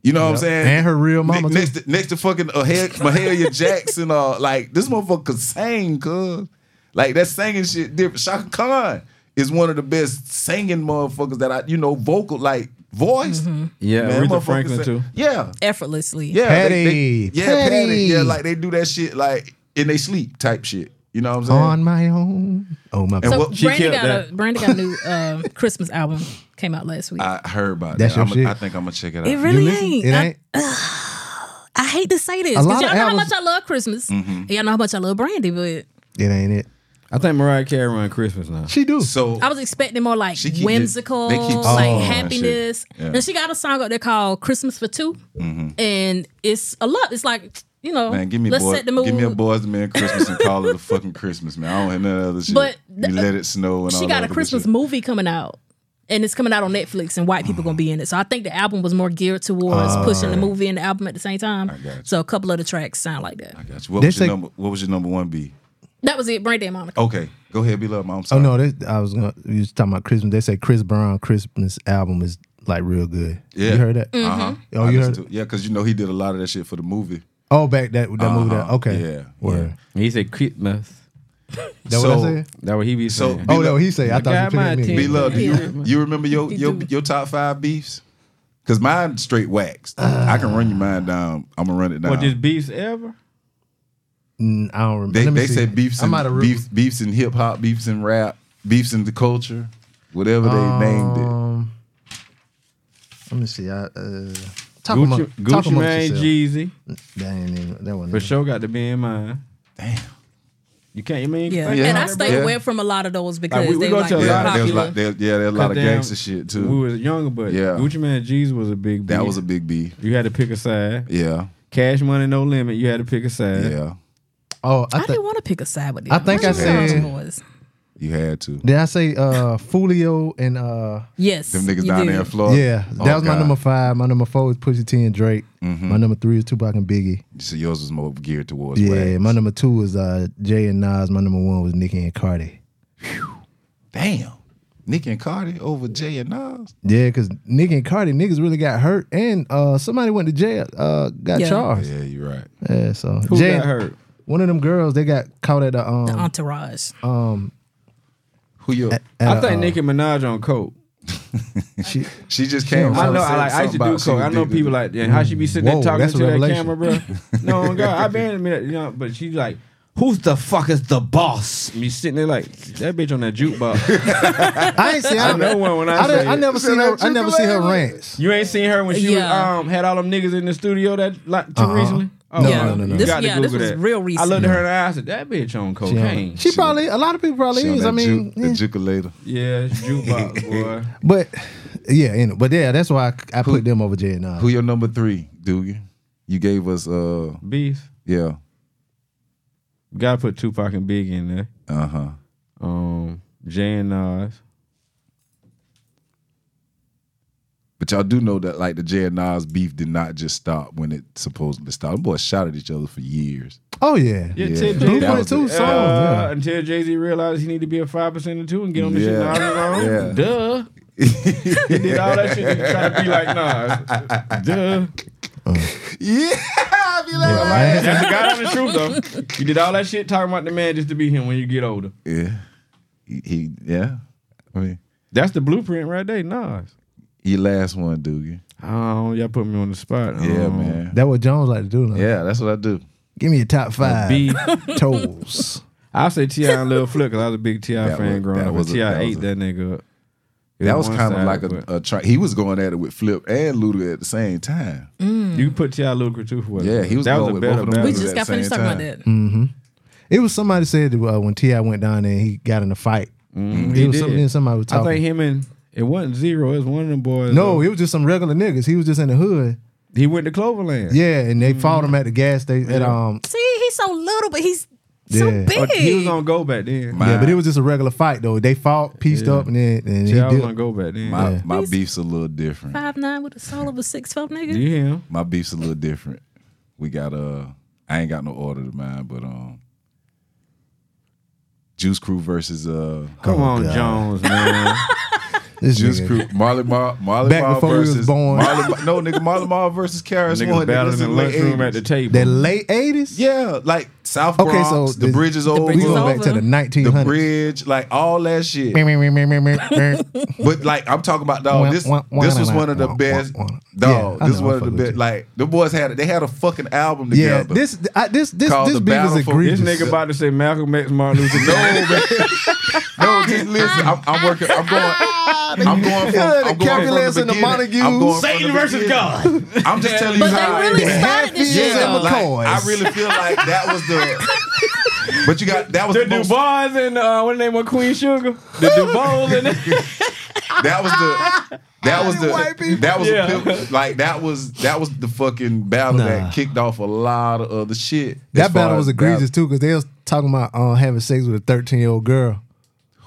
[SPEAKER 1] You know what I'm saying?
[SPEAKER 3] And her real
[SPEAKER 1] Ne-
[SPEAKER 3] mama, too.
[SPEAKER 1] Next, to, next to fucking uh, Hel- Mahalia Jackson, uh, like, this motherfucker could sing, cuz. Like, that singing shit different. Shaka Khan is one of the best singing motherfuckers that I, you know, vocal, like, voice.
[SPEAKER 2] Yeah,
[SPEAKER 1] Man,
[SPEAKER 2] Aretha
[SPEAKER 1] motherfucker
[SPEAKER 2] Franklin
[SPEAKER 1] sing-
[SPEAKER 2] too.
[SPEAKER 1] Yeah.
[SPEAKER 4] Effortlessly.
[SPEAKER 1] Yeah, they- they-
[SPEAKER 3] Petty.
[SPEAKER 1] yeah, Patty.
[SPEAKER 3] Petty.
[SPEAKER 1] Yeah, like they do that shit like in they sleep type shit. You know what I'm saying?
[SPEAKER 3] On my own. Oh my.
[SPEAKER 4] So
[SPEAKER 1] what-
[SPEAKER 2] she
[SPEAKER 4] Brandy
[SPEAKER 2] killed
[SPEAKER 4] got
[SPEAKER 2] that.
[SPEAKER 4] a Brandy got a new uh, Christmas album came out last week.
[SPEAKER 1] I heard about
[SPEAKER 3] That's
[SPEAKER 1] that.
[SPEAKER 3] your
[SPEAKER 1] I'm a,
[SPEAKER 3] shit.
[SPEAKER 1] I think I'm gonna check it out.
[SPEAKER 4] it really
[SPEAKER 3] listen?
[SPEAKER 4] ain't.
[SPEAKER 3] It
[SPEAKER 4] I-
[SPEAKER 3] ain't?
[SPEAKER 4] I, hate to say this
[SPEAKER 3] A lot
[SPEAKER 4] because y'all
[SPEAKER 3] of
[SPEAKER 4] know how
[SPEAKER 3] albums-
[SPEAKER 4] much I love Christmas.
[SPEAKER 1] Mm-hmm.
[SPEAKER 4] And y'all know how much I love Brandy, but
[SPEAKER 3] It ain't it.
[SPEAKER 2] I think Mariah Carey run Christmas now.
[SPEAKER 3] She do.
[SPEAKER 1] so
[SPEAKER 4] I was expecting more like
[SPEAKER 1] She keep-
[SPEAKER 4] whimsical,
[SPEAKER 1] they keep
[SPEAKER 3] saying
[SPEAKER 4] like
[SPEAKER 3] that
[SPEAKER 4] happiness.
[SPEAKER 1] shit. Yeah. Mm-hmm.
[SPEAKER 4] And she got a song up there called "Christmas for 2 and it's a lot. It's like you know,
[SPEAKER 1] man, give me
[SPEAKER 4] let's
[SPEAKER 1] boy,
[SPEAKER 4] set the mood.
[SPEAKER 1] give me a boys and men Christmas and call it a fucking Christmas, man. I don't hear none of that other shit.
[SPEAKER 4] But
[SPEAKER 1] you let it snow and all
[SPEAKER 4] She
[SPEAKER 1] that
[SPEAKER 4] got a
[SPEAKER 1] other
[SPEAKER 4] Christmas
[SPEAKER 1] shit.
[SPEAKER 4] movie coming out, and it's coming out on Netflix, and white people gonna be in it. So I think the album was more geared towards pushing the movie and the album at the same time.
[SPEAKER 1] got you.
[SPEAKER 4] So a couple of the tracks sound like that.
[SPEAKER 1] Gotcha. What
[SPEAKER 3] They
[SPEAKER 1] was your
[SPEAKER 3] say-
[SPEAKER 1] number? What was your number one be?
[SPEAKER 4] That was it, Brandy and Monica.
[SPEAKER 1] Okay, go ahead, be love, mom. I'm
[SPEAKER 3] Oh
[SPEAKER 1] sorry.
[SPEAKER 3] no, this, I was gonna. You was talking about Christmas. They say Chris Brown Christmas album is like real good.
[SPEAKER 1] Yeah.
[SPEAKER 3] You heard that?
[SPEAKER 1] Uh-huh.
[SPEAKER 3] Oh,
[SPEAKER 1] I
[SPEAKER 3] you
[SPEAKER 1] listened
[SPEAKER 3] heard-
[SPEAKER 1] to- yeah, because you know he did a lot of that shit for the movie.
[SPEAKER 3] Oh, back that that movie. That,
[SPEAKER 1] Uh-huh.
[SPEAKER 3] okay.
[SPEAKER 1] Yeah,
[SPEAKER 3] Word.
[SPEAKER 1] yeah.
[SPEAKER 2] He said Christmas.
[SPEAKER 3] That
[SPEAKER 1] so,
[SPEAKER 3] what I said?
[SPEAKER 2] That what he be
[SPEAKER 1] So-
[SPEAKER 2] saying.
[SPEAKER 1] Be
[SPEAKER 3] Oh no,
[SPEAKER 1] love-
[SPEAKER 3] he say.
[SPEAKER 2] I
[SPEAKER 3] I thought
[SPEAKER 2] got
[SPEAKER 3] you
[SPEAKER 2] my
[SPEAKER 3] picked me.
[SPEAKER 1] Be
[SPEAKER 2] attention.
[SPEAKER 1] love. Do
[SPEAKER 4] Yeah.
[SPEAKER 1] you, you remember your your,
[SPEAKER 4] do.
[SPEAKER 1] your top five beefs? Cause mine straight waxed. I can run your mind down. I'm gonna run it down.
[SPEAKER 2] Or just beefs ever?
[SPEAKER 3] Mm, I don't remember.
[SPEAKER 1] they
[SPEAKER 3] Let me
[SPEAKER 1] they
[SPEAKER 3] see.
[SPEAKER 1] say beefs
[SPEAKER 3] I'm out of
[SPEAKER 1] and
[SPEAKER 3] root.
[SPEAKER 1] beefs, beefs in hip hop, beefs in rap, beefs in the culture, whatever they named it.
[SPEAKER 3] Um, Let me see. I, uh, talk
[SPEAKER 2] Gucci,
[SPEAKER 3] among- talk
[SPEAKER 2] Gucci
[SPEAKER 3] amongst
[SPEAKER 2] Mane,
[SPEAKER 3] yourself.
[SPEAKER 2] Jeezy.
[SPEAKER 3] That ain't even, that wasn't.
[SPEAKER 2] For
[SPEAKER 3] even-
[SPEAKER 2] sure got to be in mind.
[SPEAKER 1] Damn.
[SPEAKER 2] You can't, you mean?
[SPEAKER 4] Yeah.
[SPEAKER 1] Yeah.
[SPEAKER 4] and I stayed
[SPEAKER 1] Yeah.
[SPEAKER 4] away from a lot of those because
[SPEAKER 2] we- we
[SPEAKER 4] they
[SPEAKER 2] go
[SPEAKER 4] like
[SPEAKER 2] to a
[SPEAKER 4] were
[SPEAKER 2] lot
[SPEAKER 1] Yeah,
[SPEAKER 2] of-
[SPEAKER 1] there was a
[SPEAKER 4] popular.
[SPEAKER 1] lot, there, yeah, there was a lot of
[SPEAKER 2] Goddamn,
[SPEAKER 1] gangster shit too.
[SPEAKER 2] We was younger, but
[SPEAKER 1] Yeah.
[SPEAKER 2] yeah. Gucci Mane, Jeezy was a big
[SPEAKER 1] that
[SPEAKER 2] beef.
[SPEAKER 1] was a big beef.
[SPEAKER 2] You had to pick a side.
[SPEAKER 1] Yeah,
[SPEAKER 2] Cash Money, No Limit. You had to pick a side.
[SPEAKER 1] yeah,
[SPEAKER 3] Oh, I,
[SPEAKER 4] I,
[SPEAKER 3] thi-
[SPEAKER 4] didn't want to pick a side with them.
[SPEAKER 3] I think
[SPEAKER 4] Where's
[SPEAKER 3] I
[SPEAKER 4] the Soulja
[SPEAKER 3] said-
[SPEAKER 4] Boys?
[SPEAKER 1] you had to.
[SPEAKER 3] did I say uh, Fulio and uh,
[SPEAKER 4] yes.
[SPEAKER 1] Them niggas
[SPEAKER 4] you
[SPEAKER 1] down
[SPEAKER 4] did.
[SPEAKER 1] there in Florida.
[SPEAKER 3] yeah, that
[SPEAKER 1] Oh,
[SPEAKER 3] was my
[SPEAKER 1] God.
[SPEAKER 3] number five. My number four is Pusha T and Drake.
[SPEAKER 1] Mm-hmm.
[SPEAKER 3] My number three is Tupac and Biggie.
[SPEAKER 1] So yours was more geared towards
[SPEAKER 3] Yeah,
[SPEAKER 1] rap.
[SPEAKER 3] my number two is uh, Jay and Nas. My number one was Nicki and Cardi.
[SPEAKER 1] Damn, Nicki and Cardi over Jay and Nas.
[SPEAKER 3] Yeah, because Nicki and Cardi niggas really got hurt, and uh, somebody went to jail, uh, got
[SPEAKER 4] Yeah.
[SPEAKER 3] charged.
[SPEAKER 1] Yeah, you're right.
[SPEAKER 3] Yeah, so
[SPEAKER 2] Who
[SPEAKER 3] Jay-
[SPEAKER 2] got hurt?
[SPEAKER 3] One of them girls, they got caught at a um,
[SPEAKER 4] The entourage.
[SPEAKER 1] Who you?
[SPEAKER 3] at
[SPEAKER 2] I
[SPEAKER 3] a,
[SPEAKER 2] think
[SPEAKER 3] uh,
[SPEAKER 2] Nicki Minaj on Coke.
[SPEAKER 3] she,
[SPEAKER 1] She just came.
[SPEAKER 2] I
[SPEAKER 1] out
[SPEAKER 2] know,
[SPEAKER 1] and said
[SPEAKER 2] I like. I used
[SPEAKER 1] something
[SPEAKER 2] to
[SPEAKER 1] about
[SPEAKER 2] do
[SPEAKER 1] she
[SPEAKER 2] coke. I
[SPEAKER 1] was
[SPEAKER 2] know
[SPEAKER 1] digging
[SPEAKER 2] people like that. How she be sitting
[SPEAKER 3] Whoa,
[SPEAKER 2] there talking
[SPEAKER 3] that's a
[SPEAKER 2] to that
[SPEAKER 3] revelation.
[SPEAKER 2] camera, bro? No, God, I been, you know, but she like, Who's the fuck is the boss? Me sitting there like that bitch on that jukebox.
[SPEAKER 3] I ain't see. I,
[SPEAKER 2] know one when I
[SPEAKER 3] I, done-
[SPEAKER 2] say
[SPEAKER 3] I
[SPEAKER 2] it.
[SPEAKER 3] never see her. I never see her rants.
[SPEAKER 2] you ain't seen her when she was,
[SPEAKER 4] Yeah.
[SPEAKER 2] um had all them niggas in the studio that like too
[SPEAKER 3] Uh-uh.
[SPEAKER 2] recently. Oh,
[SPEAKER 3] No,
[SPEAKER 4] yeah.
[SPEAKER 3] no, no, no.
[SPEAKER 4] This,
[SPEAKER 2] gotta
[SPEAKER 4] yeah, this
[SPEAKER 2] Google
[SPEAKER 4] was
[SPEAKER 2] that.
[SPEAKER 4] real
[SPEAKER 2] I
[SPEAKER 4] recent.
[SPEAKER 2] looked at her in the eye. I said, "That bitch on
[SPEAKER 3] She, on-
[SPEAKER 2] cocaine."
[SPEAKER 3] she probably. A lot of people probably
[SPEAKER 1] She on
[SPEAKER 3] is.
[SPEAKER 1] that
[SPEAKER 3] I mean,
[SPEAKER 1] ju-
[SPEAKER 3] yeah.
[SPEAKER 1] the jukulator.
[SPEAKER 2] yeah, it's jukebox boy.
[SPEAKER 3] but yeah, you know, but yeah, that's why I, I put them over Jay and uh, I.
[SPEAKER 1] Who your number three, Dugan? You gave us uh
[SPEAKER 2] Beef.
[SPEAKER 1] yeah.
[SPEAKER 2] Gotta put Tupac and Biggie in there.
[SPEAKER 1] Uh-huh.
[SPEAKER 2] Um, Jay and Nas.
[SPEAKER 1] But y'all do know that like the Jay and Nas beef did not just stop when it supposedly stopped. Them boys shot at each other for years.
[SPEAKER 3] Oh yeah,
[SPEAKER 2] Yeah,
[SPEAKER 1] Yeah.
[SPEAKER 2] Till
[SPEAKER 1] Blue
[SPEAKER 2] Jay-
[SPEAKER 1] Point two
[SPEAKER 3] songs, yeah.
[SPEAKER 2] uh, Until Jay Z realized he need to be a five percent or two and get on the shit
[SPEAKER 1] Yeah.
[SPEAKER 2] Nas was on.
[SPEAKER 1] Yeah.
[SPEAKER 2] Duh. he did all that shit to try to be like Nas. Duh.
[SPEAKER 1] Yeah. I be like,
[SPEAKER 3] Right?
[SPEAKER 2] That's the God on the truth though. You did all that shit talking about the man just to be him when you get older.
[SPEAKER 1] Yeah. He, he- yeah. I mean,
[SPEAKER 2] That's the blueprint right there, Nas.
[SPEAKER 1] he last one, Dugan.
[SPEAKER 2] Oh, y'all put me on the spot.
[SPEAKER 1] Yeah,
[SPEAKER 2] Um,
[SPEAKER 1] man.
[SPEAKER 3] That what Jones like to do. Like,
[SPEAKER 1] Yeah, that's what I do.
[SPEAKER 3] Give me your top five
[SPEAKER 2] Beef.
[SPEAKER 3] tolls.
[SPEAKER 2] I say Ti and Lil Flip because I was a big Ti
[SPEAKER 1] That
[SPEAKER 2] fan
[SPEAKER 1] was-
[SPEAKER 2] growing
[SPEAKER 1] that
[SPEAKER 2] up.
[SPEAKER 1] was
[SPEAKER 2] Was
[SPEAKER 1] a-
[SPEAKER 2] Ti
[SPEAKER 1] that was
[SPEAKER 2] ate
[SPEAKER 1] a-
[SPEAKER 2] that nigga up.
[SPEAKER 1] That was
[SPEAKER 2] one
[SPEAKER 1] kind of
[SPEAKER 2] side,
[SPEAKER 1] like a,
[SPEAKER 2] but
[SPEAKER 1] a tri- he was going at it with Flip and Luda at the same time.
[SPEAKER 2] you put Ti Lucre too for what? it
[SPEAKER 1] Yeah, he was
[SPEAKER 2] that was
[SPEAKER 1] going
[SPEAKER 2] a
[SPEAKER 1] with
[SPEAKER 2] better
[SPEAKER 1] both of them
[SPEAKER 4] we
[SPEAKER 2] battle.
[SPEAKER 1] niggas.
[SPEAKER 4] just
[SPEAKER 1] at
[SPEAKER 4] got
[SPEAKER 1] the
[SPEAKER 4] finished
[SPEAKER 1] same
[SPEAKER 4] talking about
[SPEAKER 1] time.
[SPEAKER 4] that.
[SPEAKER 3] Mm. It was somebody said that, uh, when Ti went down there, he got in a fight. It
[SPEAKER 2] Mm-hmm. He
[SPEAKER 3] was
[SPEAKER 2] did.
[SPEAKER 3] something somebody was
[SPEAKER 2] I
[SPEAKER 3] talking.
[SPEAKER 2] think him and it wasn't zero. It was one of them boys.
[SPEAKER 3] no,
[SPEAKER 2] uh,
[SPEAKER 3] it was just some regular niggas. He was just in the hood.
[SPEAKER 2] he went to Cloverland.
[SPEAKER 3] Yeah,
[SPEAKER 2] Mm-hmm.
[SPEAKER 3] and they fought him at the gas station. At, um,
[SPEAKER 4] See, he's so little, but he's
[SPEAKER 3] Yeah.
[SPEAKER 4] so
[SPEAKER 2] Or
[SPEAKER 4] big.
[SPEAKER 2] Oh, he was on go back then.
[SPEAKER 1] My-
[SPEAKER 3] yeah, but it was just a regular fight though. They fought, pieced up, and then and he
[SPEAKER 2] Ti was
[SPEAKER 3] did.
[SPEAKER 2] on go back then.
[SPEAKER 1] My
[SPEAKER 3] Yeah.
[SPEAKER 1] my beef's a little different.
[SPEAKER 4] five nine with the soul of a six foot nigga.
[SPEAKER 2] you hear him?
[SPEAKER 1] My beef's a little different. We got uh I ain't got no order to mine, but um Juice Crew versus uh
[SPEAKER 2] Come
[SPEAKER 3] Oh,
[SPEAKER 2] on,
[SPEAKER 3] God.
[SPEAKER 2] Jones, man.
[SPEAKER 3] This
[SPEAKER 1] Juice
[SPEAKER 3] nigga.
[SPEAKER 1] Crew Marley Mar Marley
[SPEAKER 3] Back
[SPEAKER 1] Mar
[SPEAKER 3] before we was
[SPEAKER 1] versus
[SPEAKER 3] born.
[SPEAKER 1] Marley, Mar- no nigga Marley Mar versus Karis
[SPEAKER 2] Niggas
[SPEAKER 1] one
[SPEAKER 2] battling in
[SPEAKER 1] nigga,
[SPEAKER 2] the lunchroom at the table.
[SPEAKER 3] The late eighties.
[SPEAKER 1] Yeah, like South
[SPEAKER 3] Okay,
[SPEAKER 1] Bronx,
[SPEAKER 3] so
[SPEAKER 1] the
[SPEAKER 3] this-
[SPEAKER 1] bridge is over,
[SPEAKER 3] we
[SPEAKER 4] bridge is
[SPEAKER 3] going back to
[SPEAKER 4] over.
[SPEAKER 3] the nineteen
[SPEAKER 1] the
[SPEAKER 3] hundreds.
[SPEAKER 1] bridge, like all that shit.
[SPEAKER 3] yeah,
[SPEAKER 1] But like I'm talking about dog,
[SPEAKER 3] Wah,
[SPEAKER 1] this
[SPEAKER 3] wah, wah,
[SPEAKER 1] this was
[SPEAKER 3] nah,
[SPEAKER 1] one of the
[SPEAKER 3] wah,
[SPEAKER 1] best
[SPEAKER 3] wah, wah.
[SPEAKER 1] dog.
[SPEAKER 3] Yeah, I
[SPEAKER 1] This was
[SPEAKER 3] know,
[SPEAKER 1] one
[SPEAKER 3] I
[SPEAKER 1] of the
[SPEAKER 3] fuck with
[SPEAKER 1] best.
[SPEAKER 3] you.
[SPEAKER 1] Like the boys had they had a fucking album together.
[SPEAKER 3] this I, this this
[SPEAKER 1] Called
[SPEAKER 3] this
[SPEAKER 1] the
[SPEAKER 3] beef
[SPEAKER 1] Battle
[SPEAKER 3] is
[SPEAKER 1] for-
[SPEAKER 3] egregious.
[SPEAKER 2] this nigga about to say Malcolm X, Martin Luther
[SPEAKER 1] no
[SPEAKER 2] King.
[SPEAKER 1] man, no. Just listen, I'm, I'm working. I'm going. I'm going from.
[SPEAKER 3] Yeah, the
[SPEAKER 1] I'm going from
[SPEAKER 3] Calculus
[SPEAKER 1] the
[SPEAKER 3] and the
[SPEAKER 1] beginning. I'm going
[SPEAKER 3] Montagues.
[SPEAKER 1] from
[SPEAKER 2] Satan
[SPEAKER 1] the
[SPEAKER 2] versus
[SPEAKER 1] beginning.
[SPEAKER 2] God.
[SPEAKER 1] I'm just telling you
[SPEAKER 4] But
[SPEAKER 1] how.
[SPEAKER 4] they
[SPEAKER 1] I
[SPEAKER 4] really
[SPEAKER 1] feel.
[SPEAKER 4] started this shit.
[SPEAKER 3] Hatfields and
[SPEAKER 4] though.
[SPEAKER 3] Mc-
[SPEAKER 1] Like,
[SPEAKER 3] McCoys.
[SPEAKER 1] I really feel like that was the. But you got that was
[SPEAKER 2] The
[SPEAKER 1] the most
[SPEAKER 2] Dubars and uh, what the name of Queen Sugar? The Dubos and
[SPEAKER 1] That was the that was the that was
[SPEAKER 2] Yeah.
[SPEAKER 1] a pimp, like that was that was the fucking battle
[SPEAKER 3] Nah.
[SPEAKER 1] that kicked off a lot of other shit. as
[SPEAKER 3] That
[SPEAKER 1] far
[SPEAKER 3] battle
[SPEAKER 1] as
[SPEAKER 3] was egregious too, because they was talking about uh, having sex with a thirteen year old girl.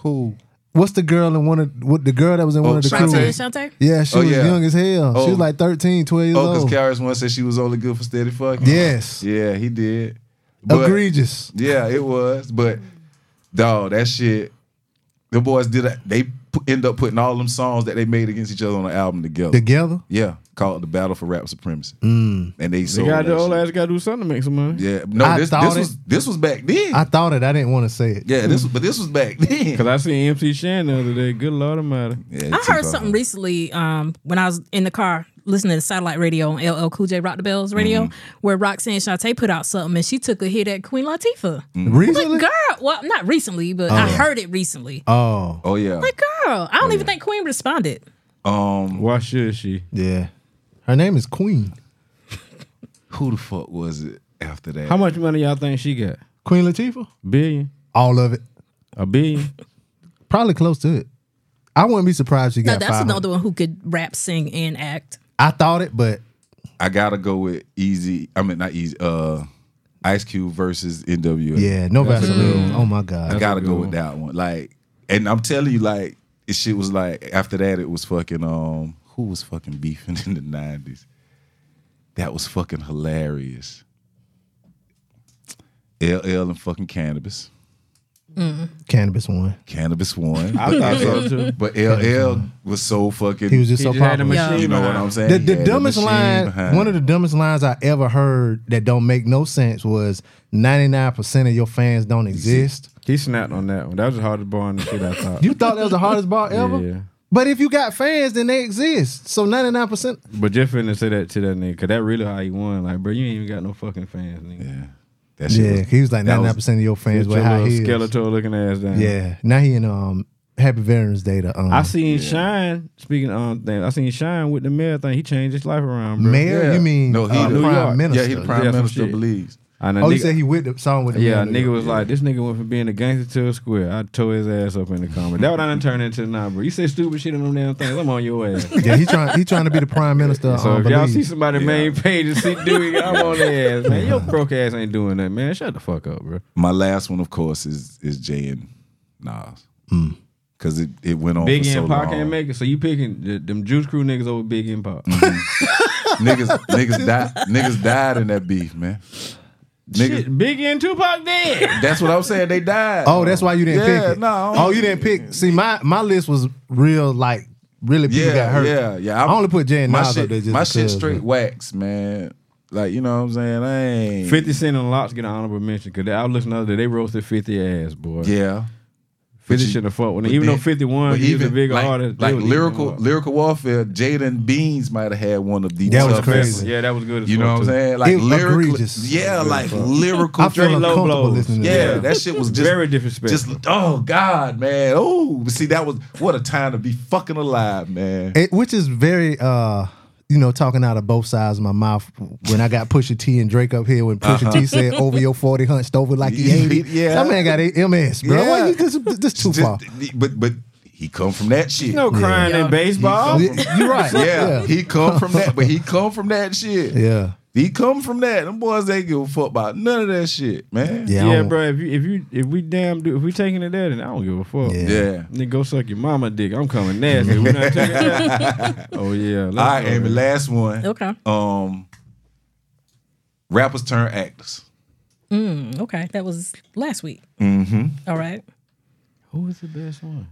[SPEAKER 1] Who?
[SPEAKER 3] What's the girl in one of what the girl that was in one
[SPEAKER 1] Oh,
[SPEAKER 3] of the
[SPEAKER 1] Shantae.
[SPEAKER 3] crews?
[SPEAKER 4] Shante?
[SPEAKER 3] Yeah, she
[SPEAKER 1] Oh,
[SPEAKER 3] was
[SPEAKER 1] yeah.
[SPEAKER 3] young as hell.
[SPEAKER 1] Oh.
[SPEAKER 3] She was like 13, 12 years
[SPEAKER 1] Oh,
[SPEAKER 3] old.
[SPEAKER 1] because Karis once said she was only good for steady fucking.
[SPEAKER 3] yes.
[SPEAKER 1] Yeah, he did. But,
[SPEAKER 3] Egregious.
[SPEAKER 1] Yeah, it was. But dog, that shit. The boys did. A, they pu- end up putting all them songs that they made against each other on an album together.
[SPEAKER 3] Together.
[SPEAKER 1] yeah, called the Battle for Rap Supremacy.
[SPEAKER 3] Mm.
[SPEAKER 1] And they
[SPEAKER 2] They
[SPEAKER 1] sold
[SPEAKER 2] got
[SPEAKER 1] that
[SPEAKER 2] the old
[SPEAKER 1] shit.
[SPEAKER 2] ass got to do something to make some money.
[SPEAKER 1] Yeah, no,
[SPEAKER 3] I
[SPEAKER 1] this this
[SPEAKER 3] thought it-
[SPEAKER 1] was this was back then.
[SPEAKER 3] I thought it. I didn't want to say it.
[SPEAKER 1] Yeah, this was, but this was back then.
[SPEAKER 2] Cause I seen MC Shan the other day. Good lord almighty.
[SPEAKER 1] Yeah,
[SPEAKER 4] I heard
[SPEAKER 1] Tupac.
[SPEAKER 4] something recently um, when I was in the car listening to satellite radio on LL Cool J Rock the Bells radio, where Roxanne Shante put out something and she took a hit at Queen Latifah.
[SPEAKER 2] Oh
[SPEAKER 3] Mm-hmm. Recently?
[SPEAKER 4] Girl, well, not recently, but I heard it recently.
[SPEAKER 3] Oh.
[SPEAKER 1] Oh yeah.
[SPEAKER 4] Like, girl, I don't even think Queen responded.
[SPEAKER 1] Um,
[SPEAKER 2] Why should she?
[SPEAKER 3] Yeah. Her name is Queen.
[SPEAKER 1] who the fuck was it after that?
[SPEAKER 2] How much money y'all think she got?
[SPEAKER 3] Queen Latifah?
[SPEAKER 2] Billion,
[SPEAKER 3] All of it.
[SPEAKER 2] a billion.
[SPEAKER 3] Probably close to it. I wouldn't be surprised you
[SPEAKER 4] No,
[SPEAKER 3] got
[SPEAKER 4] that's
[SPEAKER 3] 500.
[SPEAKER 4] another one who could rap, sing, and act.
[SPEAKER 3] I thought it, but
[SPEAKER 1] I gotta go with Easy. I mean, not Easy. Uh, Ice Cube versus N.W.A.
[SPEAKER 3] yeah, no Vaseline. Oh my God.
[SPEAKER 1] I gotta
[SPEAKER 2] good
[SPEAKER 1] go
[SPEAKER 2] one.
[SPEAKER 1] with that one. Like, and I'm telling you, like, it shit was like after that, it was fucking. Um, who was fucking beefing in the '90s? That was fucking hilarious. LL and fucking cannabis.
[SPEAKER 3] Cannabis one.
[SPEAKER 1] Cannabis won.
[SPEAKER 2] I thought so too.
[SPEAKER 1] But LL was so fucking.
[SPEAKER 3] He was just
[SPEAKER 2] He
[SPEAKER 3] so
[SPEAKER 2] just had a
[SPEAKER 3] popular.
[SPEAKER 2] machine
[SPEAKER 1] You know what I'm saying?
[SPEAKER 3] The,
[SPEAKER 1] He
[SPEAKER 3] the
[SPEAKER 1] had
[SPEAKER 3] dumbest
[SPEAKER 1] machine
[SPEAKER 3] line,
[SPEAKER 1] behind
[SPEAKER 3] one of the dumbest lines I ever heard that don't make no sense was 99% of your fans don't exist.
[SPEAKER 2] He snapped on that one. That was the hardest bar in the shit I thought.
[SPEAKER 3] You thought that was the hardest bar ever?
[SPEAKER 2] Yeah.
[SPEAKER 3] But if you got fans, then they exist. So 99%.
[SPEAKER 2] But just finna say that to that nigga, cause that really how he won. Like, bro, you ain't even got no fucking fans, nigga.
[SPEAKER 1] Yeah. That shit
[SPEAKER 3] Yeah,
[SPEAKER 1] was-
[SPEAKER 3] he was like
[SPEAKER 1] that
[SPEAKER 3] ninety
[SPEAKER 1] was-
[SPEAKER 3] nine percent of your fans
[SPEAKER 2] With
[SPEAKER 3] wear
[SPEAKER 2] your
[SPEAKER 3] high
[SPEAKER 2] little
[SPEAKER 3] heels.
[SPEAKER 2] skeletal looking ass down.
[SPEAKER 3] Yeah, now he in um Happy Veterans Day to um
[SPEAKER 2] I seen Shine speaking on things. I seen Shine with the mayor thing. He changed his life around, bro.
[SPEAKER 3] mayor.
[SPEAKER 1] Yeah.
[SPEAKER 3] You mean
[SPEAKER 1] no? He
[SPEAKER 3] uh,
[SPEAKER 1] the
[SPEAKER 3] prime minister?
[SPEAKER 1] Yeah, he the prime
[SPEAKER 2] Yeah, some
[SPEAKER 1] minister of
[SPEAKER 2] shit.
[SPEAKER 1] Belize.
[SPEAKER 2] And a
[SPEAKER 3] Oh, you
[SPEAKER 2] nigga-
[SPEAKER 3] said he with the song with the
[SPEAKER 2] Yeah, a
[SPEAKER 3] man in
[SPEAKER 2] nigga
[SPEAKER 3] the-
[SPEAKER 2] was like, this nigga went from being a gangster to a square. I tore his ass up in the comment. That what I done turned into now, bro. You say stupid shit on them damn things. I'm on your ass.
[SPEAKER 3] Yeah, he trying he trying to be the prime minister. of
[SPEAKER 2] So
[SPEAKER 3] um,
[SPEAKER 2] if y'all
[SPEAKER 3] Belize.
[SPEAKER 2] see somebody main page and see Dewey, I'm on their ass, man. Your broke ass ain't doing that, man. Shut the fuck up, bro.
[SPEAKER 1] My last one, of course, is is Jay and Nas
[SPEAKER 3] Mm.
[SPEAKER 1] because it, it went on
[SPEAKER 2] Big
[SPEAKER 1] for
[SPEAKER 2] E
[SPEAKER 1] so
[SPEAKER 2] and Pac
[SPEAKER 1] long.
[SPEAKER 2] can't make it. So you picking the, them Juice Crew niggas over Big E and Pac.
[SPEAKER 1] Mm-hmm. niggas niggas died niggas died in that beef, man. Niggas,
[SPEAKER 2] Shit, Big E and Tupac dead.
[SPEAKER 1] that's what I'm saying. They died.
[SPEAKER 3] Oh, that's why you didn't
[SPEAKER 1] yeah,
[SPEAKER 3] pick it.
[SPEAKER 1] No. I don't-
[SPEAKER 3] oh, you didn't pick. See, my my list was real like really people
[SPEAKER 1] Yeah,
[SPEAKER 3] got hurt.
[SPEAKER 1] yeah, yeah. I'm-
[SPEAKER 3] I only put Jay and
[SPEAKER 1] my
[SPEAKER 3] Nas
[SPEAKER 1] shit,
[SPEAKER 3] up there just
[SPEAKER 1] my shit
[SPEAKER 3] because,
[SPEAKER 1] straight
[SPEAKER 3] but-
[SPEAKER 1] wax, man. Like you know what I'm saying. I ain't.
[SPEAKER 2] 50 Cent and Locks get an honorable mention because I was listening the other day. They roasted 50 ass, boy.
[SPEAKER 1] Yeah.
[SPEAKER 2] 50
[SPEAKER 1] But you-
[SPEAKER 2] should have fucked with
[SPEAKER 1] but
[SPEAKER 2] him. Even
[SPEAKER 1] then-
[SPEAKER 2] though 51
[SPEAKER 1] but
[SPEAKER 2] he was a bigger
[SPEAKER 1] like,
[SPEAKER 2] artist. they
[SPEAKER 1] Like
[SPEAKER 2] was
[SPEAKER 1] lyrical
[SPEAKER 2] eating him up.
[SPEAKER 1] lyrical warfare, Jaden Beans might have had one of the
[SPEAKER 3] That was
[SPEAKER 1] toughest-
[SPEAKER 3] crazy.
[SPEAKER 2] Yeah, that was good. As
[SPEAKER 1] You know what
[SPEAKER 2] fuck,
[SPEAKER 1] I'm
[SPEAKER 2] too.
[SPEAKER 1] saying? Like
[SPEAKER 3] It was
[SPEAKER 1] lyrical,
[SPEAKER 3] egregious.
[SPEAKER 1] yeah, like
[SPEAKER 3] I
[SPEAKER 1] lyrical.
[SPEAKER 3] feel
[SPEAKER 2] Straight low
[SPEAKER 3] uncomfortable
[SPEAKER 2] blows.
[SPEAKER 3] listening to
[SPEAKER 1] Yeah,
[SPEAKER 3] that.
[SPEAKER 1] that shit was just
[SPEAKER 2] Very disrespectful.
[SPEAKER 1] Just oh god, man. Oh, see, that was what a time to be fucking alive, man.
[SPEAKER 3] It- which is very uh you know talking out of both sides of my mouth when I got Pusha T and Drake up here when Pusha
[SPEAKER 2] Uh-huh.
[SPEAKER 3] T said over your forty hunched over like he
[SPEAKER 1] Yeah.
[SPEAKER 3] eighty. that man got a MS, bro.
[SPEAKER 1] Yeah.
[SPEAKER 3] Why you just this too far?
[SPEAKER 1] Just- but but he come from that shit.
[SPEAKER 2] No crying
[SPEAKER 4] Yeah.
[SPEAKER 2] in baseball.
[SPEAKER 1] He-
[SPEAKER 3] You're right.
[SPEAKER 1] yeah, he come from that, but he come from that shit.
[SPEAKER 3] yeah,
[SPEAKER 1] He come from that. Them boys ain't give a fuck about none of that shit, man.
[SPEAKER 3] yeah, I
[SPEAKER 2] Yeah,
[SPEAKER 3] don't-
[SPEAKER 2] bro. If you if you if we damn do if we taking it there, then I don't give a fuck.
[SPEAKER 3] Yeah.
[SPEAKER 1] Yeah.
[SPEAKER 2] Nigga, go suck your mama dick. I'm coming nasty. We not taking that. Oh yeah. Let's
[SPEAKER 1] All right,
[SPEAKER 2] go.
[SPEAKER 1] Amy. Last one.
[SPEAKER 4] Okay.
[SPEAKER 1] Um, rappers turn actors.
[SPEAKER 4] Mm, Okay. That was last week. Mm-hmm. right.
[SPEAKER 2] Who is the best one?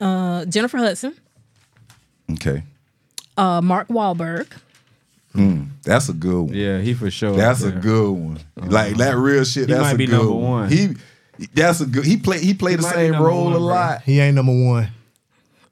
[SPEAKER 4] Uh, Jennifer Hudson,
[SPEAKER 1] Okay,
[SPEAKER 4] uh, Mark Wahlberg.
[SPEAKER 1] that's a good one.
[SPEAKER 2] Yeah, he for sure.
[SPEAKER 1] That's
[SPEAKER 2] up
[SPEAKER 1] a
[SPEAKER 2] there.
[SPEAKER 1] good one. Like that real shit.
[SPEAKER 2] He
[SPEAKER 1] that's
[SPEAKER 2] might
[SPEAKER 1] a
[SPEAKER 2] be
[SPEAKER 1] good
[SPEAKER 2] number
[SPEAKER 1] one.
[SPEAKER 2] one.
[SPEAKER 1] He. That's a good. He played. He played the
[SPEAKER 2] might be
[SPEAKER 1] same
[SPEAKER 2] number
[SPEAKER 1] role
[SPEAKER 2] one,
[SPEAKER 1] a
[SPEAKER 2] bro.
[SPEAKER 1] lot.
[SPEAKER 3] he ain't number one.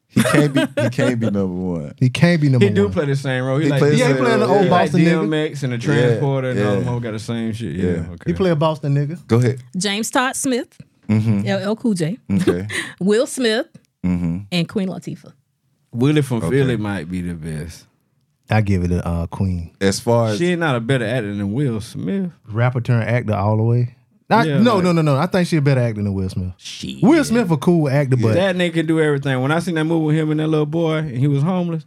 [SPEAKER 1] He can't be. He can't be number one.
[SPEAKER 3] He can't be number
[SPEAKER 2] He do
[SPEAKER 3] one.
[SPEAKER 2] play the same role. He,
[SPEAKER 1] He
[SPEAKER 2] like
[SPEAKER 1] play the
[SPEAKER 3] Yeah, he
[SPEAKER 1] same
[SPEAKER 3] playing the
[SPEAKER 1] role.
[SPEAKER 3] old
[SPEAKER 1] Yeah,
[SPEAKER 2] like
[SPEAKER 3] Boston nigga.
[SPEAKER 2] DMX and the transporter and all
[SPEAKER 1] yeah.
[SPEAKER 2] them all got the same shit. Yeah.
[SPEAKER 1] Yeah.
[SPEAKER 2] Okay.
[SPEAKER 3] He play a Boston nigga.
[SPEAKER 1] Go ahead.
[SPEAKER 4] James Todd Smith,
[SPEAKER 3] Mm-hmm.
[SPEAKER 4] LL Cool J,
[SPEAKER 3] Mm.
[SPEAKER 1] Okay.
[SPEAKER 4] Will Smith, and Queen Latifah.
[SPEAKER 2] Willie from Philly
[SPEAKER 1] Okay.
[SPEAKER 2] might be the best.
[SPEAKER 3] I give it a uh, Queen.
[SPEAKER 1] As far as
[SPEAKER 2] She ain't not a better actor than Will Smith.
[SPEAKER 3] Rapper turned actor all the way. I,
[SPEAKER 2] Yeah,
[SPEAKER 3] no,
[SPEAKER 2] like-
[SPEAKER 3] no, no, no. I think she a better actor than Will Smith.
[SPEAKER 2] Shit.
[SPEAKER 3] Will Smith a cool actor, but
[SPEAKER 2] that nigga can do everything. When I seen that movie with him and that little boy, and he was homeless,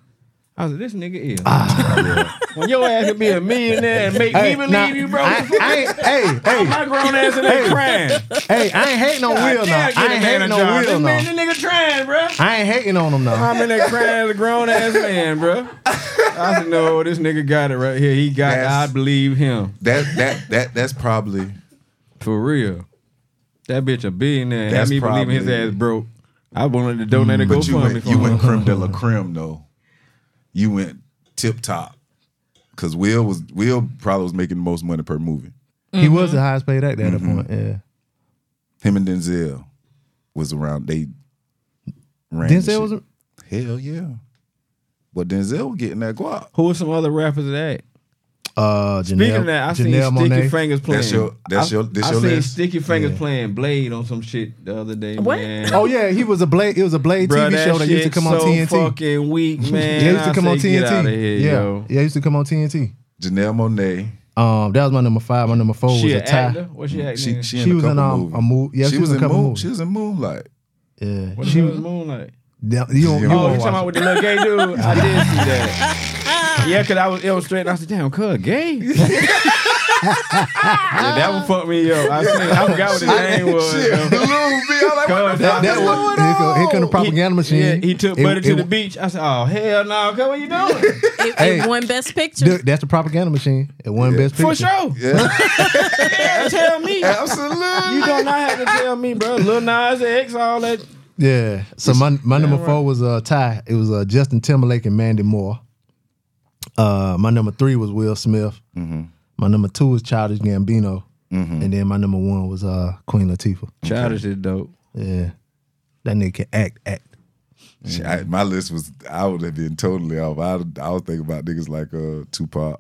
[SPEAKER 2] I was like, "This nigga is." when your ass could be a millionaire and make me believe
[SPEAKER 3] Ah. nah,
[SPEAKER 2] you, bro.
[SPEAKER 3] I, I ain't, hey,
[SPEAKER 2] my grown ass in there crying.
[SPEAKER 3] hey, hey, I ain't hating on Will now.
[SPEAKER 2] Yeah,
[SPEAKER 3] I ain't hating
[SPEAKER 2] no
[SPEAKER 3] on Will
[SPEAKER 2] This
[SPEAKER 3] now.
[SPEAKER 2] man, this nigga trying, bro.
[SPEAKER 3] I ain't hating on him now.
[SPEAKER 2] I'm in there crying as a grown ass man, bro. I said, "No, this nigga got it right here. He got. it. I
[SPEAKER 1] That's-
[SPEAKER 2] believe him
[SPEAKER 1] that that that that's probably
[SPEAKER 2] for real." That bitch a billionaire. Had
[SPEAKER 1] That's
[SPEAKER 2] me believing his
[SPEAKER 1] probably-
[SPEAKER 2] ass broke. I wanted
[SPEAKER 3] Mm.
[SPEAKER 2] to donate a
[SPEAKER 1] But you
[SPEAKER 2] GoFundMe
[SPEAKER 1] went,
[SPEAKER 2] for
[SPEAKER 1] you
[SPEAKER 2] him.
[SPEAKER 1] went creme de la creme though. You went tip top because Will was Will probably was making the most money per movie.
[SPEAKER 3] He was
[SPEAKER 2] mm-hmm.
[SPEAKER 3] the highest paid actor at that point. Yeah,
[SPEAKER 1] Him and Denzel was around. They ran. the
[SPEAKER 3] Denzel
[SPEAKER 1] shit.
[SPEAKER 3] was. a-
[SPEAKER 1] hell yeah. But Denzel was getting that guap.
[SPEAKER 2] Who are some other rappers that?
[SPEAKER 3] Uh, Janelle,
[SPEAKER 2] Speaking of that, I seen
[SPEAKER 3] Janelle
[SPEAKER 2] Sticky
[SPEAKER 3] Monae.
[SPEAKER 2] Fingers playing.
[SPEAKER 1] That's your- that's
[SPEAKER 2] I-
[SPEAKER 1] your- this
[SPEAKER 2] I
[SPEAKER 1] your
[SPEAKER 2] seen
[SPEAKER 1] list?
[SPEAKER 2] Sticky Fingers playing Blade on some shit the other day.
[SPEAKER 4] What?
[SPEAKER 2] Man.
[SPEAKER 3] Oh yeah, he was a Blade. It was a Blade
[SPEAKER 2] Bruh,
[SPEAKER 3] TV show that used to
[SPEAKER 2] shit
[SPEAKER 3] come on
[SPEAKER 2] so
[SPEAKER 3] TNT.
[SPEAKER 2] fucking weak, man.
[SPEAKER 3] yeah, it used to
[SPEAKER 2] I
[SPEAKER 3] come on
[SPEAKER 2] say, Get out of
[SPEAKER 3] TNT.
[SPEAKER 2] here,
[SPEAKER 3] yeah,
[SPEAKER 2] yo.
[SPEAKER 3] yeah, it used to come on TNT.
[SPEAKER 1] Janelle Monet.
[SPEAKER 3] Um, that was my number five. My number four
[SPEAKER 2] She
[SPEAKER 3] was
[SPEAKER 2] an
[SPEAKER 3] a tie.
[SPEAKER 2] actor? What she acting?
[SPEAKER 1] She,
[SPEAKER 2] in?
[SPEAKER 1] she,
[SPEAKER 3] She
[SPEAKER 1] in
[SPEAKER 3] was
[SPEAKER 1] a
[SPEAKER 3] in,
[SPEAKER 1] couple
[SPEAKER 3] um,
[SPEAKER 1] movies.
[SPEAKER 3] a mo- yeah, she was in a couple
[SPEAKER 1] Moon-
[SPEAKER 3] movies.
[SPEAKER 1] She was in Moonlight.
[SPEAKER 3] Yeah,
[SPEAKER 2] What
[SPEAKER 3] she
[SPEAKER 2] she
[SPEAKER 3] was.
[SPEAKER 2] Moonlight.
[SPEAKER 3] You don't. You don't
[SPEAKER 2] Oh, you
[SPEAKER 3] watch
[SPEAKER 2] talking
[SPEAKER 3] it.
[SPEAKER 2] about with the little gay dude? I did see that. Yeah, cause I was illustrating. I said, "Damn, cuz gay." yeah, that one fucked me up. I, seen, I forgot what his name was.
[SPEAKER 1] Shit,
[SPEAKER 2] yo.
[SPEAKER 1] blew me. I'm like, what the
[SPEAKER 2] Cuz
[SPEAKER 1] fuck
[SPEAKER 2] that-
[SPEAKER 1] is
[SPEAKER 3] That
[SPEAKER 1] going
[SPEAKER 3] was here come, here come the
[SPEAKER 1] on?
[SPEAKER 3] propaganda machine.
[SPEAKER 2] Yeah, he took
[SPEAKER 3] It-
[SPEAKER 2] Buddy to
[SPEAKER 3] it-
[SPEAKER 2] the beach. I said, "Oh hell no, cuz what you doing?"
[SPEAKER 4] It, it
[SPEAKER 3] Hey.
[SPEAKER 4] won Best Picture.
[SPEAKER 3] Dude, that's the propaganda machine. It won best picture.
[SPEAKER 2] For sure.
[SPEAKER 1] Yeah,
[SPEAKER 2] Yeah, tell me. You
[SPEAKER 1] absolutely.
[SPEAKER 2] don't not have to tell me, bro. Lil Nas X, all that.
[SPEAKER 3] Yeah. So my my number four was uh Ty. It was uh Justin Timberlake and Mandy Moore. Uh, my number three was Will Smith.
[SPEAKER 1] Mm-hmm.
[SPEAKER 3] My number two was Childish Gambino, and then my number one was uh Queen Latifah.
[SPEAKER 2] Childish is dope.
[SPEAKER 3] Yeah, that nigga can act, act.
[SPEAKER 1] Shit, I, my list was I would have been totally off. I I was thinking about niggas like uh Tupac,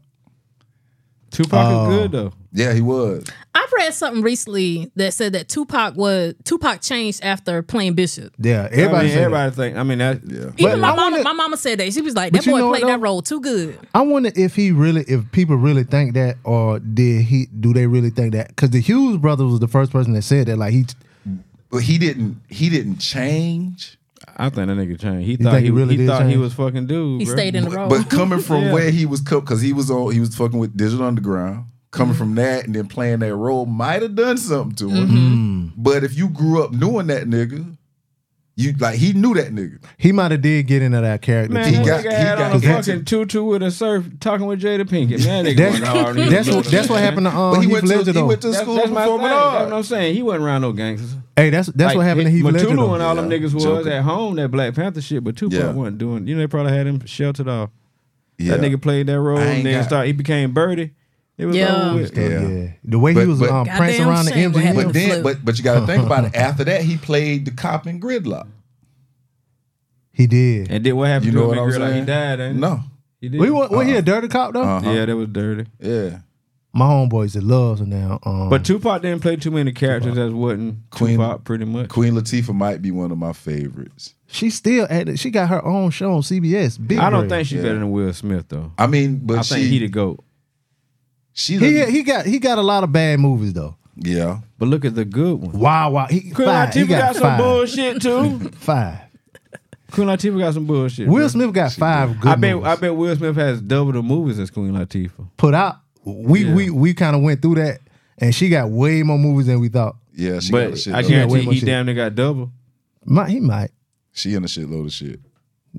[SPEAKER 2] Tupac
[SPEAKER 3] Oh.
[SPEAKER 2] is good though.
[SPEAKER 1] Yeah, he was.
[SPEAKER 4] I've read something recently that said that Tupac was Tupac changed after playing Bishop.
[SPEAKER 3] Yeah,
[SPEAKER 2] I
[SPEAKER 3] everybody.
[SPEAKER 2] mean,
[SPEAKER 3] said that.
[SPEAKER 2] everybody think. I mean, that
[SPEAKER 1] Yeah.
[SPEAKER 4] Even
[SPEAKER 3] But
[SPEAKER 4] my
[SPEAKER 3] I
[SPEAKER 4] mama,
[SPEAKER 3] wanna-
[SPEAKER 4] my mama said that she was like,
[SPEAKER 3] But
[SPEAKER 4] "That
[SPEAKER 3] you
[SPEAKER 4] boy
[SPEAKER 3] know what,
[SPEAKER 4] played that
[SPEAKER 3] though?
[SPEAKER 4] role too good."
[SPEAKER 3] I wonder if he really, if people really think that, or did he? Do they really think that? Because the Hughes brothers was the first person that said that. Like he,
[SPEAKER 1] But he didn't he didn't change.
[SPEAKER 2] I think that nigga changed. He thought
[SPEAKER 3] think
[SPEAKER 2] he,
[SPEAKER 3] he really
[SPEAKER 2] he
[SPEAKER 3] did
[SPEAKER 2] thought he
[SPEAKER 3] change?
[SPEAKER 2] was fucking dude.
[SPEAKER 4] He
[SPEAKER 2] bro.
[SPEAKER 4] stayed in the role.
[SPEAKER 1] But coming from
[SPEAKER 2] Yeah.
[SPEAKER 1] where he was because he was on he was fucking with Digital Underground.
[SPEAKER 2] Mm-hmm.
[SPEAKER 1] Coming from that and then playing that role might have done something to him. But if you grew up knowing that nigga, you like he knew that nigga.
[SPEAKER 3] he might have did get into that character.
[SPEAKER 2] Man,
[SPEAKER 3] too.
[SPEAKER 1] He
[SPEAKER 2] that
[SPEAKER 1] got- he
[SPEAKER 2] nigga had
[SPEAKER 1] got-
[SPEAKER 2] on a
[SPEAKER 1] he got
[SPEAKER 2] fucking tutu with a surf, talking with Jada Pinkett. Man, that nigga
[SPEAKER 3] that's
[SPEAKER 2] went hard.
[SPEAKER 3] that's what, that's what happened to um.
[SPEAKER 1] But he
[SPEAKER 3] Heath
[SPEAKER 1] went to he
[SPEAKER 3] Ledger, though.
[SPEAKER 1] went to
[SPEAKER 2] Oh, That's,
[SPEAKER 1] school
[SPEAKER 2] that's my thing.
[SPEAKER 1] performing
[SPEAKER 2] That's what I'm
[SPEAKER 1] art.
[SPEAKER 2] saying. He wasn't around no gangsters.
[SPEAKER 3] Hey, that's that's what
[SPEAKER 2] Like,
[SPEAKER 3] happened to
[SPEAKER 2] it-
[SPEAKER 3] Heath Ledger.
[SPEAKER 2] Matulu
[SPEAKER 3] though.
[SPEAKER 2] and all them
[SPEAKER 1] Yeah,
[SPEAKER 2] niggas was
[SPEAKER 1] Joker.
[SPEAKER 2] at home that Black Panther shit, but Tupac
[SPEAKER 1] Yeah.
[SPEAKER 2] wasn't doing. You know, they probably had him sheltered off.
[SPEAKER 1] Yeah.
[SPEAKER 2] That nigga played that role
[SPEAKER 1] I ain't
[SPEAKER 2] and then
[SPEAKER 1] got-
[SPEAKER 2] start. He became Birdie. It was
[SPEAKER 4] Yeah.
[SPEAKER 2] over with.
[SPEAKER 3] So,
[SPEAKER 1] Yeah.
[SPEAKER 3] yeah. the way
[SPEAKER 1] But-
[SPEAKER 3] he was
[SPEAKER 1] but-
[SPEAKER 3] um, prancing
[SPEAKER 4] Goddamn
[SPEAKER 3] around the
[SPEAKER 4] shame what
[SPEAKER 3] MGM.
[SPEAKER 4] happened
[SPEAKER 1] But
[SPEAKER 4] to
[SPEAKER 1] then
[SPEAKER 4] Flip.
[SPEAKER 1] but but you gotta think about it. After that, he played the cop in gridlock.
[SPEAKER 3] he did.
[SPEAKER 2] And then what happened
[SPEAKER 1] You
[SPEAKER 2] to
[SPEAKER 1] know what
[SPEAKER 2] him?
[SPEAKER 1] I'm
[SPEAKER 2] Like,
[SPEAKER 1] saying?
[SPEAKER 2] he died. Ain't
[SPEAKER 1] No.
[SPEAKER 2] he? He did.
[SPEAKER 3] We were, were he a dirty cop though?
[SPEAKER 1] Uh-huh.
[SPEAKER 2] Yeah, that was dirty.
[SPEAKER 1] Yeah.
[SPEAKER 3] My homeboys that loves him now. Um,
[SPEAKER 2] But Tupac didn't play too many characters that wasn't
[SPEAKER 1] Uh-huh. Queen-
[SPEAKER 2] Tupac, pretty much.
[SPEAKER 1] Queen Latifah might be one of my favorites.
[SPEAKER 3] she still at it. She got her own show on CBS. Big
[SPEAKER 2] I don't
[SPEAKER 3] Bird.
[SPEAKER 2] think she's better than Will Smith though.
[SPEAKER 1] I mean, but
[SPEAKER 2] I
[SPEAKER 1] she,
[SPEAKER 2] think he the goat.
[SPEAKER 1] she's a-
[SPEAKER 3] he he got he got a lot of bad movies though.
[SPEAKER 1] yeah.
[SPEAKER 2] But look at the good one.
[SPEAKER 3] Wow, wow. He,
[SPEAKER 2] Queen
[SPEAKER 3] five. He
[SPEAKER 2] Latifah got,
[SPEAKER 3] got,
[SPEAKER 2] some
[SPEAKER 3] five.
[SPEAKER 2] bullshit too.
[SPEAKER 3] Five.
[SPEAKER 2] Queen Latifah got some bullshit. bro.
[SPEAKER 3] Will Smith got five good
[SPEAKER 2] I bet
[SPEAKER 3] movies
[SPEAKER 2] I bet Will Smith has double the movies as Queen Latifah.
[SPEAKER 3] put out. We
[SPEAKER 2] Yeah.
[SPEAKER 3] we we kind of went through that, and she got way more movies than we thought.
[SPEAKER 1] Yeah, she got a
[SPEAKER 2] But
[SPEAKER 1] shit
[SPEAKER 2] I
[SPEAKER 1] load.
[SPEAKER 3] can't-
[SPEAKER 2] guarantee
[SPEAKER 3] way more
[SPEAKER 2] he
[SPEAKER 3] shit.
[SPEAKER 2] damn near got double.
[SPEAKER 3] Might he might.
[SPEAKER 1] She in a shitload of shit.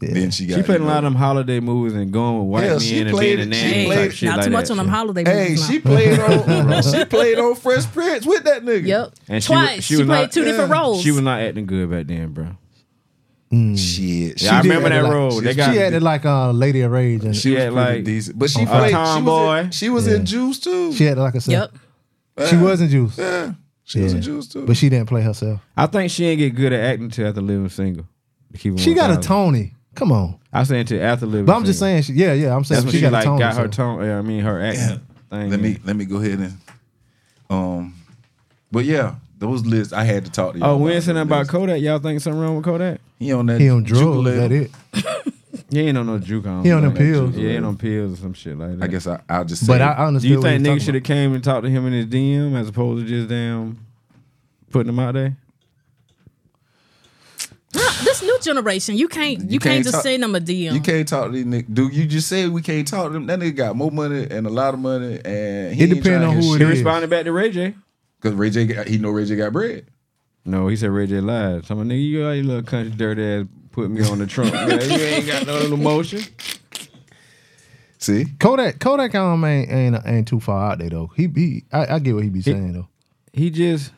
[SPEAKER 3] Yeah.
[SPEAKER 1] Then she got
[SPEAKER 2] She played in
[SPEAKER 1] you
[SPEAKER 2] a lot of
[SPEAKER 1] know-
[SPEAKER 2] them holiday movies and going with white
[SPEAKER 1] Yeah,
[SPEAKER 2] men
[SPEAKER 1] she
[SPEAKER 2] and
[SPEAKER 1] played
[SPEAKER 2] being a
[SPEAKER 1] it. She
[SPEAKER 2] nanny
[SPEAKER 4] Hey,
[SPEAKER 1] played
[SPEAKER 2] type
[SPEAKER 1] it.
[SPEAKER 2] shit
[SPEAKER 4] not
[SPEAKER 2] like
[SPEAKER 4] too much
[SPEAKER 2] that
[SPEAKER 4] on them
[SPEAKER 2] shit.
[SPEAKER 4] holiday
[SPEAKER 1] Hey,
[SPEAKER 4] movies.
[SPEAKER 1] she
[SPEAKER 4] now.
[SPEAKER 1] played on she played on Fresh Prince with that nigga.
[SPEAKER 4] Yep.
[SPEAKER 2] And she wa-
[SPEAKER 4] Twice.
[SPEAKER 2] she
[SPEAKER 4] She,
[SPEAKER 2] was
[SPEAKER 4] played
[SPEAKER 2] not-
[SPEAKER 4] two different roles.
[SPEAKER 2] She was not acting good back then, bro.
[SPEAKER 1] Shit.
[SPEAKER 2] Yeah, I
[SPEAKER 3] did
[SPEAKER 2] remember
[SPEAKER 3] act
[SPEAKER 2] that
[SPEAKER 3] like-
[SPEAKER 2] role. They
[SPEAKER 1] she-
[SPEAKER 2] got
[SPEAKER 3] She acted like a Lady of Rage, and she,
[SPEAKER 1] She was
[SPEAKER 2] Yeah,
[SPEAKER 1] pretty
[SPEAKER 2] like-
[SPEAKER 1] decent, but she
[SPEAKER 2] A
[SPEAKER 1] played. She was
[SPEAKER 2] tomboy.
[SPEAKER 1] in, she was in Juice too.
[SPEAKER 3] acted like herself.
[SPEAKER 4] yep.
[SPEAKER 3] She wasn't Juice,
[SPEAKER 1] yeah, she was in Juice too.
[SPEAKER 3] but she didn't play herself.
[SPEAKER 2] I think she ain't get good at acting till after living single. To keep it
[SPEAKER 3] She got a
[SPEAKER 2] 1000.
[SPEAKER 3] Tony. Come on,
[SPEAKER 2] I said until after living
[SPEAKER 3] but I'm just saying. She, yeah, yeah. I'm
[SPEAKER 2] That's
[SPEAKER 3] saying
[SPEAKER 2] when
[SPEAKER 3] she,
[SPEAKER 2] she,
[SPEAKER 3] got
[SPEAKER 2] like
[SPEAKER 3] a Tony.
[SPEAKER 2] got her
[SPEAKER 3] so-
[SPEAKER 2] tone. yeah, I mean her acting thing.
[SPEAKER 1] let me let me go ahead and um, but yeah, those lists I had to talk to you.
[SPEAKER 2] Oh, we ain't saying about Kodak. Y'all think something wrong with Kodak?
[SPEAKER 1] He on that.
[SPEAKER 3] He on drugs.
[SPEAKER 1] Jubilee.
[SPEAKER 3] That it.
[SPEAKER 2] He ain't on no juke. I don't
[SPEAKER 3] He on them
[SPEAKER 2] think.
[SPEAKER 3] pills.
[SPEAKER 2] Yeah, he on pills or some shit like that.
[SPEAKER 1] I guess I, I'll just. Say
[SPEAKER 3] But
[SPEAKER 1] it.
[SPEAKER 3] I
[SPEAKER 2] Do
[SPEAKER 3] understand.
[SPEAKER 2] you think niggas should have came and talked to him in his DM as opposed to just damn putting him out there?
[SPEAKER 4] Huh, This new generation, you can't you, can't,
[SPEAKER 1] can't
[SPEAKER 4] just
[SPEAKER 1] talk-
[SPEAKER 4] send them a DM.
[SPEAKER 1] You can't talk to these niggas. Dude, you just said we can't talk to them. That nigga got more money and a lot of money, and he
[SPEAKER 3] It depend on who it
[SPEAKER 2] He
[SPEAKER 3] is.
[SPEAKER 2] responded back to Ray J.
[SPEAKER 1] Because Ray J, got- he know Ray J got bread.
[SPEAKER 2] No, he said Ray J lied. So I'm like, nigga, you got your little country dirty ass put me on the trunk. man. You ain't got no little emotion.
[SPEAKER 1] See,
[SPEAKER 3] Kodak Kodak um, ain't ain't ain't too far out there though. He be I, I get what he be saying though.
[SPEAKER 2] He just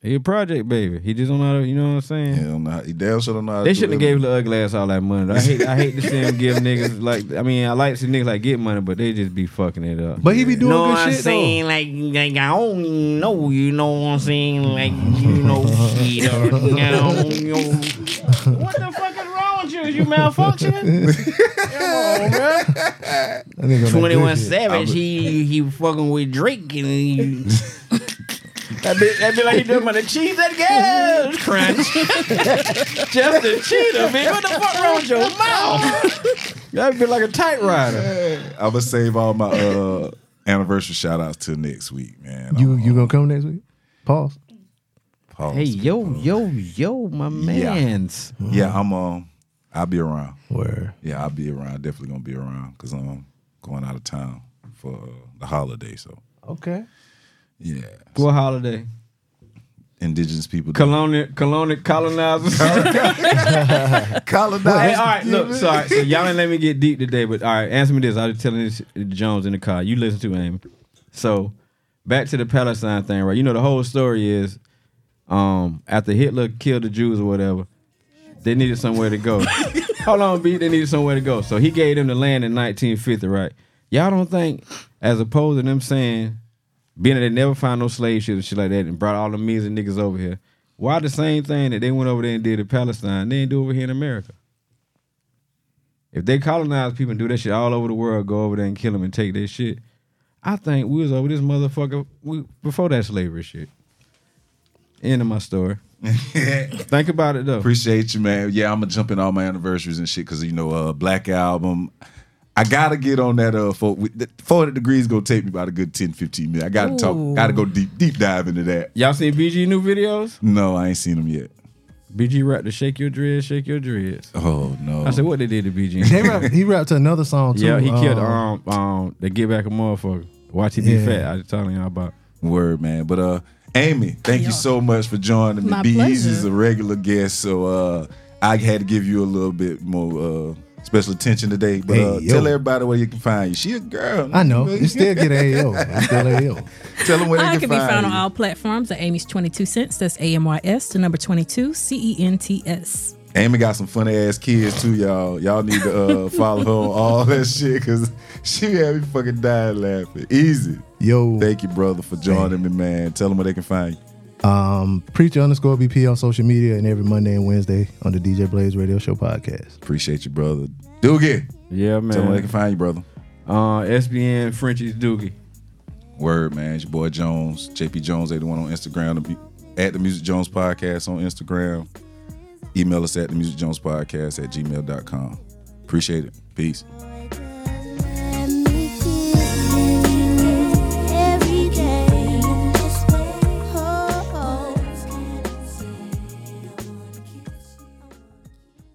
[SPEAKER 2] he a project baby. He just don't know how to, you know what I'm saying?
[SPEAKER 1] he don't know. how- He damn sure don't know. how
[SPEAKER 2] They
[SPEAKER 1] to
[SPEAKER 2] shouldn't have
[SPEAKER 1] deliver.
[SPEAKER 2] gave the ugly ass all that money. I hate I hate to see them give niggas like I mean I like to see niggas like get money, but they just be fucking it up.
[SPEAKER 3] But he be doing
[SPEAKER 5] know
[SPEAKER 3] good
[SPEAKER 5] what I'm
[SPEAKER 3] shit
[SPEAKER 5] saying? Like, like I don't know, you know what I'm saying? Like, you know, shit. I don't know.
[SPEAKER 2] what the fuck is wrong with you? Is you malfunctioning?
[SPEAKER 3] though. That nigga on that good
[SPEAKER 5] 21
[SPEAKER 3] shit.
[SPEAKER 5] Savage, he he fucking with Drake and he,
[SPEAKER 2] That be, that be like he doing my the cheese that gas crunch. Just a cheetah, man. What the fuck wrong with your mouth? That'd be like a tight rider.
[SPEAKER 1] I'm gonna save all my uh, anniversary shout outs till next week, man. I'm
[SPEAKER 3] You you gonna come next week? Pause.
[SPEAKER 1] paused.
[SPEAKER 2] Hey yo yo yo, my
[SPEAKER 1] Yeah.
[SPEAKER 2] man's.
[SPEAKER 1] yeah, I'm um, I'll be around.
[SPEAKER 3] Where?
[SPEAKER 1] Yeah, I'll be around. Definitely gonna be around because I'm going out of town for uh, the holiday. So
[SPEAKER 3] Okay.
[SPEAKER 1] yeah,
[SPEAKER 2] What holiday?
[SPEAKER 1] indigenous people. do-
[SPEAKER 2] Colonial colonial colonizers. Hey, all right, look, sorry. So y'all didn't let me get deep today, but all right, answer me this. I was telling this to Jones in the car. You listen to Amy. So back to the Palestine thing, right? You know the whole story is um after Hitler killed the Jews or whatever, they needed somewhere to go. Hold on, B, they needed somewhere to go. So he gave them the land in 1950, right? Y'all don't think, as opposed to them saying, being that they never found no slave ship and shit like that and brought all the millions of niggas over here, why the same thing that they went over there and did in Palestine, they didn't do over here in America? If they colonize people and do that shit all over the world, go over there and kill them and take their shit, I think we was over this motherfucker we, before that slavery shit. End of my story. think about it though.
[SPEAKER 1] Appreciate you, man. Yeah, I'm gonna jump in all my anniversaries and shit because you know, uh, Black Album. I gotta get on that. Uh, for, with- 40 degrees gonna take me about a good 10, 15 minutes. I gotta
[SPEAKER 4] Ooh.
[SPEAKER 1] talk. Gotta go deep, deep dive into that.
[SPEAKER 2] Y'all seen BG new videos?
[SPEAKER 1] No, I ain't seen them yet.
[SPEAKER 2] BG rap to shake your dreads, shake your dreads.
[SPEAKER 1] Oh no.
[SPEAKER 2] I said what they did to BG.
[SPEAKER 3] He rapped, he rapped to another song too.
[SPEAKER 2] Yeah, he killed
[SPEAKER 3] um,
[SPEAKER 2] um um the get back a motherfucker. Watch he be
[SPEAKER 3] Yeah.
[SPEAKER 2] fat. I was telling y'all about.
[SPEAKER 1] Word, man. But uh Amy, thank you so much for joining me.
[SPEAKER 4] My
[SPEAKER 1] Be
[SPEAKER 4] pleasure.
[SPEAKER 1] Easy's a regular guest, so uh I had to give you a little bit more uh special attention today. But uh,
[SPEAKER 3] Hey, yo.
[SPEAKER 1] tell everybody where you can find you. She a girl.
[SPEAKER 3] I know. You still get AO. You still AO.
[SPEAKER 1] tell them where they
[SPEAKER 4] I
[SPEAKER 1] can,
[SPEAKER 4] can be
[SPEAKER 1] find
[SPEAKER 4] found
[SPEAKER 1] you.
[SPEAKER 4] on all platforms at Amy's 22 Cents. That's A M Y S to number 22 C E N T S.
[SPEAKER 1] Amy got some funny ass kids too, y'all. Y'all need to uh follow her on all that shit because she had me fucking dying laughing. Easy.
[SPEAKER 3] Yo.
[SPEAKER 1] Thank you, brother, for joining me, man. Tell them where they can find you.
[SPEAKER 3] Um, preacher underscore BP on social media and every Monday and Wednesday on the DJ Blaze Radio Show podcast.
[SPEAKER 1] Appreciate you, brother. Do it.
[SPEAKER 2] Yeah,
[SPEAKER 1] Tell them where they
[SPEAKER 2] man.
[SPEAKER 1] can find you, brother.
[SPEAKER 2] Uh, SBN Frenchie's Doogie.
[SPEAKER 1] Word, man. It's your boy Jones, JP Jones, 81 on Instagram, the, mu- at the Music Jones Podcast on Instagram. Email us at the Music Jones Podcast at gmail.com. Appreciate it. Peace.